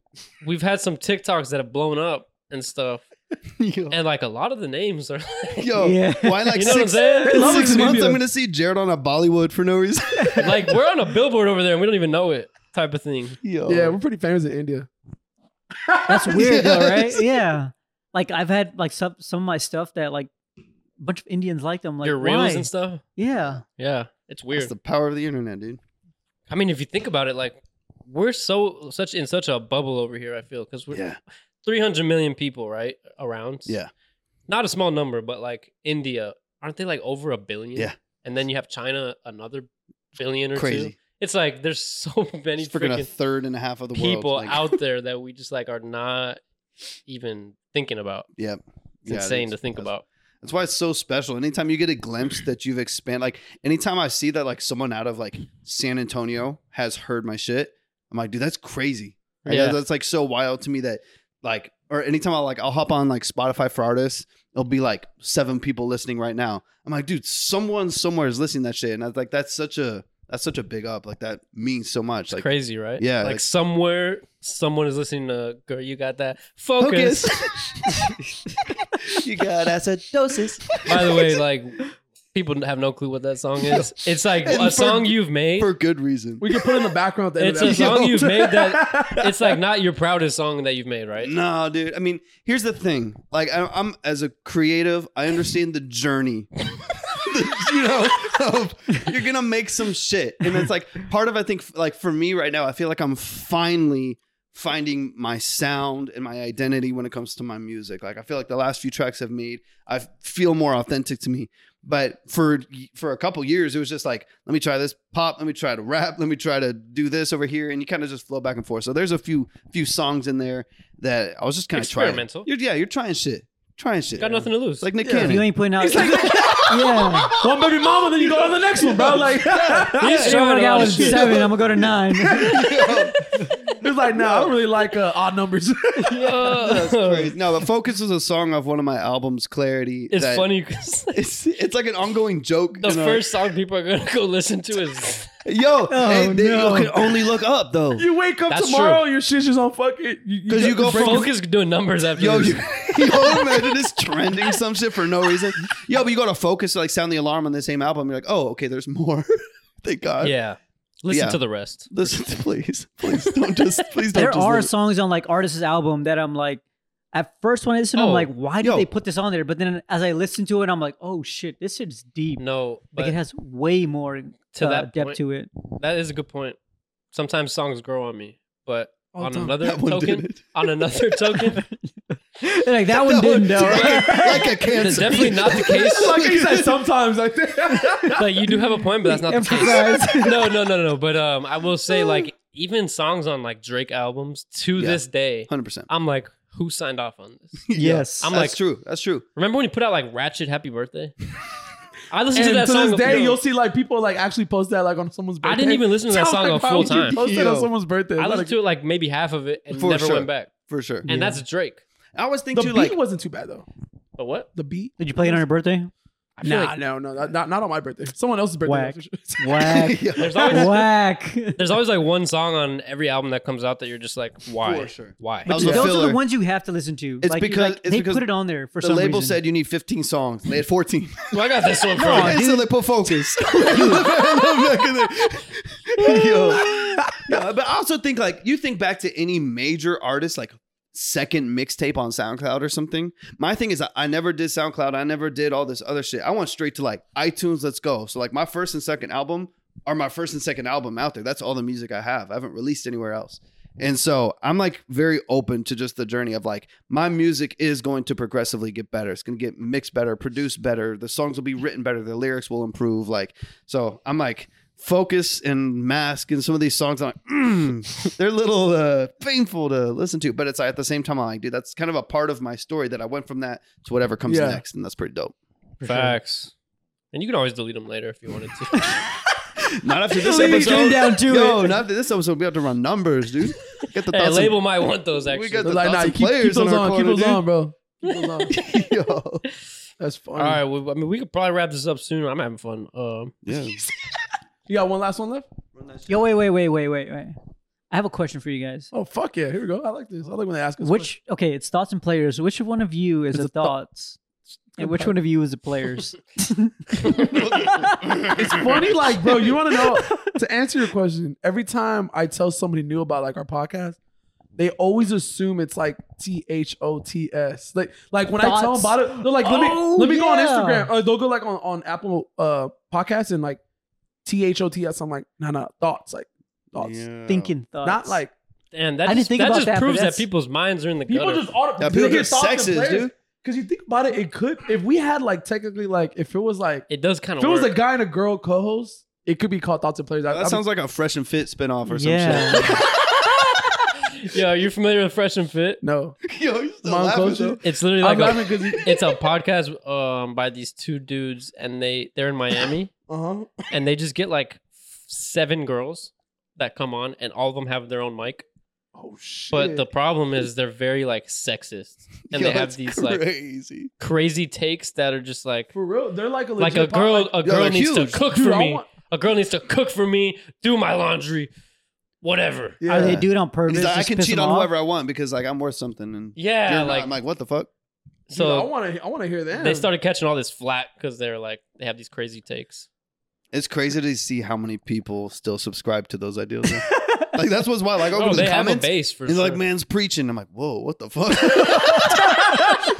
S2: we've had some TikToks that have blown up and stuff,
S3: Yo,
S2: and like a lot of the names are. Like,
S3: yo
S4: Yeah.
S3: why like
S2: You know
S3: six,
S2: what I'm saying?
S3: in
S1: They love us
S3: six
S1: in
S3: months?
S1: India.
S3: I'm gonna see Jared on a Bollywood for no reason.
S2: like we're on a billboard over there and we don't even know it, type of thing.
S3: Yo,
S1: Yeah, we're pretty famous in India.
S4: That's weird though, right?
S3: Yes.
S4: Yeah. Like I've had like some some of my stuff that like a bunch of Indians like them. Like
S2: Your reels
S4: why?
S2: and stuff.
S4: Yeah.
S2: Yeah, it's weird.
S3: that's the power of the internet, dude.
S2: I mean, if you think about it, like we're so such in such a bubble over here. I feel because we're
S3: Yeah,
S2: 300 million people, right? Around.
S3: yeah,
S2: Not a small number, but like India, aren't they like over a billion?
S3: Yeah.
S2: And then you have China, another billion or two.
S3: crazy.
S2: It's like there's so many
S3: It's freaking a
S2: freaking
S3: third and a half of the world.
S2: people
S3: like,
S2: out there that we just like are not even thinking about.
S3: Yeah,
S2: It's insane to think
S3: about.
S2: about.
S3: That's why it's so special. Anytime you get a glimpse that you've expanded, like anytime I see that like someone out of like San Antonio has heard my shit, I'm like, dude, that's crazy. Like,
S2: Yeah.
S3: that- that's like so wild to me that like, or anytime I like, I'll hop on like Spotify for artists. It'll be like seven people listening right now. I'm like, dude, someone somewhere is listening to that shit, and I was like, that's such a that's such a big up. Like that means so much.
S2: It's
S3: Like
S2: crazy, right?
S3: yeah,
S2: Like,
S3: like-
S2: somewhere someone is listening to girl, you got that. Focus.
S3: focus. you got acidosis.
S2: By the way, like people have no clue what that song is. It's like
S3: And
S2: a
S3: for-
S2: song you've made.
S3: for good reason.
S1: We can put it in the background. At the end
S2: It's
S1: of the
S2: a song
S1: episode.
S2: you've made that- it's like not your proudest song that you've made, right?
S3: No, dude. I mean, here's the thing. Like, I, I'm as a creative, I understand the journey. you know, of, you're gonna make some shit, and it's like part of. I think, like for me right now, I feel like I'm finally finding my sound and my identity when it comes to my music. Like, I feel like the last few tracks I've made, I feel more authentic to me. But for for a couple years, it was just like, let me try this pop, let me try to rap, let me try to do this over here, and you kind of just flow back and forth. So there's a few few songs in there that I was just kind of trying.
S2: Experimental.
S3: You're, yeah, you're trying shit, trying shit.
S2: Got nothing to lose.
S3: It's like Nick
S4: If you
S3: Cannon.
S4: ain't putting out Yeah.
S1: One baby mama, then you go to the next one, bro. Like
S2: He's
S4: If
S2: trying
S4: I
S2: a
S4: got
S2: lot
S4: one
S2: of shit.
S4: seven, I'm gonna go to nine.
S1: It's like, nah, I don't really like uh, odd numbers.
S2: Uh,
S3: Crazy. No, but Focus is a song off one of my albums, Clarity.
S2: it's
S3: that-
S2: funny 'cause
S3: It's it's like an ongoing joke.
S2: the
S3: you know?
S2: first song people are gonna go listen to is
S3: yo, hey, they-
S4: no.
S3: you can only look up though.
S1: you wake up
S2: That's
S1: tomorrow, your shit's just on fucking.
S3: Because you go from
S2: Focus doing numbers after
S3: Yo,
S2: this.
S3: you, yo, imagine it's trending some shit for no reason. Yo, but you go to focus, like sound the alarm on the same album. You're like, oh, okay, there's more. Thank God.
S2: yeah. Listen
S3: Yeah.
S2: to the rest.
S3: Listen, to- please, please don't just, please don't.
S4: there
S3: just
S4: are
S3: listen.
S4: songs on like artists' album that I'm like, at first when I listen,
S2: Oh,
S4: I'm like, why did
S3: yo.
S4: they put this on there? But then as I listen to it, I'm like, oh shit, this shit's deep.
S2: No, Mm, but
S4: like it has way more
S2: to
S4: uh,
S2: that
S4: depth
S2: point,
S4: to it.
S2: that is a good point. Sometimes songs grow on me, but
S1: Oh,
S2: on
S1: Tom,
S2: another
S3: That one did
S2: token,
S3: it.
S2: on another token,
S4: like that one didn't know.
S3: Like a
S2: that's
S3: cancer.
S2: definitely not the case.
S1: like you said, sometimes I think.
S2: Like you do have a point, but that's not the case.
S4: Emphasize.
S2: No, no, no, no. But um, I will say like even songs on like Drake albums to
S3: Yeah.
S2: this day,
S3: Hundred percent.
S2: I'm like, who signed off on this?
S4: yes.
S2: I'm
S3: That's
S2: like-
S3: true. That's true.
S2: Remember when he put out like Ratchet Happy Birthday? I listened
S1: and to
S2: to that
S1: this
S2: song. a-
S1: day,
S2: no,
S1: you'll see like people like actually post that like on someone's birthday.
S2: I didn't even listen to that
S1: Tell
S2: song
S1: me
S2: a
S1: why
S2: full
S1: would you
S2: time.
S1: Post that on
S3: Yo.
S1: someone's birthday.
S2: I
S1: Like,
S2: listened to it like maybe half of it and
S3: For
S2: never
S3: sure.
S2: went back.
S3: For sure.
S2: And that's Drake.
S3: I always think
S1: the
S3: too,
S1: beat
S3: like,
S1: wasn't too bad though.
S2: But what?
S1: The beat.
S4: did you play it on your birthday?
S2: I feel
S1: Nah,
S2: like
S1: no, no, not- not not on my birthday. Someone else's birthday.
S4: Whack.
S3: Yeah.
S4: Whack.
S2: there's always
S4: Whack.
S2: there's always like one song on every album that comes out that you're just like, why?
S3: For sure.
S2: Why?
S3: That was a
S4: Those are
S3: filler.
S4: the ones you have to listen to.
S3: It's
S4: like, you-
S3: because-
S4: like,
S3: it's
S4: they
S3: because
S4: put it on there for
S3: the
S4: some
S3: label
S4: reason.
S3: said you need 15 songs. They had 14.
S2: Well, I got this one from.
S3: and so they put focus. Back in there. Yo. No, but I also think like you think back to any major artist like second mixtape on SoundCloud or something. My thing is I, I never did SoundCloud. I never did all this other shit. I went straight to like iTunes. Let's go. So like my first and second album are my first and second album out there. That's all the music I have. I haven't released anywhere else. And so I'm like very open to just the journey of like my music is going to progressively get better. It's going to get mixed better, produced better. The songs will be written better. The lyrics will improve. Like so, I'm like focus and mask and some of these songs. I'm like, mm, they're a little uh, painful to listen to, but it's like, at the same time I'm like, dude, that's kind of a part of my story that I went from that to whatever comes
S1: Yeah.
S3: next, and that's pretty dope.
S2: Facts. And you can always delete them later if you wanted to.
S3: Not after this
S4: Leave it
S3: episode.
S4: down to
S3: Yo,
S4: it.
S3: not after this episode. We have to run numbers, dude. Get the
S2: hey,
S3: thoughts.
S2: label might want those
S3: we
S2: actually.
S3: got the
S1: like, nah,
S3: thoughts
S1: keep,
S3: of
S1: keep
S3: players
S1: those
S3: in
S1: on,
S3: our
S1: keep
S3: corner,
S1: those
S3: dude.
S1: on, bro. Keep those on.
S3: Yo.
S1: That's
S2: All
S1: funny.
S2: right. Well, I mean, we could probably wrap this up soon. I'm having fun. Um,
S3: Yeah.
S1: You got one last one left?
S4: Yo, wait, wait, wait, wait, wait, wait. I have a question for you guys.
S1: Oh fuck yeah! Here we go. I like this. I like when they ask us
S4: Which okay, it's thoughts and players. Which one of you is
S1: Is
S4: the
S1: a thou-
S4: thoughts, and
S1: good
S4: which
S1: part.
S4: one of you is the players?
S1: It's funny, like, bro, you want to know to answer your question. Every time I tell somebody new about like our podcast, they always assume it's like T H O T S. Like, like when I tell them
S4: Thoughts.
S1: about it, they're like, let me
S4: Oh,
S1: let me go on
S4: yeah.
S1: Instagram. Uh, they'll go like on on Apple uh podcasts and like T H O T S. I'm like, no, no, thoughts, like thoughts,
S4: Thinking thoughts.
S1: not like
S2: and that
S4: I didn't
S2: just,
S4: think
S2: that
S4: about
S2: just
S4: that, but
S2: proves that
S4: that's-
S2: people's minds are in the
S1: people
S2: gutter.
S1: just auto.
S3: Yeah, people are sexist, dude.
S1: Because you think about it, it could if we had like technically like if it was like
S2: it does kind
S1: if
S2: of
S1: it
S2: work.
S1: was a guy and a girl co-host, it could be called thoughts and players. I-
S3: That
S1: I'm-
S3: sounds like a fresh and fit spinoff or some
S4: yeah.
S2: Yo, are you familiar with Fresh and Fit?
S1: no.
S3: shit. Yo, you still
S1: Mom
S3: laughing,
S1: culture?
S3: dude?
S2: It's literally
S1: I'm
S2: like a,
S1: laughing because he.
S2: it's a podcast um by these two dudes, and they they're in Miami,
S3: Uh-huh.
S1: Uh huh.
S2: and they just get like seven girls that come on, and all of them have their own mic.
S1: Oh shit.
S2: But the problem is they're very like sexist, and
S3: Yo,
S2: they have
S3: that's
S2: these like
S3: crazy.
S2: crazy takes that are just like
S1: for real, they're like a
S2: like a
S1: legit pop-
S2: girl a
S3: Yeah,
S2: girl
S3: they're
S2: needs
S3: huge.
S2: to cook
S1: Dude,
S2: for
S1: I
S2: me.
S1: want-
S2: a girl needs to cook for me, do my laundry, whatever.
S1: yeah.
S4: Are they do it on purpose?
S3: He's like, I
S4: just
S3: can
S4: piss
S3: cheat
S4: them
S3: on
S4: off?
S3: whoever I want because like I'm worth something, and
S2: Yeah,
S3: you're not.
S2: like
S3: I'm like, what the fuck?
S1: Dude, I
S2: so.
S1: want to. I want to hear them.
S2: They started catching all this flack because they're like they have these crazy takes.
S3: It's crazy to see how many people still subscribe to those ideas. though. like that's what's why. Like I go
S2: Oh,
S3: to the
S2: they have a
S3: comments,
S2: base for
S3: and they're
S2: sure.
S3: like, "Man's preaching." I'm like, "Whoa, what the fuck?"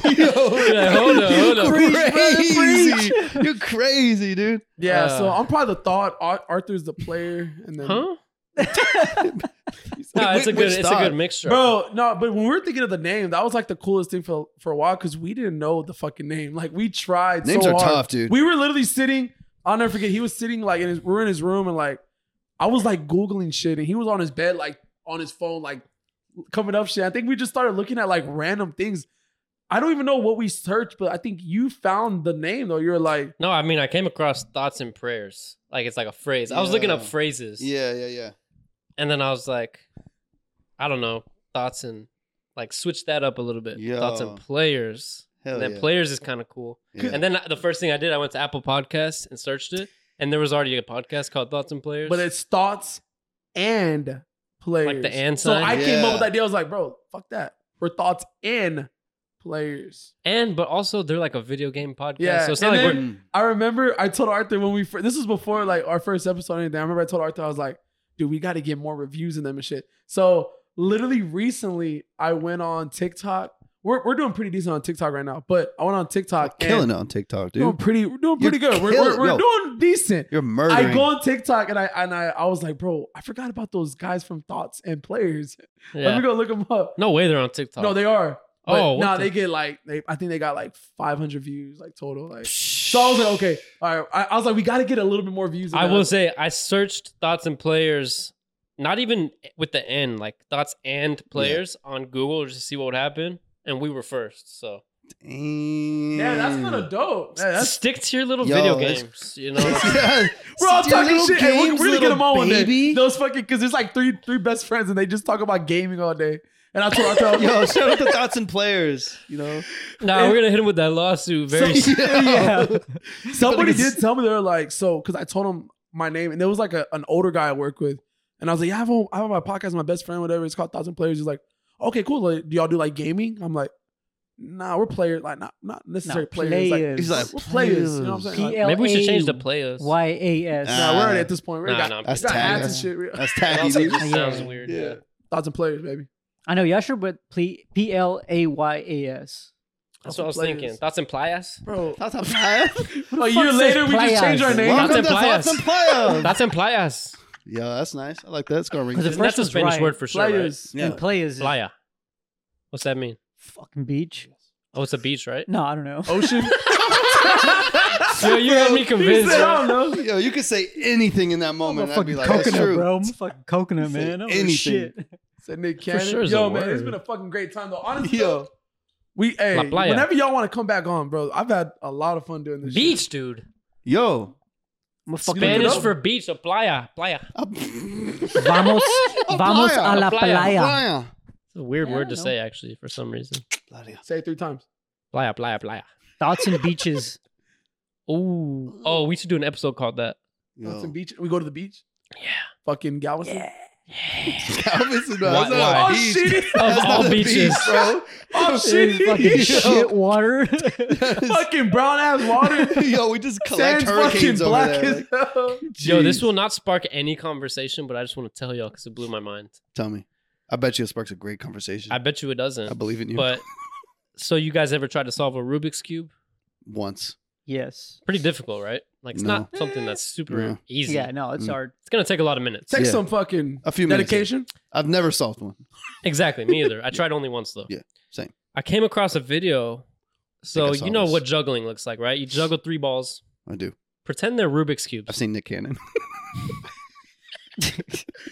S3: Yo,
S2: Yeah, hold on, hold on.
S3: you're
S1: Preach, brother,
S3: crazy. You're crazy, dude.
S1: Yeah. so
S2: Uh.
S1: I'm probably the thought. Ar- Arthur's the player, and then.
S2: Huh? No, it's a
S3: Which
S2: good it's a
S3: thought?
S2: good mixture.
S1: Bro, no, but when we were thinking of the name, that was like the coolest thing for for a while because we didn't know the fucking name. Like we tried.
S3: Names
S1: so
S3: are
S1: hard.
S3: tough, dude.
S1: We were literally sitting. I'll never forget. He was sitting like in his. We were in his room and like, I was like googling shit, and he was on his bed like on his phone like coming up shit. I think we just started looking at like random things. I don't even know what we searched, but I think you found the name though. You're like,
S2: No, I mean I came across thoughts and prayers. Like it's like a phrase. I was looking up
S3: Yeah.
S2: phrases.
S3: yeah, yeah, yeah.
S2: And then I was like, I don't know, thoughts and like switch that up a little bit.
S3: Yeah.
S2: Thoughts and players.
S3: Hell
S2: and then
S3: yeah.
S2: players is kind of cool.
S3: Yeah.
S2: And then I- the first thing I did, I went to Apple Podcasts and searched it, and there was already a podcast called Thoughts and Players.
S1: but it's thoughts and players.
S2: the and
S1: So
S2: sign?
S1: I came up
S3: Yeah.
S1: with the idea. I was like, bro, fuck that. We're thoughts and players.
S2: and but also they're like a video game podcast,
S1: Yeah,
S2: so it's not
S1: and
S2: like
S1: then-
S2: we're
S3: Mm.
S1: I remember I told Arthur when we fir- this was before like our first episode and anything. I remember I told Arthur I was like, dude, we got to get more reviews in them and shit. So literally recently, I went on TikTok. We're, we're doing pretty decent on TikTok right now, but I went on TikTok.
S3: Killing
S1: and
S3: it on TikTok,
S1: Doing
S3: dude.
S1: pretty, we're doing pretty
S3: You're
S1: good. We're, we're,
S3: killing-
S1: we're
S3: yo.
S1: doing decent.
S3: You're
S1: I
S3: murdering.
S1: go on TikTok and I and I, I was like, bro, I forgot about those guys from Thoughts and Players. Let
S2: Yeah.
S1: me go look them up.
S2: No way they're on TikTok.
S1: No, they are. But
S2: Oh, what
S1: nah,
S2: the-
S1: they get like they. I think they got like 500 views like total. Like so, I was like, okay, all right. I, I was like, we got to get a little bit more views. than
S2: I
S1: that.
S2: will say I searched thoughts and players, not even with the N, like thoughts and players on Google just to see what would happen, and we were first. So
S3: Damn.
S1: yeah, that's kind of dope. Yeah, that's
S2: stick to your little
S3: Yo,
S2: video
S3: that's-
S2: games, you know.
S3: Yeah.
S1: We're all
S3: Still
S1: talking
S3: little
S1: shit. Hey, we
S3: games,
S1: can really get
S3: little
S1: them all one day.
S3: baby.
S1: Those fucking because there's like three three best friends and they just talk about gaming all day. And I told I told
S3: Yo, shout out to thoughts and players. You know,
S2: nah, we're gonna hit him with that lawsuit very soon.
S4: yeah.
S1: somebody
S3: But it's-
S1: did tell me they were like so because I told them my name and there was like a, an older guy I work with and I was like yeah I have, a, I have my podcast with my best friend whatever it's called Thousand Players. He's like okay cool like, do y'all do like gaming? I'm like nah we're players like not not necessarily players. Like,
S3: he's like,
S1: we're players. You know what I'm saying? Like,
S4: PL.
S2: Maybe we should change the players.
S4: Y A S.
S1: nah, we're already at this point. We
S2: Nah,
S1: already got,
S2: nah,
S1: we
S3: That's
S1: got
S3: tag.
S1: hats and shit. We-
S3: that's
S2: It
S3: tacky, dude.
S2: just sounds weird.
S5: Yeah.
S2: Yeah.
S1: Thousand Players baby.
S4: I know y'all sure, but P L A Y A S.
S2: That's what I was
S1: Players.
S2: thinking. Thoughts and players.
S1: Bro,
S3: Thoughts and players.
S1: a year
S4: fuck says
S1: later, we just changed our
S4: players?
S1: name.
S2: Welcome
S3: Welcome
S2: to
S3: to thoughts and players.
S2: Thoughts and players.
S3: Yo, that's nice. I like that. It's gonna ring.
S4: Because The
S2: That's
S4: first
S2: a
S4: was
S2: Spanish
S4: right.
S2: word for sure. Right?
S1: Players.
S3: Yeah.
S4: And players is
S2: Playa. What's that mean?
S4: fucking beach.
S2: Oh, it's a beach, right?
S4: No, I don't know.
S1: Ocean.
S2: Yo, you had me convinced.
S1: said,
S2: bro.
S1: "I don't know."
S3: Yo, you could say anything in that
S4: I'm a
S3: moment. I'd Oh, be
S4: fucking
S3: like, that's
S4: coconut,
S3: true.
S4: bro. I'm a fucking coconut,
S3: Say
S4: man. I don't know
S3: anything.
S4: shit.
S1: Said Nick Cannon.
S2: sure is
S1: Yo,
S2: a
S1: man, it's
S2: word.
S1: been a fucking great time though. Honestly,
S3: Yo,
S1: we hey,
S2: La playa.
S1: whenever y'all want to come back on, bro, I've had a lot of fun doing this. shit.
S2: Beach, dude.
S3: yo.
S4: I'm a fucking
S2: Spanish
S1: up.
S2: for beach, a playa. Playa. It's
S4: vamos, vamos a la
S2: playa,
S4: playa.
S3: Playa.
S2: a weird
S4: Yeah, I
S2: word to
S4: don't know.
S2: say, actually, for some reason.
S1: Say it three times.
S2: Playa, playa, playa.
S4: Thoughts and beaches.
S2: Ooh. Oh, we should do an episode called that.
S1: That's
S3: Yo.
S1: beach. We go to the beach.
S2: Yeah.
S1: Fucking Galveston.
S3: Calvin's in the-
S2: Why-
S3: that's not a
S2: why?
S1: Oh
S3: beach.
S1: shit!
S2: Of
S3: That's not
S2: all
S3: a beach,
S2: beaches.
S3: bro.
S1: Oh
S4: Hey, fucking
S1: shit!
S4: shit water.
S3: That is-
S1: fucking brown ass water.
S3: Yo, we just
S1: Sand's
S3: collect
S1: fucking
S3: hurricanes over
S1: black
S3: there.
S1: as hell.
S2: Yo, this will not spark any conversation, but I just want to tell y'all because it blew my mind.
S3: Tell me. I bet you it sparks a great conversation.
S2: I bet you it
S3: I
S2: doesn't.
S3: believe in you.
S2: But so you guys ever tried to solve a Rubik's cube?
S3: Once.
S4: yes.
S2: Pretty difficult, right? Like it's
S3: No.
S2: not something that's super
S3: No.
S2: easy.
S4: Yeah, no, it's
S3: Mm.
S4: hard.
S2: It's gonna take a lot of minutes.
S1: Take
S3: Yeah.
S1: some fucking
S3: A few minutes.
S1: dedication.
S3: I've never solved one.
S2: Exactly. Me either. I tried only once though.
S3: Yeah, same.
S2: I came across a video. So
S3: I saw
S2: you know
S3: this.
S2: what juggling looks like, right? You juggle three balls.
S3: I do.
S2: Pretend they're Rubik's cubes.
S3: I've seen Nick Cannon.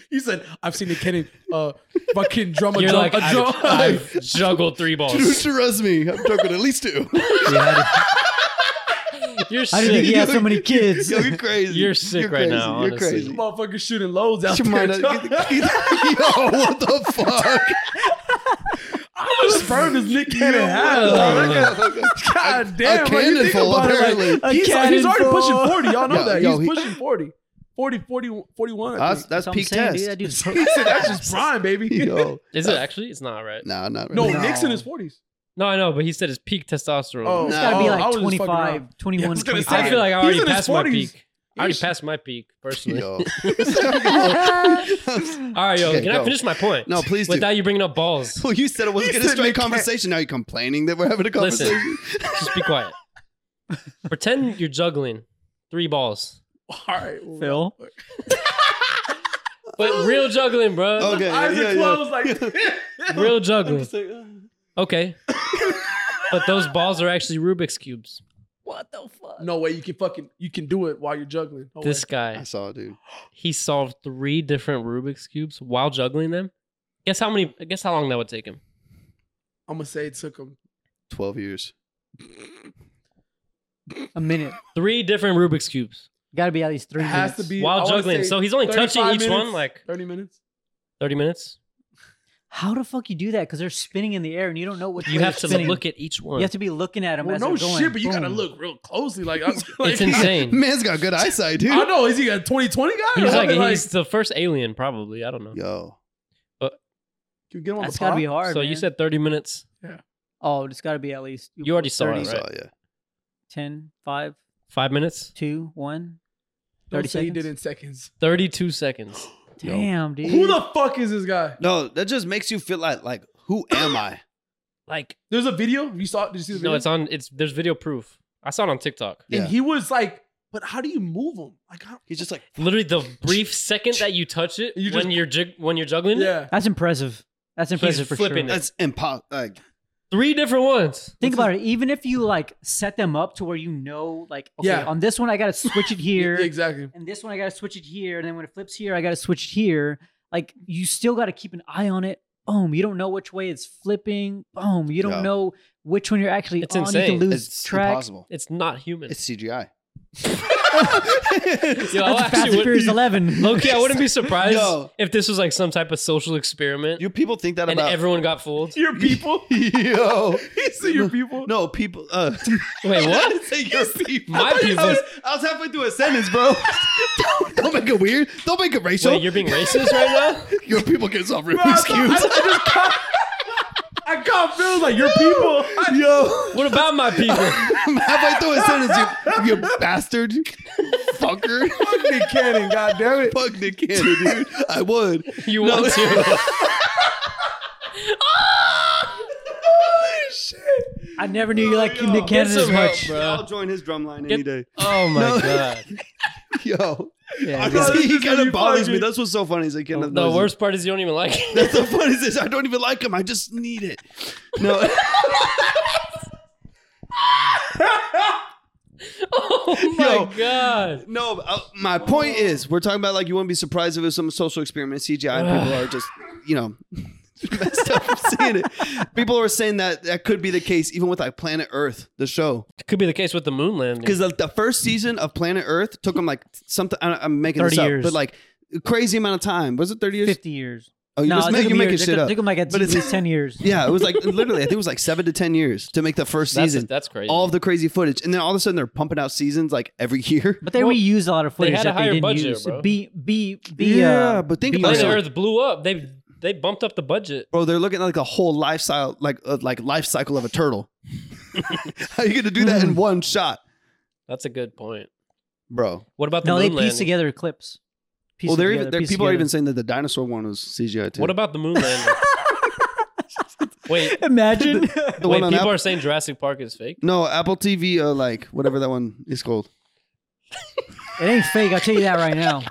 S1: You said I've seen the Kenny uh fucking drummer.
S2: You're
S1: drum,
S2: like
S1: a drum.
S2: I've, I've juggled three
S3: Dude,
S2: balls.
S3: trust me. I've drunk with at least two.
S2: You're
S4: I didn't
S2: sick.
S4: think he had so many kids.
S3: Yo, you're crazy.
S2: You're sick right
S3: crazy.
S2: now,
S3: You're
S2: honestly.
S3: crazy.
S1: Motherfucker shooting loads out
S3: Get your
S1: there.
S3: mind out- get- get- Yo, what the fuck?
S1: How much sperm does Nick Cannon
S3: Yo,
S1: have?
S3: what
S1: dog?
S3: the fuck?
S1: God damn,
S3: a
S1: bro, you think
S3: cannonful,
S1: about it.
S4: A
S1: Like, he's, he's already
S4: cannonful.
S1: pushing 40. Y'all know
S3: Yo,
S1: that.
S3: yo,
S1: he's
S3: he-
S1: pushing 40. 40, 40, 41. I
S3: That's,
S1: think.
S3: that's
S4: what I'm
S3: peak
S4: saying,
S3: test.
S4: Dude, that dude's
S1: He said, that's just prime, baby.
S3: Yo,
S2: Is it actually? It's not right.
S3: nah, not
S1: No,
S3: really.
S4: No.
S1: Nick's in his 40s.
S2: No, I know, but he said it's peak testosterone.
S1: Oh,
S4: It's
S3: Nah.
S4: gotta
S1: oh,
S4: be
S1: I was just
S4: like
S1: fucking
S4: 25,
S1: around.
S4: 21,
S1: Yeah, I was gonna
S2: I
S4: 25.
S2: feel like I
S1: He's
S2: already
S1: in his
S2: passed my
S1: 40s.
S2: peak. I already passed my peak personally.
S3: Yo.
S2: All right, yo,
S3: Okay,
S2: can I
S3: go.
S2: finish my point?
S3: No, please do.
S2: Without you bringing up balls,
S3: Well, you said it
S1: He
S3: wasn't
S1: said
S3: a straight
S1: Nick Cannon.
S3: conversation. Now you're complaining that we're having a
S2: Listen.
S3: conversation.
S2: just be quiet. Pretend you're juggling three balls,
S1: All right.
S4: Phil.
S2: but real juggling, bro.
S3: Okay,
S1: Eyes
S3: yeah,
S1: are
S3: yeah.
S1: closed. Like,
S2: Real juggling.
S1: like,
S2: Okay. But those balls are actually Rubik's cubes.
S4: What the
S3: uh.
S4: fuck?
S1: no way you can fucking you can do it while you're juggling. No
S2: This
S1: way.
S2: guy,
S3: Oh, I saw, it, dude.
S2: he solved three different Rubik's cubes while juggling them. Guess how many? Guess how long that would take him?
S1: I'm gonna say it took him.
S3: Twelve years.
S4: A minute.
S2: Three different Rubik's cubes
S4: Gotta be at least three
S1: It has
S4: minutes.
S1: to be I
S2: while
S1: wanna
S2: juggling.
S1: say
S2: So he's only touching
S1: 35
S2: each
S1: minutes,
S2: one like
S1: 30 minutes.
S2: thirty minutes.
S4: How the fuck you do that? Because they're spinning in the air and you don't know what
S2: You
S4: way
S2: have to
S4: they're spinning.
S2: look at each one.
S4: You have to be looking at them
S1: Well,
S4: as
S1: no
S4: they're going.
S1: shit, but you gotta
S4: Boom.
S1: look real closely. Like, I was,
S2: it's
S1: like
S2: insane.
S3: Man's got good eyesight, dude.
S1: I know. Is he a 2020 guy?
S2: He's
S1: Or
S2: like,
S1: what?
S2: he's the first alien, probably. I don't know.
S3: Yo,
S1: can we get him on
S4: That's
S1: the pod?
S4: gotta be hard.
S2: so you
S4: man.
S2: said 30 minutes.
S4: Oh, it's gotta be at least.
S2: You already saw
S3: I
S2: it,
S3: saw,
S2: right?
S3: yeah.
S4: 10, 5,
S2: Five minutes,
S4: 2, 1.
S1: Don't
S4: 30
S1: say he
S4: seconds.
S1: did in seconds.
S2: 32 seconds.
S4: Damn, dude.
S1: Who the fuck is this guy?
S3: No, that just makes you feel like like who am I?
S2: Like
S1: There's a video. You saw? Did you see the video?
S2: no, it's on. It's there's video proof. I saw it on TikTok.
S1: and
S3: Yeah.
S1: he was like, "But how do you move him? Like, how,
S3: He's just like
S2: Literally, the brief second that you touch it,
S1: You
S2: when
S1: just-
S2: you're jig- when you're juggling, it,
S1: yeah."
S4: That's impressive. That's impressive for sure.
S2: flipping it.
S3: that's impossible. Like
S2: three different ones.
S4: Think about it. Even if you like set them up to where you know, like, okay,
S1: Yeah.
S4: on this one I gotta switch it
S1: Yeah,
S4: here,
S1: exactly.
S4: and this one I gotta switch it here, and then when it flips here, I gotta switch it here. Like, you still gotta keep an eye on it. Boom! You don't know which way it's flipping. Boom! You don't
S3: Yeah.
S4: know which one you're actually
S2: It's
S4: on. You
S2: insane.
S4: can lose
S3: it's
S4: track.
S3: impossible.
S2: It's not human.
S3: It's CGI.
S2: Yo, Oh, I
S4: That's Fast and
S2: actually would,
S4: Furious Eleven.
S2: Loki, I wouldn't be surprised
S3: Yo.
S2: if this was like some type of social experiment
S3: You people think that
S2: and
S3: about
S2: everyone got fooled.
S1: Your people.
S3: yo.
S1: he said your people.
S3: No, people. Uh,
S2: Wait,
S3: I
S2: what?
S3: didn't say your people.
S2: My people.
S3: I was, I was halfway through a sentence, bro. don't, don't make it weird. Don't make it racial.
S2: Wait, you're being racist right now?
S3: your people get some really
S1: Bro, I thought-
S3: cute.
S1: I, I just caught, I caught feels like your people. I-
S3: Yo,
S2: What about my people?
S3: I'm halfway through a sentence, you, you bastard, fucker.
S1: Fuck Nick Cannon, goddamn it.
S3: Fuck Nick Cannon, dude. I would.
S2: You want to?
S4: I never knew you liked Nick Cannon
S2: Get
S4: as
S2: some help,
S4: much.
S2: bro. I'll
S3: join his drumline
S2: any day. Oh my
S3: No.
S2: god.
S3: Yo,
S4: Yeah,
S1: thought
S3: honestly,
S1: this
S3: he
S1: was
S3: kind
S1: gonna
S3: of
S1: be
S3: bothers
S1: funny.
S3: me. That's what's so funny is I can't.
S2: The worst part is you don't even like it.
S3: That's the funny is I don't even like him. I just need it. No,
S2: Oh my
S3: Yo.
S2: god.
S3: no. uh, my point is, we're talking about like you wouldn't be surprised if it was some social experiment CGI. And people are just, you know, messed up from seeing it. People are saying that that could be the case, even with like Planet Earth, the show.
S2: Could be the case with the moon landing.
S3: because the, the first season of Planet Earth took them like something. I don't- I'm making
S4: 30
S3: this up,
S4: years.
S3: but like a crazy amount of time. Was it 30 years?
S4: Fifty years.
S3: Oh, you just
S4: it took
S3: make, you're
S4: him
S3: making
S4: years. It
S3: shit
S4: took-
S3: up.
S4: Took him like at
S3: But it's-
S4: least ten years.
S3: Yeah, it was like literally. I think it was like seven to ten years to make the first
S2: that's,
S3: season.
S2: that's crazy.
S3: all of the crazy footage, and then all of a sudden they're pumping out seasons like every year.
S4: But they
S2: Well,
S4: reused a lot of
S2: they
S4: footage
S2: had a
S4: that they
S2: higher
S4: didn't
S2: budget,
S4: use.
S2: bro.
S4: B B B.
S3: Yeah,
S4: uh,
S3: but think
S4: B-
S3: about
S2: Planet
S3: it.
S2: Earth blew up. They they bumped up the budget.
S3: Bro, they're looking at like a whole lifestyle, like uh, like life cycle of a turtle. How you gonna do that in one shot,
S2: That's a good point.
S3: bro?
S2: What about the
S4: No,
S2: moon
S4: they
S2: landing?
S4: pieced together clips. Pieced
S3: well,
S4: it
S3: they're
S4: together,
S3: even they're,
S4: pieced it
S3: people are even
S4: together.
S3: saying that the dinosaur one was CGI too.
S2: What about the moon landing? Wait,
S4: Imagine.
S3: the
S2: wait.
S3: one on
S2: People
S3: Apple?
S2: are saying Jurassic Park is fake.
S3: no Apple TV, uh, like whatever that one is called.
S4: it ain't fake. I'll tell you that right now.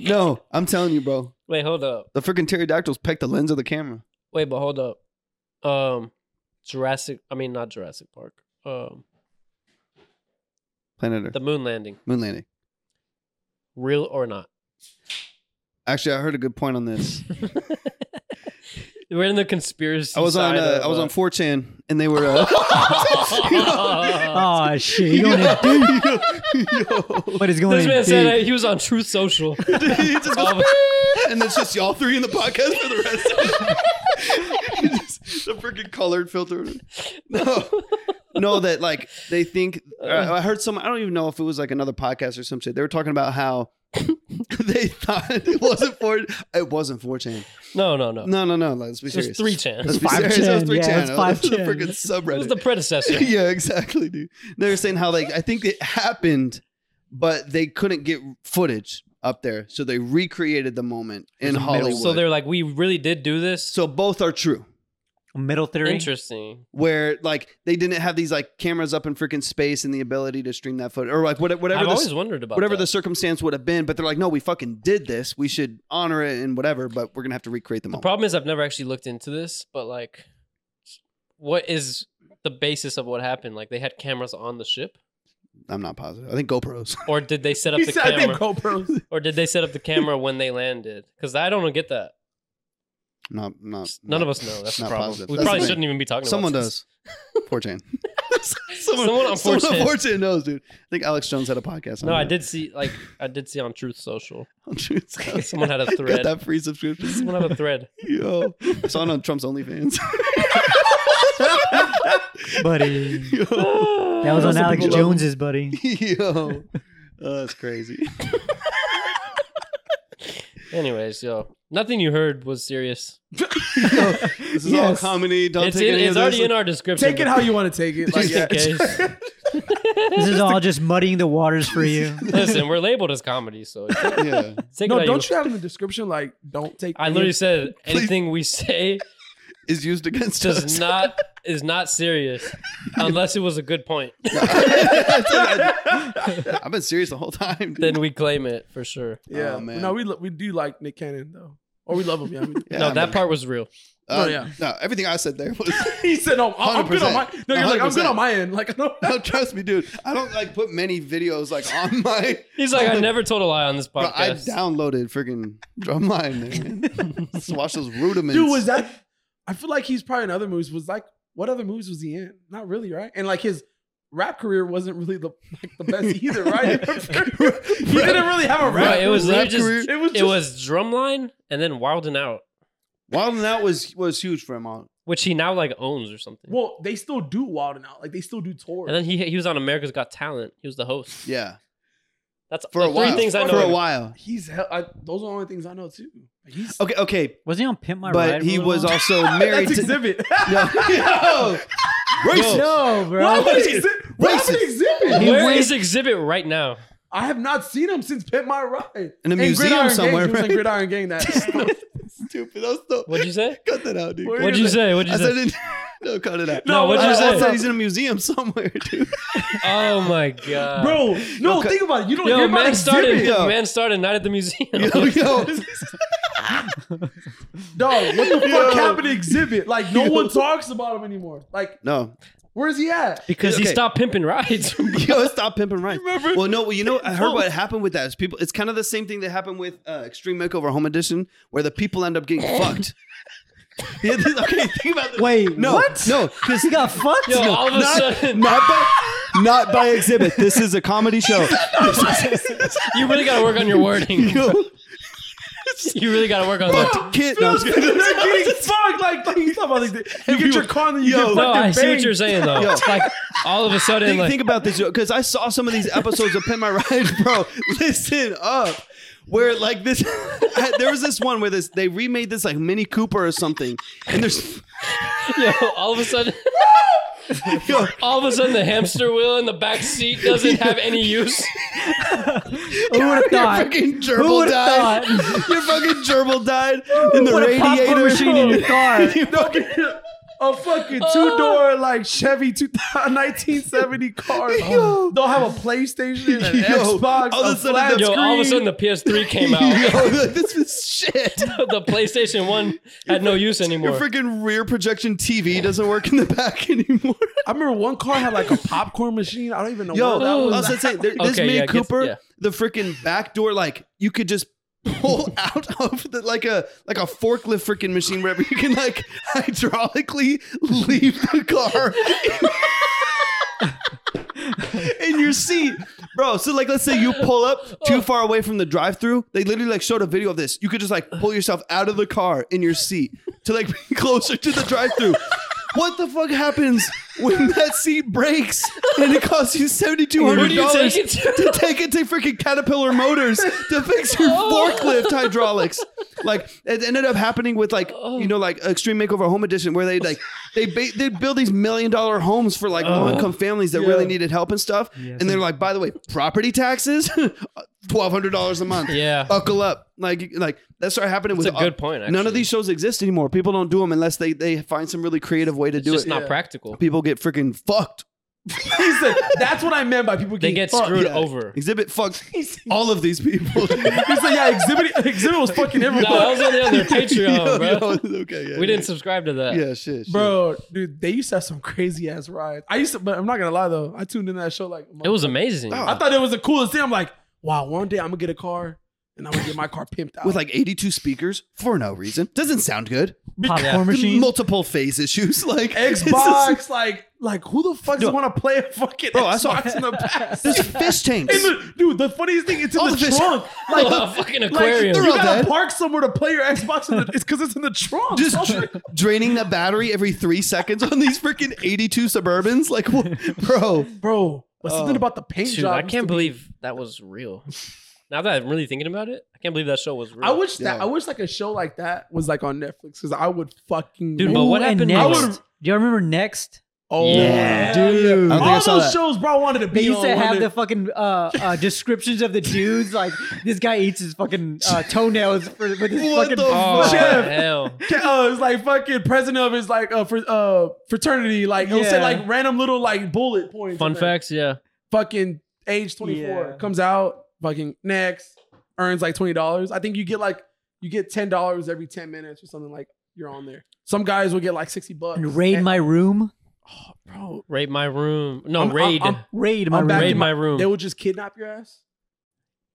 S3: No, I'm telling you, bro.
S2: Wait, hold up.
S3: The freaking pterodactyls pecked the lens of the camera.
S2: Wait, but hold up. Um, Jurassic. I mean, not Jurassic Park. Um,
S3: Planet Earth,
S2: the moon landing,
S3: moon landing.
S2: real or not?
S3: Actually, I heard a good point on this.
S2: We're in the conspiracy.
S3: I was on
S2: side
S3: uh,
S2: of,
S3: I was
S2: uh,
S3: on 4chan, and they were. Uh,
S2: uh,
S4: Oh shit! You don't know what is going
S2: this man
S4: on.
S2: said uh, he was on Truth Social.
S3: He just goes,
S2: Um,
S3: and it's just y'all three in the podcast for the rest. of it. Just the freaking colored filter. No, no, that like they think. uh, I I heard some. I don't even know if it was like another podcast or some shit. They were talking about how they thought it wasn't four. It wasn't 4chan.
S2: no, no, no.
S3: No, no, no. Let's be
S2: It was
S3: serious.
S2: three chan.
S3: Let's
S2: It
S3: be
S4: 5chan,
S3: serious. It was three
S4: yeah,
S3: chan.
S4: it's
S3: It was
S4: 5chan.
S3: a freaking
S2: was the
S3: subreddit.
S2: predecessor.
S3: yeah, exactly, dude. They were saying how like I think it happened, but they couldn't get footage up there, so they recreated the moment in Hollywood.
S2: So they're like, we really did do this.
S3: So both are true.
S4: Middle theory.
S2: interesting.
S3: Where like they didn't have these like cameras up in freaking space and the ability to stream that footage or like what- whatever
S2: I've
S3: the,
S2: always wondered about
S3: whatever
S2: that.
S3: the circumstance would have been, but they're like, no, we fucking did this. We should honor it and whatever, but we're gonna have to recreate the
S2: The
S3: moment.
S2: problem is I've never actually looked into this, but like, what is the basis of what happened? Like, they had cameras on the ship,
S3: I'm not positive. I think GoPros.
S2: or did they set up
S1: He
S2: the
S1: said, I think
S2: camera,
S1: GoPros.
S2: or did they set up the camera when they landed? Because I don't get that.
S3: Not not
S2: None
S3: not-
S2: of us know. That's the
S3: Um, not
S2: problem.
S3: positive.
S2: We
S3: That's the
S2: probably
S3: thing.
S2: shouldn't even be talking.
S3: Someone
S2: about this.
S3: does. 4chan.
S2: Someone, on 4chan.
S3: knows, dude. I think Alex Jones had a podcast. On
S2: No, I
S3: that.
S2: did see like I did see on Truth Social.
S3: On Truth Social.
S2: Someone had a
S3: Got
S2: thread.
S3: that free subscription.
S2: Someone had a thread.
S3: Yo, I saw it on uh, Trump's OnlyFans.
S4: buddy.
S3: Yo,
S4: That was on
S3: Some
S4: Alex
S3: people love-
S4: Jones's buddy.
S3: yo, Oh, that's crazy.
S2: Anyways, yo, Nothing you heard was serious.
S3: This is
S1: Yes.
S3: all comedy. Don't
S2: it's
S3: take
S2: in,
S3: any
S2: it's
S3: of
S2: already
S3: this.
S2: in our description.
S1: Take it how you want to take it. Like,
S2: Just in case.
S4: This is all just muddying the waters for you.
S2: Listen, we're labeled as comedy, so take
S5: Yeah.
S2: it
S1: No,
S2: how
S1: don't you have in the description like don't take?
S2: I
S1: any-
S2: literally said anything we say
S3: Is used against us.
S2: does not is not serious unless it was a good point.
S3: I've been serious the whole time. dude.
S2: then we claim it for sure.
S1: Yeah,
S3: Oh, man.
S1: no, we lo- we do like Nick Cannon though, or we love him. Yeah, I mean,
S3: Yeah,
S2: no,
S3: I'm
S2: that
S3: a-
S2: part was real.
S1: no,
S3: uh,
S1: Oh, yeah.
S3: No, everything I said there was.
S1: he said, "No, I'm, I'm good on my." No, you're like, "I'm good
S3: 100%.
S1: on my end." Like, no,
S3: No, trust me, dude. I don't like put many videos like on my.
S2: He's like, I never told a lie on this
S3: Bro, I
S2: podcast.
S3: downloaded freaking drumline. There, man. Just watch those rudiments.
S1: dude, was that? I feel like he's probably in other movies. Was like, what other movies was he in? Not really, right? And like his rap career wasn't really the like the best either, right? he didn't really have a
S2: Bro,
S1: rap.
S2: it was
S3: Rap
S2: literally just
S3: career.
S1: It was
S2: it
S1: just-
S2: was drumline and then Wild and Out,
S3: Wild and Out was was huge for him. On
S2: which he now like owns or something.
S1: Well, they still do Wild and Out. Like they still do tours.
S2: and then he he was on America's Got Talent. He was the host.
S3: yeah,
S2: That's
S3: for
S2: the
S3: a while.
S2: three things I know.
S3: for a
S2: him.
S3: while.
S1: he's hell, I, those are the only things I know too. Like, he's
S3: Okay, okay,
S4: Was he on Pimp My Ride?
S3: but he was
S4: Rolling Loud?
S3: also
S1: Oh, that's
S3: married to.
S1: exhibit.
S3: No, yo, racist.
S4: No,
S1: Why
S4: bro.
S1: would exhibit? Why would
S3: Racist.
S1: exhibit?
S4: He
S2: Where
S4: went-
S2: is exhibit right now?
S1: I have not seen him since Pit My Ride.
S3: In a
S1: And
S3: museum
S1: Gridiron Gang,
S3: somewhere,
S1: He was in
S3: right?
S1: Gridiron Gang that.
S3: Stupid. That's the,
S2: What'd you say?
S3: cut that out, dude.
S1: What
S2: What'd you say? What'd
S3: I
S2: you say?
S3: said it, no, cut it out.
S2: No, what'd
S3: I,
S2: you
S3: I
S2: say?
S3: said he's in a museum somewhere, dude.
S2: Oh my god,
S1: Bro, no,
S3: cut-
S1: think about it. You don't
S2: Yo,
S1: hear about
S2: man started.
S1: exhibit.
S3: yo.
S2: Man started night at the museum.
S3: yo, yo,
S1: Dog, what the
S3: Yo.
S1: fuck happened to exhibit? Like, no one talks about him anymore. Like,
S3: no,
S1: where's he at?
S2: because he
S3: Okay.
S2: stopped pimping rides.
S3: Yo, stop pimping right.
S1: Remember?
S3: Well, no, well, you know, I heard what happened with that is people. It's kind of the same thing that happened with uh, Extreme Makeover Home Edition, where the people end up getting fucked. Yeah, this- okay, think about this.
S5: Wait,
S3: no, no, because
S4: He got fucked.
S2: Yo, all of a sudden,
S5: Not by, not by exhibit. This is a comedy show.
S2: you really got to work on your wording. you really got to work on that.
S3: kid. No,
S1: They're getting fucked. Like, like, you talk about like, you get your car and then you
S3: Yo.
S1: get
S2: No,
S1: fucking
S2: I see what
S1: banged.
S2: you're saying though.
S3: Yo.
S2: It's like all of a sudden,
S3: think,
S2: like
S3: think about this because I saw some of these episodes of Pin My Ride, bro. Listen up, where like this, I- there was this one where this they remade this like Mini Cooper or something, and there's
S2: yo, all of a sudden,
S3: yo,
S2: all of a sudden, the hamster wheel in the back seat doesn't have any use.
S4: Who would have
S3: Your
S4: thought?
S3: fucking
S4: Who
S3: gerbil
S4: would
S3: died.
S4: have thought?
S3: Your fucking gerbil died in the
S4: Put a popcorn
S3: radiator.
S4: machine in your car.
S1: No, a fucking
S3: Oh.
S1: two door like Chevy 2000 1970 car.
S3: Yo.
S1: Don't have a PlayStation, an
S3: Yo.
S1: Xbox,
S3: All
S1: a
S3: of a sudden
S1: flat
S3: the-
S2: Yo, all of a sudden,
S1: screen.
S2: the PS3 came out.
S3: Yo, like, this is shit.
S2: the PlayStation One had no use
S3: Your
S2: anymore.
S3: freaking rear projection TV doesn't work in the back anymore.
S1: I remember one car had like a popcorn machine. I don't even know
S3: Yo,
S1: what that
S2: Ooh.
S3: I
S1: was.
S3: was gonna say, there- this
S2: Okay,
S3: Mini
S2: yeah, gets-
S3: Cooper,
S2: yeah.
S3: the freaking back door, like you could just pull out of the like a like a forklift freaking machine wherever you can like hydraulically leave the car. In your seat, bro. So, like, let's say you pull up too far away from the drive-through. They literally like showed a video of this. You could just like pull yourself out of the car in your seat to like be closer to the drive-through. What the fuck happens when that seat breaks and it costs you seventy-two
S2: Where do
S3: hundred
S2: you
S3: dollars
S2: take it
S3: to
S2: to?
S3: take it to freaking Caterpillar Motors to fix your
S2: Oh.
S3: forklift hydraulics. Like it ended up happening with like you know like Extreme Makeover Home Edition where they like they ba- they build these million dollar homes for like low income families that really needed help and stuff. and they're like, by the way, property taxes, uh, twelve hundred dollars a month.
S2: Yeah.
S3: buckle up. Like like that started happening
S2: That's
S3: with
S2: a good point,
S3: None
S2: actually.
S3: of these shows exist anymore. People don't do them unless they they find some really creative way to
S2: It's
S3: do
S2: just
S3: it.
S2: not
S1: Yeah.
S2: practical.
S3: People get freaking fucked.
S1: He said, That's what I meant by people
S2: They
S1: getting
S2: get
S1: fucked.
S2: screwed
S3: Yeah.
S2: over.
S3: Exhibit fucked all of these people.
S1: He said, "Yeah, exhibit exhibit was fucking
S2: No,
S1: everywhere."
S2: I was on the other Patreon, bro.
S3: okay, yeah,
S2: we didn't subscribe to that.
S3: Yeah, yeah shit, shit.
S1: Bro, dude, they used to have some crazy ass rides. I used to, but I'm not gonna lie though. I tuned in that show like
S2: It was amazing.
S1: I thought it was the coolest thing. I'm like, wow, one day I'm gonna get a car and I'm gonna get my car pimped out
S3: With like 82 speakers for no reason. Doesn't sound good.
S4: Popcorn machine.
S3: Multiple phase issues. Like it's just-
S1: Xbox, like, like who the fuck does want to play a fucking
S3: Bro, I saw-
S1: Xbox in the past?
S3: There's fish tanks.
S1: In the- dude, the funniest thing, it's in
S3: All
S1: the
S3: the fish-
S1: trunk. Like,
S2: Oh, a fucking
S1: like you
S2: aquarium.
S3: all
S1: gotta
S3: dead.
S1: park somewhere to play your Xbox. In the, it's because it's in the trunk.
S3: Just
S1: Don't
S3: dra-
S1: you-
S3: draining the battery every three seconds on these freaking 82 Suburbans. Like, what? bro.
S1: bro. But something
S3: Oh.
S1: about the paint
S2: Dude,
S1: job.
S2: I
S1: used
S2: can't
S1: to be-
S2: believe that was real. Now that I'm really thinking about it, I can't believe that show was real.
S1: I wish that
S5: Yeah.
S1: I wish like a show like that was like on Netflix because I would fucking
S2: Dude, but
S4: Ooh,
S2: what
S4: and
S2: happened
S1: I
S4: next?
S1: would've-
S4: Do y'all remember next?
S1: oh
S2: Yeah.
S4: Dude.
S5: I don't think I
S1: all
S5: saw
S1: those
S5: that.
S1: shows, bro, I wanted to be
S4: They used
S1: on
S4: to
S1: one
S4: have
S1: day.
S4: the fucking uh, uh, descriptions of the dudes. Like this guy eats his fucking uh, toenails for, with his
S5: What
S4: fucking.
S5: the
S2: Oh
S1: Jeff.
S2: hell!
S1: uh, it's like fucking president of his like uh, fr- uh fraternity. Like it'll say
S4: Yeah.
S1: like random little like bullet points.
S2: Fun
S1: in there.
S2: facts, yeah.
S1: Fucking age twenty four
S4: Yeah.
S1: comes out. Fucking next earns like twenty dollars. I think you get like you get ten dollars every ten minutes or something. Like you're on there. Some guys will get like sixty bucks.
S4: and raid my room.
S1: Oh, bro.
S2: Raid my room. No,
S1: I'm- I'm-
S2: raid.
S1: I'm-
S4: Raid my
S1: I'm back
S2: raid
S1: in
S4: room.
S2: my,
S1: my-
S2: room.
S1: They will just kidnap your ass,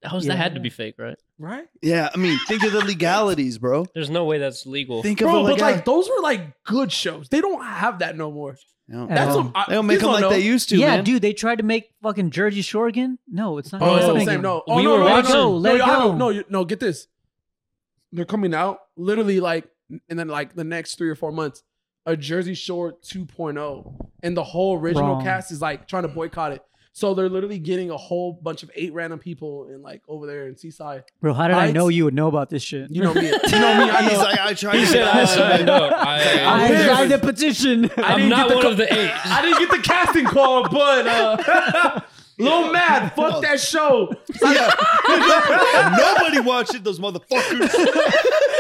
S2: that was that had to be fake, right?
S1: right?
S3: Yeah, I mean,
S5: Think of the legalities, bro.
S2: There's no way that's legal.
S5: Think
S1: Bro,
S5: of the
S1: but like
S5: legality.
S1: those were like good shows. They don't have that no more.
S4: At
S1: That's
S4: all.
S1: what I,
S5: they don't make
S1: kids
S5: them like
S1: know.
S5: they used to,
S4: yeah,
S5: man.
S4: dude, they tried to make fucking Jersey Shore again. No, it's not.
S1: Oh, it's not the
S2: No.
S1: same. No, oh,
S2: We
S1: no,
S2: were
S1: no,
S2: watching.
S1: No, no,
S4: Let it
S1: no, I
S4: go.
S1: haven't- no, you- no, get this. They're coming out literally like, and then like the next three or four months, a Jersey Shore 2.0, and the whole original
S4: Wrong.
S1: cast is like trying to boycott it. So they're literally getting a whole bunch of eight random people in like over there in Seaside.
S4: Bro, how did I
S1: Heights?
S4: know you would know about this shit?
S1: You know me. You know me. I
S3: he's
S1: know.
S3: like, I tried
S2: he
S3: to
S2: said,
S3: get
S2: "I
S3: out of
S2: signed
S3: it."
S2: up. I,
S4: I
S1: I'm
S4: signed a petition.
S2: I, am
S1: didn't get
S2: not
S1: the
S2: one
S1: co-
S2: of the eight.
S1: I didn't get the casting call, but uh, Lil Mad, fuck that show.
S3: Nobody watched it, those motherfuckers.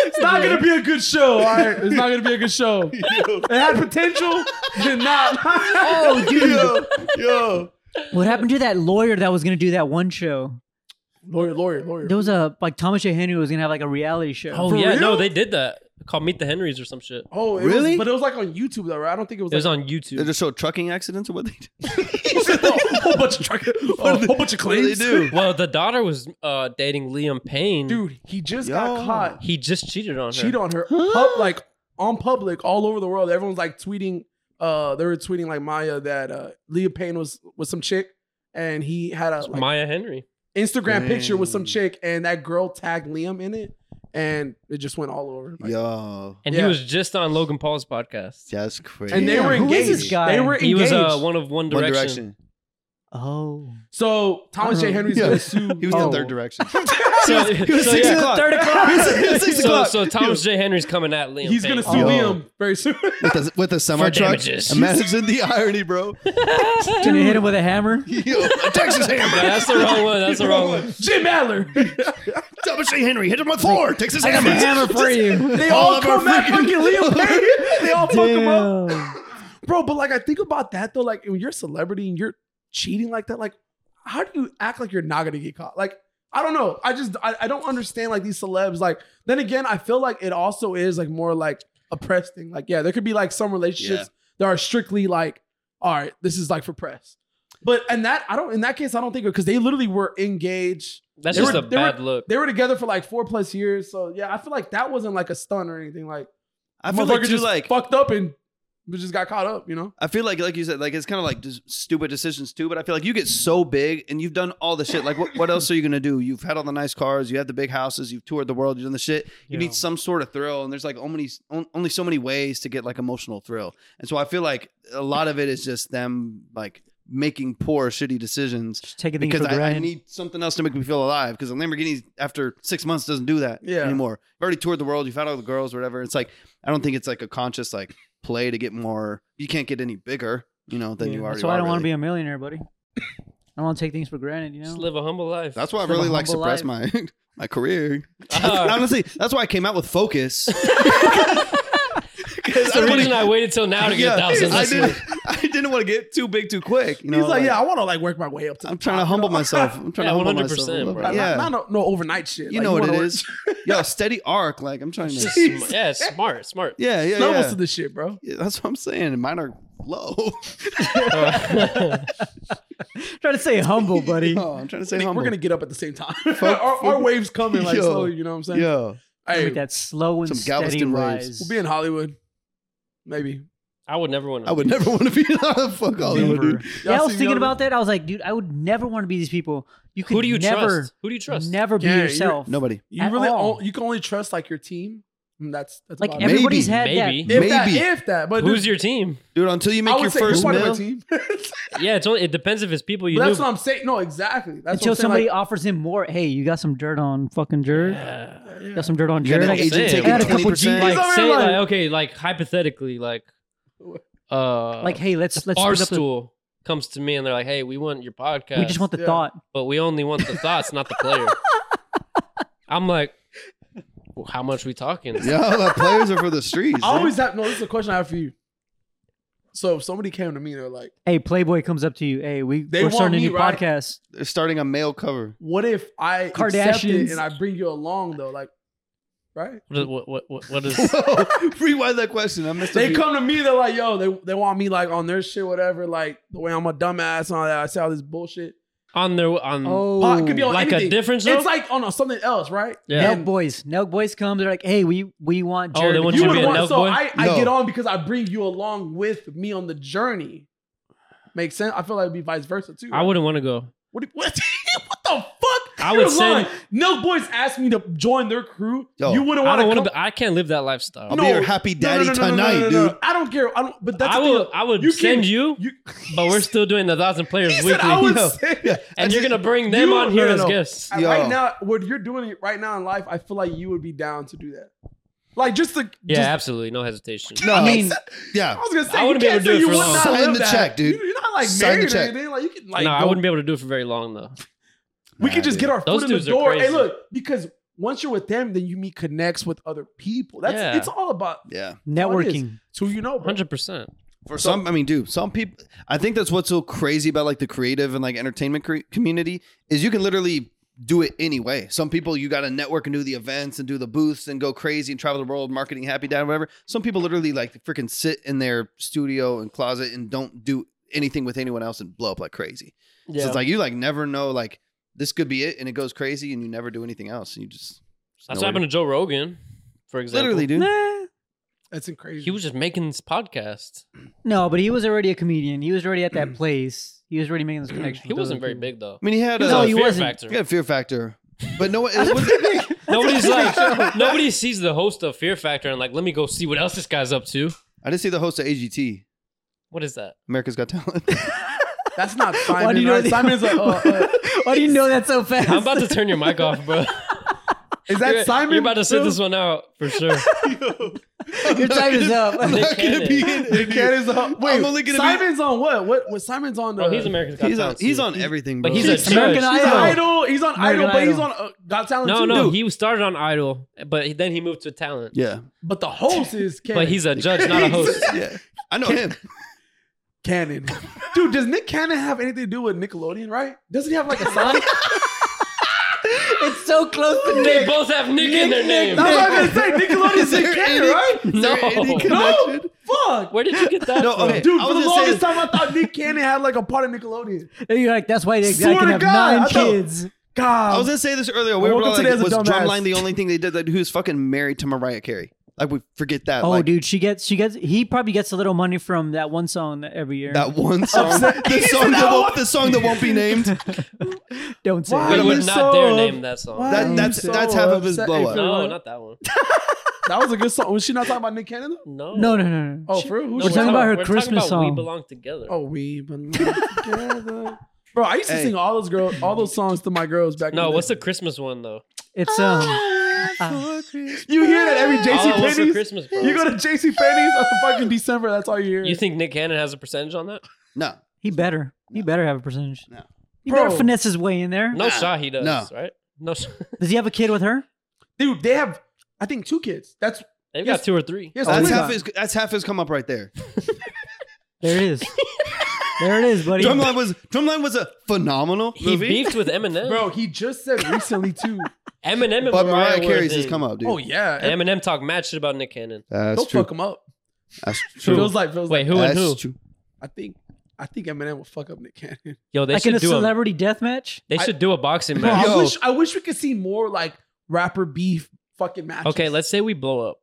S1: It's not gonna be a good show. All right, it's not gonna be a good show. It had potential, did not.
S4: oh, dude,
S3: Yo,
S4: what happened to that lawyer that was gonna do that one show?
S1: lawyer, lawyer, lawyer.
S4: There was a like Thomas J. Henry was gonna have like a reality show.
S2: Oh
S1: For
S2: yeah, no,
S1: real?
S2: they did that. Called Meet the Henrys or some shit.
S1: oh, it
S3: Really?
S1: Was, but it was like on YouTube though, right? I don't think it was.
S2: It was
S1: like, Oh,
S2: on YouTube.
S3: they just show trucking accidents or what they do.
S1: a whole bunch of truck, a whole bunch of
S3: What do they
S1: claims.
S3: do?
S2: well, the daughter was uh, dating Liam Payne.
S1: Dude, he just got
S3: Yo.
S1: caught.
S2: he just cheated on her.
S1: Cheat on her, pub, like on public, all over the world. Everyone's like tweeting. Uh, they were tweeting like Maya that uh, Leah Payne was with some chick, and he had a like,
S2: Maya Henry.
S1: Instagram picture with some
S3: Dang.
S1: chick, and that girl tagged Liam in it, and it just went all over. Like,
S3: Yo,
S2: And he
S1: Yeah.
S2: was just on Logan Paul's podcast.
S3: that's crazy.
S1: and they
S4: Damn,
S1: were
S4: who
S1: engaged.
S4: is this guy?
S1: They were engaged.
S2: He was uh, one of One
S3: One
S2: Direction.
S3: direction.
S4: Oh,
S1: so Thomas J.
S4: Uh-huh.
S1: Henry's
S5: Yeah.
S1: gonna sue.
S3: He was in
S1: Oh.
S3: the third direction.
S2: So, so,
S3: six
S2: yeah,
S3: o'clock.
S4: third o'clock.
S3: Six
S2: so,
S3: o'clock.
S2: so Thomas J. Henry's coming at Liam.
S1: He's
S2: Payne. Oh.
S1: gonna sue
S3: Yo.
S1: Liam very soon.
S5: With a, with a semi truck.
S2: damages.
S5: Imagine the irony, bro.
S4: gonna hit him with a hammer.
S5: Yo, a Texas
S2: No,
S5: hammer.
S2: that's the wrong one. That's the wrong one.
S1: Jim Adler.
S5: Thomas J. Henry hit him with four. Texas
S4: I got a
S5: hammer.
S4: hammer for you.
S1: They
S5: All
S1: all
S5: of our
S1: come at fucking Liam Payne. They all fuck him up,
S4: Damn.
S1: bro. But like, I think about that though. Like, when you're a celebrity and you're cheating like that, like, how do you act like you're not gonna get caught? Like, I don't know. I just I, I don't understand like these celebs. Like, then again, I feel like it also is like more like a press thing. Like, yeah, there could be like some relationships that are strictly like, all right, this is like for press. But and that I don't in that case I don't think because they literally were engaged.
S2: That's
S1: They
S2: just
S1: were-
S2: a
S1: they were-
S2: bad look.
S1: They were together for like four plus years. So yeah, I feel like that wasn't like a stunt or anything. Like
S3: I feel like
S1: motherfucker
S3: too,
S1: just
S3: like
S1: fucked up and we just got caught up. You know,
S3: I feel like, like you said, like it's kind of like just stupid decisions too. But I feel like you get so big and you've done all the shit. Like, what, what else are you gonna do? You've had all the nice cars, you have the big houses, you've toured the world, you've done the shit. You
S2: Yeah.
S3: need some sort of thrill, and there's like only on- only so many ways to get like emotional thrill. And so I feel like a lot of it is just them like making poor, shitty decisions
S4: Just taking things
S3: because
S4: for
S3: I, I
S4: granted.
S3: need something else to make me feel alive. Because a Lamborghini after six months doesn't do that
S1: Yeah.
S3: anymore. You've already toured the world. You've had all the girls, whatever. It's like I don't think it's like a conscious like play to get more. You can't get any bigger, you know, than
S1: Yeah.
S3: you are.
S4: That's why I don't want to be a millionaire, buddy. I want to take things for granted. You know.
S2: Just live a humble life.
S5: That's why I
S4: Live a
S5: really like
S4: humble
S5: suppress my my career.
S2: Uh,
S3: Honestly, that's why I came out with focus.
S2: that's the reason I waited till now to get a thousand.
S3: I
S2: That's
S3: didn't. I didn't want to get too big too quick. You know,
S1: he's like, yeah, I want to like work my way up. To
S3: I'm
S1: the
S3: trying to
S1: top, you
S3: humble
S1: know?
S3: myself. I'm trying
S2: Yeah,
S3: to humble
S2: 100%,
S3: myself.
S2: bro.
S1: Not-
S3: Yeah,
S1: not, not no, no overnight shit.
S3: you
S1: Like,
S3: know what
S1: wanna
S3: it
S1: work-
S3: is. Yo, steady arc. Like I'm trying to.
S2: just sm- yeah, smart, smart.
S3: Yeah, yeah,
S1: Levels
S3: yeah.
S1: to this shit, bro.
S3: Yeah, That's what I'm saying. Mine are low.
S1: Uh,
S4: Try to stay humble, buddy.
S3: Oh, I'm trying to say
S1: I think
S3: humble.
S1: we're gonna get up at the same time. our, our waves coming like
S3: Yo.
S1: slowly. You know what I'm saying?
S3: yeah.
S1: Hey,
S4: With that slow and
S3: Some
S4: steady
S3: Galveston waves.
S4: rise.
S1: we'll be in Hollywood, maybe.
S2: I would never want to.
S5: I would never want to be the fuck all
S4: Denver.
S5: over, dude.
S1: Y'all
S4: yeah, I was
S1: see
S4: thinking
S1: the other-
S4: about that. I was like, dude, I would never want to be these people. You could
S2: Who do you
S4: never,
S2: trust? Who do you trust?
S4: Never be
S1: Yeah, you're-
S4: yourself.
S3: Nobody.
S1: You
S4: At
S1: really,
S4: all.
S1: all. you can only trust like your team. And that's that's
S4: like
S1: about it.
S5: every-
S4: everybody's
S5: Maybe.
S4: had
S2: Maybe.
S1: if that,
S5: Maybe.
S1: if that. But
S2: Who's
S1: dude,
S2: your team?
S3: Dude, until you
S1: I
S3: make
S1: would
S3: your
S1: say you're
S3: first
S1: part of
S3: meal.
S1: my team.
S2: yeah, it's only, it depends if it's people you
S1: But
S2: knew.
S1: that's what I'm saying. No, exactly. That's what
S4: Until
S1: I'm saying.
S4: somebody
S1: like-
S4: offers him more, hey, you got some dirt on fucking dirt?
S1: yeah.
S4: Got some dirt on
S3: You
S4: dirt?
S3: got an
S4: I
S2: like I
S3: agent
S2: said,
S3: taking
S4: I had a couple
S3: 20%.
S4: G's.
S1: He's
S2: like, say,
S1: over here
S2: like,
S1: like-
S2: okay, like hypothetically, like, uh,
S4: like, hey, let's let's split up the-
S2: Barstool comes to me and they're like, hey, we want your podcast.
S4: we just want the
S1: Yeah.
S4: thought.
S2: but we only want the thoughts, not the player. I'm like, well, how much we talking?
S3: Yeah, the players are for the streets.
S1: I always have no. This is a question I have for you. So if somebody came to me, they're like,
S4: Hey, Playboy comes up to you. Hey, we
S1: They
S4: we're
S1: want
S4: starting
S1: me,
S4: a new
S1: right?
S4: podcast.
S3: They're starting a male cover.
S1: "What if I accept it
S4: Kardashians.
S1: and I bring you along though?" Like, right?
S2: What, is- what, what, what- what is?
S3: Whoa, rewind that question. I missed. a
S1: They
S3: few-
S1: come to me, they're like, "Yo, they they want me like on their shit, whatever." Like the way I'm a dumbass and all that. I say all this bullshit.
S2: on their on
S1: Pot could be on
S2: like
S1: anything.
S2: a different show.
S1: It's like on something else, right?
S2: Yeah. Um,
S4: Nelk boys, Nelk boys come. They're like, hey, we we want.
S2: Oh,
S4: Jared
S2: they
S4: to
S2: want
S4: come
S1: You
S2: you to
S4: on."
S1: would
S2: be a
S1: want
S2: Nelk
S1: so
S2: boy?
S1: I, I
S3: No.
S1: get on because I bring you along with me on the journey. Makes sense. I feel like it'd be vice versa too.
S2: I wouldn't want to go.
S1: What, do you- what, what the fuck?
S2: I
S1: You're
S2: would send-
S1: lying. Milk Boys asked me to join their crew.
S3: Yo,
S1: you wouldn't
S2: I
S1: want
S2: don't want
S1: to.
S2: to. I can't live that lifestyle.
S3: I'll be your happy daddy tonight, dude.
S1: I don't care. I don't. But that's
S2: I
S1: the thing.
S2: will. I would
S1: You
S2: send
S1: can't-
S2: you,
S1: You,
S2: but we're still doing the thousand players
S1: he
S2: weekly,
S1: said I would say
S2: and you're
S3: just-
S2: gonna bring them
S1: You-
S2: on here
S1: no,
S2: as
S1: no.
S2: guests.
S1: I- Right
S3: Yo.
S1: now, what you're doing it right now in life, I feel like you would be down to do that. Like just to.
S2: Yeah,
S1: Just,
S2: absolutely, no hesitation.
S3: No,
S4: I mean,
S1: I
S3: yeah.
S1: was gonna say
S2: I
S1: you
S2: wouldn't be
S1: can't
S2: able to do
S1: say
S2: it
S1: you
S2: for
S1: would
S2: long.
S1: not
S3: Sign
S1: live
S3: the
S1: that.
S3: check, dude.
S1: You- You're not like
S3: Sign the
S1: married or
S3: check.
S1: anything. Like you can like.
S2: no, I
S1: go-
S2: wouldn't be able to do it for very long though.
S1: We
S3: Nah,
S1: could just
S3: dude.
S1: get our
S2: Those
S1: foot in the
S2: dudes are
S1: door. Hey,
S2: crazy.
S1: look, because once you're with them, then you meet connects with other people. That's
S2: Yeah.
S1: it's all about
S3: Yeah.
S4: networking.
S1: it's who you know. Bro.
S2: Hundred percent.
S3: For some, I mean, dude, some people. I think that's what's so crazy about like the creative and like entertainment cre- community is you can literally do it anyway. Some people you got to network and do the events and do the booths and go crazy and travel the world, marketing happy dad, whatever. Some people literally like freaking sit in their studio and closet and don't do anything with anyone else and blow up like crazy.
S2: Yeah.
S3: So it's like you like never know like this could be it and it goes crazy and you never do anything else and you just
S2: That's what happened to Joe Rogan, for example.
S3: literally, dude.
S4: Nah.
S1: That's crazy.
S2: he was just making this podcast.
S4: No, but he was already a comedian. He was already at that place. He was already making those connections.
S2: Mm. He
S4: with
S2: wasn't
S4: other
S2: very
S4: people.
S2: big though.
S3: I mean, he had a
S4: No,
S2: Fear
S4: he wasn't.
S2: Factor.
S3: he had Fear Factor, but no, it was,
S2: Nobody's like nobody sees the host of Fear Factor and like, let me go see what else this guy's up to.
S3: I didn't see the host of AGT.
S2: What is that?
S3: America's Got Talent.
S1: That's not Simon.
S4: Why do you know
S1: right?
S4: that-
S1: Simon's a, uh, uh,
S4: Why do you know that so fast?
S2: I'm about to turn your mic off, bro.
S1: is that
S2: you're,
S1: Simon?
S2: You're about to sit
S1: Phil?
S2: this one out for sure.
S4: Your time is up.
S2: Nick
S3: not gonna
S2: Cannon.
S3: be in there, dude.
S1: Ken is on- Wait,
S3: I'm only gonna be-
S1: Simon's on what? What? What? Simon's on?
S2: Oh,
S1: uh,
S2: he's American.
S3: He's on, he's on everything,
S2: But
S3: bro.
S2: he's a judge.
S4: American
S1: he's on
S4: Idol.
S1: Idol. He's on
S4: American
S1: Idol, but he's
S4: Idol.
S1: on uh, Got Talent
S2: No,
S1: too.
S2: no,
S1: Dude,
S2: he started on Idol, but he- then he moved to Talent.
S3: yeah,
S1: but the host is Cannon.
S2: But he's a judge, not a host.
S3: yeah. I know him.
S1: Cannon. Dude, does Nick Cannon have anything to do with Nickelodeon? Right? Doesn't he have like a sign?
S4: It's so close to
S2: They
S4: Nick.
S2: both have Nick, in their name.
S1: That's what I was gonna say. Nickelodeon's Nick Cannon, right?
S2: No.
S1: No, fuck.
S2: Where did you get that?
S3: No,
S2: from?
S3: okay.
S1: Dude,
S3: I
S1: for the
S3: was gonna
S1: longest
S3: say-
S1: time, I thought Nick Cannon had like a part of Nickelodeon.
S4: And you're like, that's why they
S1: Swear
S4: I can
S1: to
S4: have
S1: God, I
S4: nine
S1: thought-
S4: kids.
S1: God,
S3: I was gonna say this earlier. We
S1: I
S3: were
S1: woke up
S3: like,
S1: today as a
S3: was
S1: dumbass.
S3: Drumline the only thing they did? Like, who's fucking married to Mariah Carey? Like, we forget that.
S4: Oh,
S3: like,
S4: dude, she gets, she gets, he probably gets a little money from that one song that every year.
S3: That one song, the song that won't, the song that won't be named.
S4: Don't say
S1: Why
S2: we
S3: I'm
S4: it.
S2: would
S3: just
S2: not
S1: so-
S2: dare name that song.
S1: Why
S3: That-
S1: are you
S3: that's- that's half of his
S1: upset,
S3: blow up.
S1: April?
S2: no, not that one.
S1: That was a good song. Was she not talking about Nick Cannon? though?
S2: No.
S4: No, no, no, no.
S1: Oh, for real? Who's
S4: we're
S1: she
S4: talking about her
S2: we're
S4: Christmas
S2: about We
S4: song.
S2: belong together.
S1: Oh, we belong together. Bro, I used to
S3: Hey.
S1: sing all those girl, all those songs to my girls back.
S2: no,
S1: in
S2: what's
S1: the
S2: the Christmas one though?
S4: It's um,
S1: You hear that every JC
S2: Oh, what's the
S1: Penney's?
S2: Christmas, bro?
S1: You go to JC Penney's on fucking December. That's all you hear.
S2: You think Nick Cannon has a percentage on that?
S3: No,
S4: he better, he better have a percentage.
S3: No.
S4: He
S1: Bro.
S4: better finesse his way in there.
S2: No
S3: Nah.
S2: shot he does,
S3: No.
S2: right? No shot.
S4: Does he have a kid with her?
S1: dude? They have, I think, two kids. That's
S2: They've
S1: Yes.
S2: got two or three.
S1: here's
S3: that's
S1: the
S3: half
S1: thing.
S3: his. That's half his come up right there.
S4: There it is. there it is, buddy.
S3: Drumline was Drumline was a phenomenal
S2: He
S3: movie.
S2: beefed with Eminem.
S1: bro. He just said recently too.
S2: Eminem and
S3: but Mariah
S2: were a
S3: Carey's has
S2: thing.
S3: come up, dude.
S1: oh yeah,
S2: And Eminem talked mad shit about Nick Cannon.
S3: that's
S1: don't
S3: true.
S1: fuck him up.
S3: That's true.
S1: Feels like feels
S2: Wait,
S1: like.
S2: who and
S3: that's
S2: who?
S3: true.
S1: I think I think Eminem will fuck up Nick Cannon.
S2: Yo, they
S4: like in
S2: should
S4: a
S2: do a,
S4: celebrity death match.
S2: they should do a boxing
S1: Bro,
S2: match.
S1: I
S3: Yo.
S1: wish I wish we could see more like rapper beef fucking matches.
S2: Okay, let's say we blow up.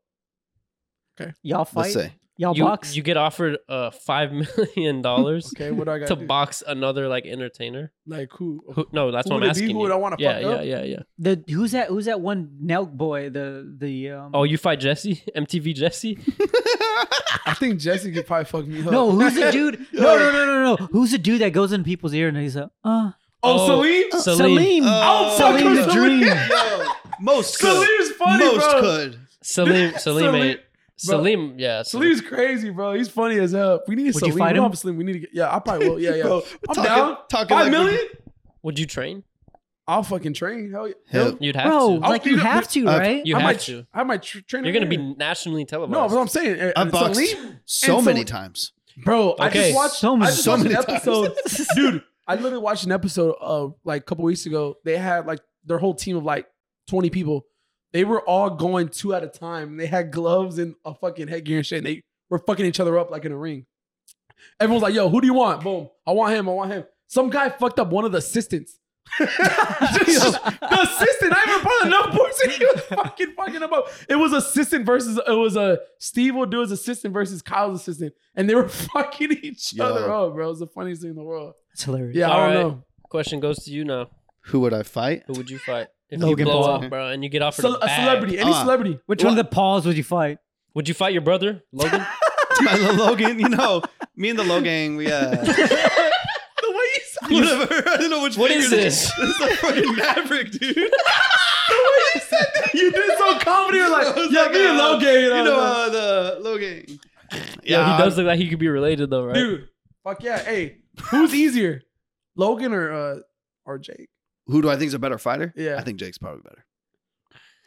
S4: Y'all fight.
S3: Let's say
S4: Y'all
S2: you,
S4: box.
S2: you get offered uh five million dollars
S1: Okay, what do I got
S2: to
S1: do?
S2: box another like entertainer.
S1: Like who?
S2: Who, no, that's
S1: Who
S2: what
S1: would
S2: I'm
S1: it be?
S2: asking.
S1: Who
S2: you.
S1: would I wanna
S2: yeah,
S1: fuck
S2: yeah,
S1: up?
S2: yeah, yeah.
S4: the who's that? Who's that one Nelk boy? The the um,
S2: Oh, you fight Jesse, MTV Jesse.
S1: I think Jesse could probably fuck me up.
S4: no, who's the dude? No, no, no, no, no. Who's the dude that goes in people's ear and he's like, uh,
S1: Oh,
S2: Oh.
S1: Salim?
S2: Salim,
S4: Salim,
S1: Oh, fuck
S4: Salim the
S1: Salim.
S4: Dream.
S3: Yo, most could.
S1: Salim's funny,
S3: most
S1: bro.
S3: could.
S2: Salim, Salim,
S1: Salim-
S2: ain't-
S1: bro.
S2: Salim, yeah, Salim.
S1: Salim's crazy, bro. He's funny as hell. We need
S4: you
S1: Salim.
S4: fight
S1: We don't
S4: him?
S1: have Salim. We need to get. Yeah, I probably will. Yeah, yeah.
S3: Bro,
S1: I'm
S3: talking-
S1: down.
S3: talking
S1: Five
S3: like-
S1: million?
S2: Would you train?
S1: I'll fucking train. Hell yeah.
S3: Hell,
S2: You'd have
S4: Bro,
S2: to.
S4: like you
S1: I'll-
S4: have to,
S3: I've-
S4: right?
S2: You
S1: I
S2: have
S1: might,
S2: to.
S1: I might tr- train.
S2: You're gonna be
S1: No,
S2: nationally televised.
S1: that's what I'm saying. And-
S3: I
S1: and
S3: boxed
S1: Salim-
S3: so
S1: and
S3: many
S1: Salim-
S3: times.
S1: Bro, I
S2: Okay.
S1: just watched
S4: So
S1: I
S4: many-
S1: just
S3: so
S1: watched
S3: many
S1: an
S3: times.
S1: episode, dude. I literally watched an episode of like a couple weeks ago. They had like their whole team of like twenty people. They were all going two at a time. And they had gloves and a fucking headgear and shit. And they were fucking each other up like in a ring. Everyone's like, "Yo, who do you want?" Boom. I want him. I want him. Some guy fucked up one of the assistants. Just- the assistant. I even brought enough points and he was fucking fucking him up. It was assistant versus it was a Steve will do his assistant versus Kyle's assistant. And they were fucking each
S3: Yo.
S1: other up, bro. It was the funniest thing in the world.
S4: That's hilarious.
S1: Yeah, I
S2: All
S1: don't
S2: right.
S1: know.
S2: Question goes to you now.
S3: Who would I fight?
S2: Who would you fight if you
S4: Logan
S2: blow
S4: Paul.
S2: up, bro, and you get offered
S1: Cel-
S2: a,
S1: a
S2: bag?
S1: celebrity, any
S3: Uh.
S1: celebrity.
S4: Which one of the paws would you fight?
S2: Would you fight your brother, Logan?
S3: My little Logan, you know, me and the Logan, gang, we uh,
S1: The way you said it,
S3: whatever. I don't know which.
S2: What is
S3: finger-
S2: this?
S3: This is a fucking maverick, dude.
S1: the way you said that, you did so comedy. You're like,
S3: I was
S1: yeah,
S3: like,
S1: me and
S3: uh,
S1: Logan. You know,
S3: You know uh, the Logan.
S2: Yeah, he
S3: I-
S2: does look like he could be related though, right?
S1: dude. Fuck yeah. Hey, who's easier, Logan or uh or Jake?
S3: Who do I think is a better fighter?
S1: Yeah.
S3: I think Jake's probably better.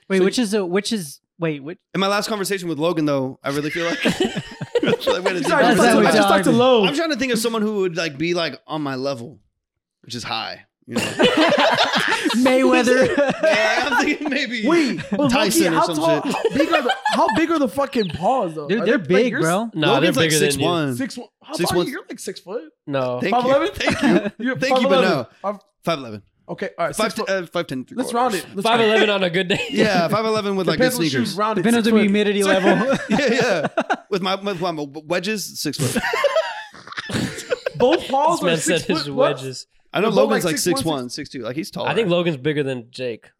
S4: Wait,
S1: So-
S4: which is the which is wait, which
S3: In my last conversation with Logan, though, I really feel like, like, we had a deep
S1: Sorry, I just talked
S4: That's how we
S1: to- I just
S4: talk.
S1: talked to Lo.
S3: I'm trying to think of someone who would like be like on my level, which is high. You know?
S4: Mayweather?
S3: Yeah, I'm thinking maybe.
S1: Wait, but
S3: Tyson
S1: Loki,
S3: or
S1: how
S3: some
S1: tall?
S3: shit.
S1: How big are the how big are the fucking paws though?
S4: Dude,
S1: Are
S4: they're
S1: they- like,
S4: big,
S1: you're
S4: bro.
S2: No,
S3: Logan's
S2: they're
S3: like
S2: bigger
S3: six
S2: than you.
S3: one.
S1: Six one. How
S3: Six
S1: tall are
S3: one-
S1: you? You're like six foot.
S2: No,
S3: Thank
S1: Five
S3: you.
S1: eleven.
S3: Thank you.
S1: You're
S3: Thank you, but no.
S1: Five,
S3: Five eleven.
S1: okay, all right.
S3: Five
S1: Six
S3: to,
S1: foot.
S3: uh, five ten. three
S1: Let's round
S3: quarters.
S1: it. Let's
S2: five
S1: round it.
S2: eleven on a good day.
S3: Yeah, five eleven with like good
S1: Depends on the shoes,
S3: sneakers.
S1: round it,
S4: Depends on
S1: six
S4: the
S1: foot.
S4: humidity level.
S3: Yeah, yeah. With my with my wedges, six foot.
S1: Both paws
S2: This
S1: are
S2: man
S1: six
S2: said
S1: foot.
S2: his
S1: What?
S2: wedges.
S3: I know
S1: They're both
S3: Logan's
S1: like
S3: like
S1: six
S3: six
S1: one,
S3: one, six two. Like he's taller.
S2: I think Logan's bigger than Jake.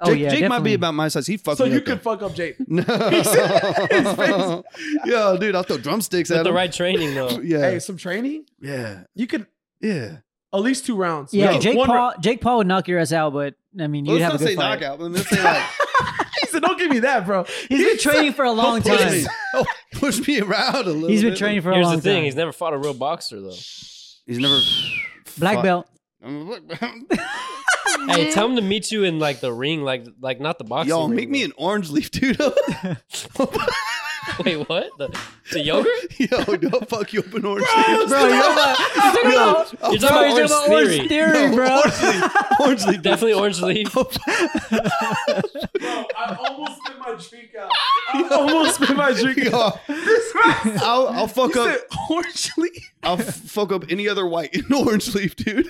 S4: Oh
S3: Jake,
S4: yeah,
S3: Jake might be
S4: definitely.
S3: about my size. He fucked
S1: So
S3: me
S1: you
S3: up there.
S1: could fuck up Jake.
S3: No. Yo, dude, I'll throw drumsticks
S2: With
S3: at
S2: the
S3: him.
S2: right training though.
S3: yeah.
S1: Hey, some training.
S3: yeah.
S1: You could
S3: Yeah.
S1: at least two rounds.
S4: Yeah,
S1: No,
S4: Jake
S1: one
S4: Paul. Jake Paul would knock your ass out, but I mean, you'd have a
S3: let's not say
S4: good fight.
S3: knockout. but Let's say like
S1: round. He said, "Don't give me that, bro."
S4: He's been training for a long
S3: push
S4: time.
S3: me. push me around a little.
S4: He's been
S3: bit.
S4: training for a
S2: Here's
S4: long
S2: the thing:
S4: time.
S2: he's never fought a real boxer though.
S3: He's never
S4: Black
S3: Fuck.
S4: belt.
S2: Hey, tell him to meet you in like the ring, like like not the boxing.
S3: Y'all
S2: ring,
S3: make me
S2: but-
S3: an orange leaf, dude.
S2: Wait, what? The, the yogurt?
S3: Yo, don't fuck you up an orange leaf.
S4: Bro, you're about, you're talking about,
S3: I'll
S2: You're talking
S3: fuck-
S4: you're
S2: about
S4: talking about
S2: Orange
S4: Orange
S2: Theory.
S4: Theory,
S3: Oh, No,
S4: bro.
S3: Orange leaf. Orange leaf. dude.
S2: Definitely orange leaf.
S1: Bro, I almost spit my drink out. I almost spit my drink out.
S3: Yo,
S1: This man
S3: I'll, I'll fuck up.
S1: said, "Orange leaf."
S3: I'll f- fuck up any other white in orange leaf, dude.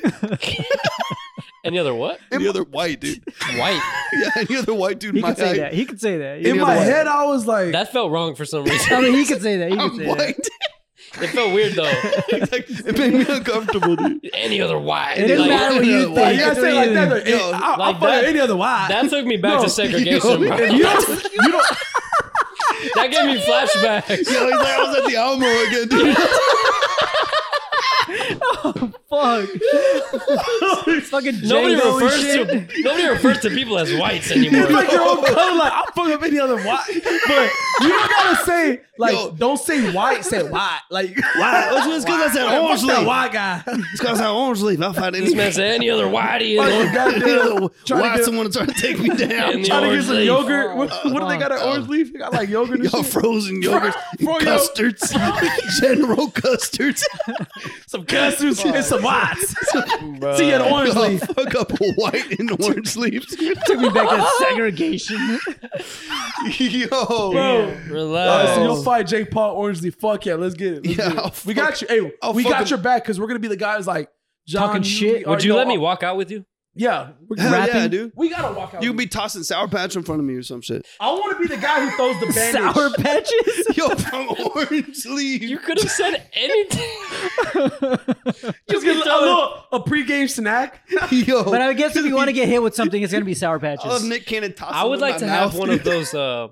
S2: Any other what?
S3: Any other white dude.
S2: White.
S3: Yeah, any other white dude.
S4: He
S3: my
S4: could say
S3: height.
S4: that. He could say that. He
S1: In
S4: could
S1: my
S4: say that.
S1: head, I was like,
S2: That felt wrong for some
S4: I
S2: reason.
S4: mean, he could say that. He could
S3: I'm
S4: say
S3: white.
S4: that.
S2: It felt weird though.
S3: It's like, it made me uncomfortable, dude.
S2: Any other white?
S4: It doesn't
S2: Like,
S4: matter what
S3: yeah,
S4: you think.
S1: Why you gotta say it like that?
S4: Dude.
S1: Like, hey,
S3: Yo,
S1: I'll,
S2: like
S1: I'll fuck
S2: that-
S1: any other why?
S2: That took me back
S1: No,
S2: to segregation,
S3: yo,
S2: bro.
S1: If you don't, you don't.
S2: That gave me flashbacks.
S3: Yo, he's like, I was at the Alamo again, dude.
S4: Fuck. It's fucking
S2: Nobody
S4: Django and
S2: refers
S4: shit.
S2: to nobody refers to people as whites anymore.
S1: It's like your own color. Like I'll fuck up any other white, but you don't gotta say like
S3: Yo.
S1: don't say white. Say white. Like
S3: Why? It's just because I said
S1: Like,
S3: orange
S1: fuck that
S3: leaf.
S1: white guy.
S3: It's because I said orange leaf. I'll find any
S2: this man said any other whitey.
S1: Like,
S2: and-
S1: goddamn, trying
S3: Why
S1: to get,
S3: someone trying to take me down?
S1: trying to
S2: And the
S1: get
S2: orange
S1: some
S2: leaf.
S1: yogurt. What, what do they got? An
S2: Uh-huh.
S3: Oh.
S1: orange leaf? They got like yogurt and
S3: Y'all
S1: shit.
S3: frozen yogurts, and
S1: Fro- yo.
S3: custards, general custards.
S1: Some custards and some whites.
S2: Bruh.
S1: See an orange
S3: Y'all
S1: leaf.
S3: Oh, fuck up white and orange leaves.
S4: Took me back to segregation.
S3: Yo,
S1: Bro. All right,
S2: Relax.
S1: so you'll fight Jake Paul, Orange Leaf. Fuck yeah, let's get it. let's
S3: Yeah,
S1: get it.
S3: I'll
S1: we got you. Hey,
S3: I'll
S1: we got
S3: fucking-
S1: your back because we're gonna be the guys like John,
S4: Talking shit.
S1: are-
S2: Would you
S1: no,
S2: let me
S1: I'll-
S2: walk out with you?
S1: Yeah. we're-
S3: Hell yeah,
S4: Rapping?
S3: dude.
S1: We gotta walk out.
S3: You can be tossing sour patch in front of me or some shit.
S1: I want to be the guy who throws the bandage.
S4: Sour patches.
S3: Yo, from orange leaf.
S2: You could have said anything.
S1: Just get a little a pregame snack.
S3: Yo,
S4: But I guess if you want to get hit with something, it's gonna be sour
S3: I love
S4: patches.
S3: Nick Cannon tossing.
S2: I would
S3: in
S2: like
S3: my
S2: to have
S3: mouth,
S2: one of
S3: dude.
S2: those uh,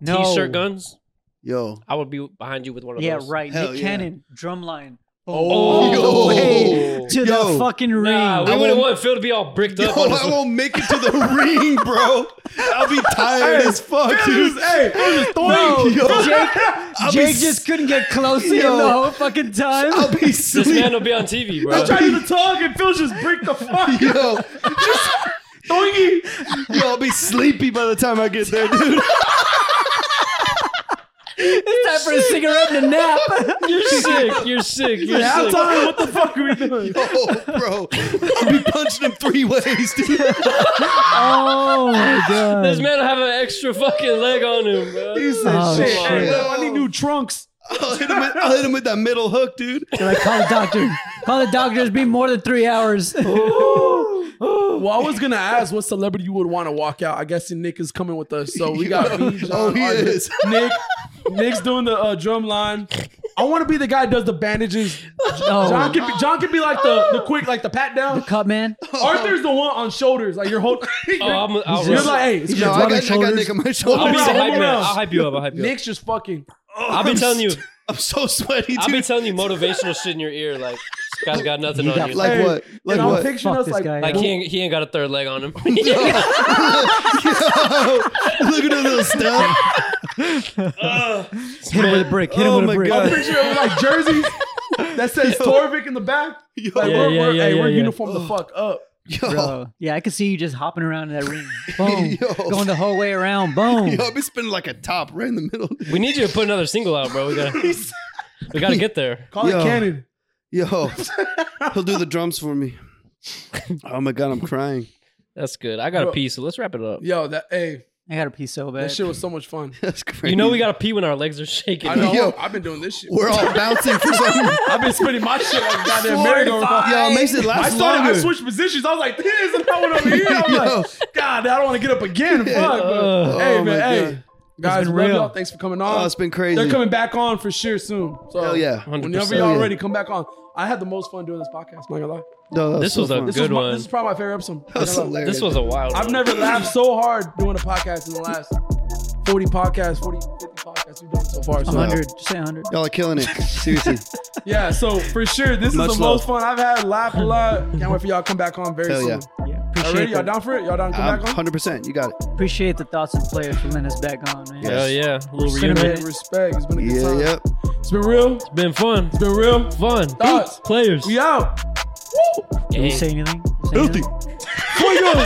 S4: No.
S2: t-shirt guns.
S3: Yo,
S2: I would be behind you with one of
S4: Yeah,
S2: those.
S4: right.
S3: Hell
S4: Nick
S3: yeah.
S4: Cannon, drumline.
S1: Oh.
S4: All the way
S3: Yo.
S4: to
S3: Yo.
S4: the fucking ring.
S2: Nah, we
S3: I
S2: wouldn't
S3: won't-
S2: want Phil to be all bricked
S3: yo,
S2: up. on
S3: I
S2: his,
S3: won't make it to the ring, bro. I'll be tired
S1: Hey,
S3: as fuck,
S1: Dude,
S3: dude.
S1: hey, Phil just throwing-
S4: No,
S3: Yo.
S4: Jake,
S3: I'll be
S4: Jake
S3: s-
S4: just couldn't get close to
S3: Yo.
S4: him the whole fucking time.
S3: I'll be
S2: this man
S3: sleeping.
S2: will be on TV,
S1: I
S2: bro.
S1: tried to talk and Phil just bricked the fuck.
S3: Yo,
S1: Throwing you.
S3: yo, I'll be sleepy by the time I get there, dude.
S4: it's time for a cigarette and a nap.
S2: You're sick. You're sick. You're
S1: Yeah, I'm
S2: sick.
S1: telling you, what the fuck are we doing?
S3: Oh, bro, I'll be punching him three ways, dude.
S4: oh my god.
S2: This man will have an extra fucking leg on him, bro.
S1: He said,
S4: Oh,
S1: shit,
S4: shit.
S1: hey, yo, I need new trunks.
S3: I'll hit him. With, I'll hit him with that middle hook, dude.
S4: They're like, call the doctor. Call the doctor. It's been more than three hours.
S3: Oh,
S1: Well, I was gonna ask what celebrity you would want to walk out. I guess Nick is coming with us, so we got me, John,
S3: Oh, he
S1: Arjun,
S3: is.
S1: Nick. Nick's doing the uh, drum line. I want to be the guy who does the bandages. John
S4: Oh,
S1: can be, John can be like the, the quick, like the pat down.
S4: cut man.
S3: Oh.
S1: Arthur's the one on shoulders, like your whole.
S2: Oh, I'm, I'll
S1: you're
S2: run.
S1: like, hey, it's
S3: Yo,
S1: good.
S3: I got, I got Nick on my
S2: I'll be
S3: shoulders.
S1: Hold on,
S2: the hype
S1: hold
S2: man.
S1: on.
S2: I'll hype you up. I'll hype you up.
S1: Nick's just fucking.
S2: I'll be telling you.
S3: I'm so sweaty,
S2: I'll be
S3: dude.
S2: telling you motivational shit in your ear. Like, this guy's got nothing
S4: You
S2: on
S4: got
S2: you.
S3: Like
S1: Hey,
S3: what? Like
S1: and
S3: what?
S1: I'm picturing
S4: Fuck
S1: us
S4: this
S1: like
S4: guy.
S2: Like he ain't, he ain't got a third leg on him. yeah.
S3: Look at that little stuff.
S4: Hit him with a brick. Hit him
S3: Oh
S4: with a
S3: my
S4: brick.
S3: God.
S1: I'm picturing like jerseys that says Torvik in the back. Like
S2: Yeah,
S1: we're,
S2: yeah,
S1: we're,
S2: yeah,
S1: hey,
S2: yeah,
S1: we're
S2: yeah.
S1: uniform the fuck up.
S3: Yo,
S4: Bro, yeah, I could see you just hopping around in that ring. Boom.
S3: Yo.
S4: Going the whole way around. Boom.
S3: yo, I'll be spinning like a top right in the middle.
S2: We need you to put another single out, bro. We gotta, we gotta get there.
S1: Call
S3: Yo.
S1: it cannon.
S3: Yo, he'll do the drums for me. Oh my god, I'm crying.
S2: That's good. I got to
S1: Bro.
S2: pee, so let's wrap it up.
S1: Yo, that hey,
S4: I got to pee so
S1: that
S4: bad.
S1: shit was so much fun.
S3: That's crazy.
S2: You know we gotta pee when our legs are shaking.
S1: I know.
S3: Yo.
S1: I've been doing this shit.
S3: We're all bouncing for some.
S1: I've been spinning my shit like goddamn merry-go-round.
S3: Yo, it makes it
S1: I
S3: last
S1: started. I
S3: longer.
S1: switched positions. I was like, "This is not one over here." I'm
S3: Yo.
S1: like, "God, I don't want to get up again." Fuck. but-
S2: Oh,
S1: hey,
S3: my
S1: man. Hey,
S3: God.
S1: guys,
S4: been
S1: love
S4: real.
S1: y'all. Thanks for coming on.
S3: Oh, it's been crazy.
S1: They're coming back on for sure soon. So
S3: Hell yeah.
S2: 100%.
S1: Whenever y'all
S3: Yeah.
S1: ready, come back on. I had the most fun doing this podcast. Not gonna lie.
S3: No, that
S2: This was
S3: so
S2: a
S3: fun.
S1: This
S2: Good
S1: was my-
S2: one.
S1: this is probably my favorite episode. Not
S3: That's
S1: gonna lie.
S3: hilarious.
S2: This was a wild.
S1: I've
S2: one.
S1: never laughed so hard doing a podcast in the last 40 podcasts, 40, 50 podcasts we've done so far.
S3: Uh-huh.
S1: So
S4: 100. Just say 100.
S3: Y'all are killing it. Seriously.
S1: yeah, so for sure, this
S3: Much
S1: is the most fun I've had. Laugh a lot. Can't wait for y'all to come back on very
S3: Hell
S1: soon.
S3: yeah.
S1: Y'all
S4: Yeah,
S1: ready?
S4: appreciate,
S1: Y'all
S4: the,
S1: down for it? Y'all down to come
S3: I'm
S1: back on?
S3: 100%. You got it.
S4: appreciate the thoughts of players for letting us back on, man.
S3: Yeah.
S2: Hell yeah, little
S4: Cinnamon.
S2: reunion.
S1: Hey, Respect. It's been a good
S3: Yeah,
S1: time.
S3: yep.
S1: It's been real. It's
S2: It's been fun.
S1: been real.
S2: Fun.
S1: Thoughts?
S2: Players.
S1: We out.
S4: Did we
S2: Hey.
S4: say anything?
S3: Filthy.
S2: Fuego.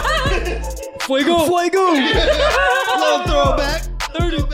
S2: Fuego.
S3: Little throwback.
S2: 30.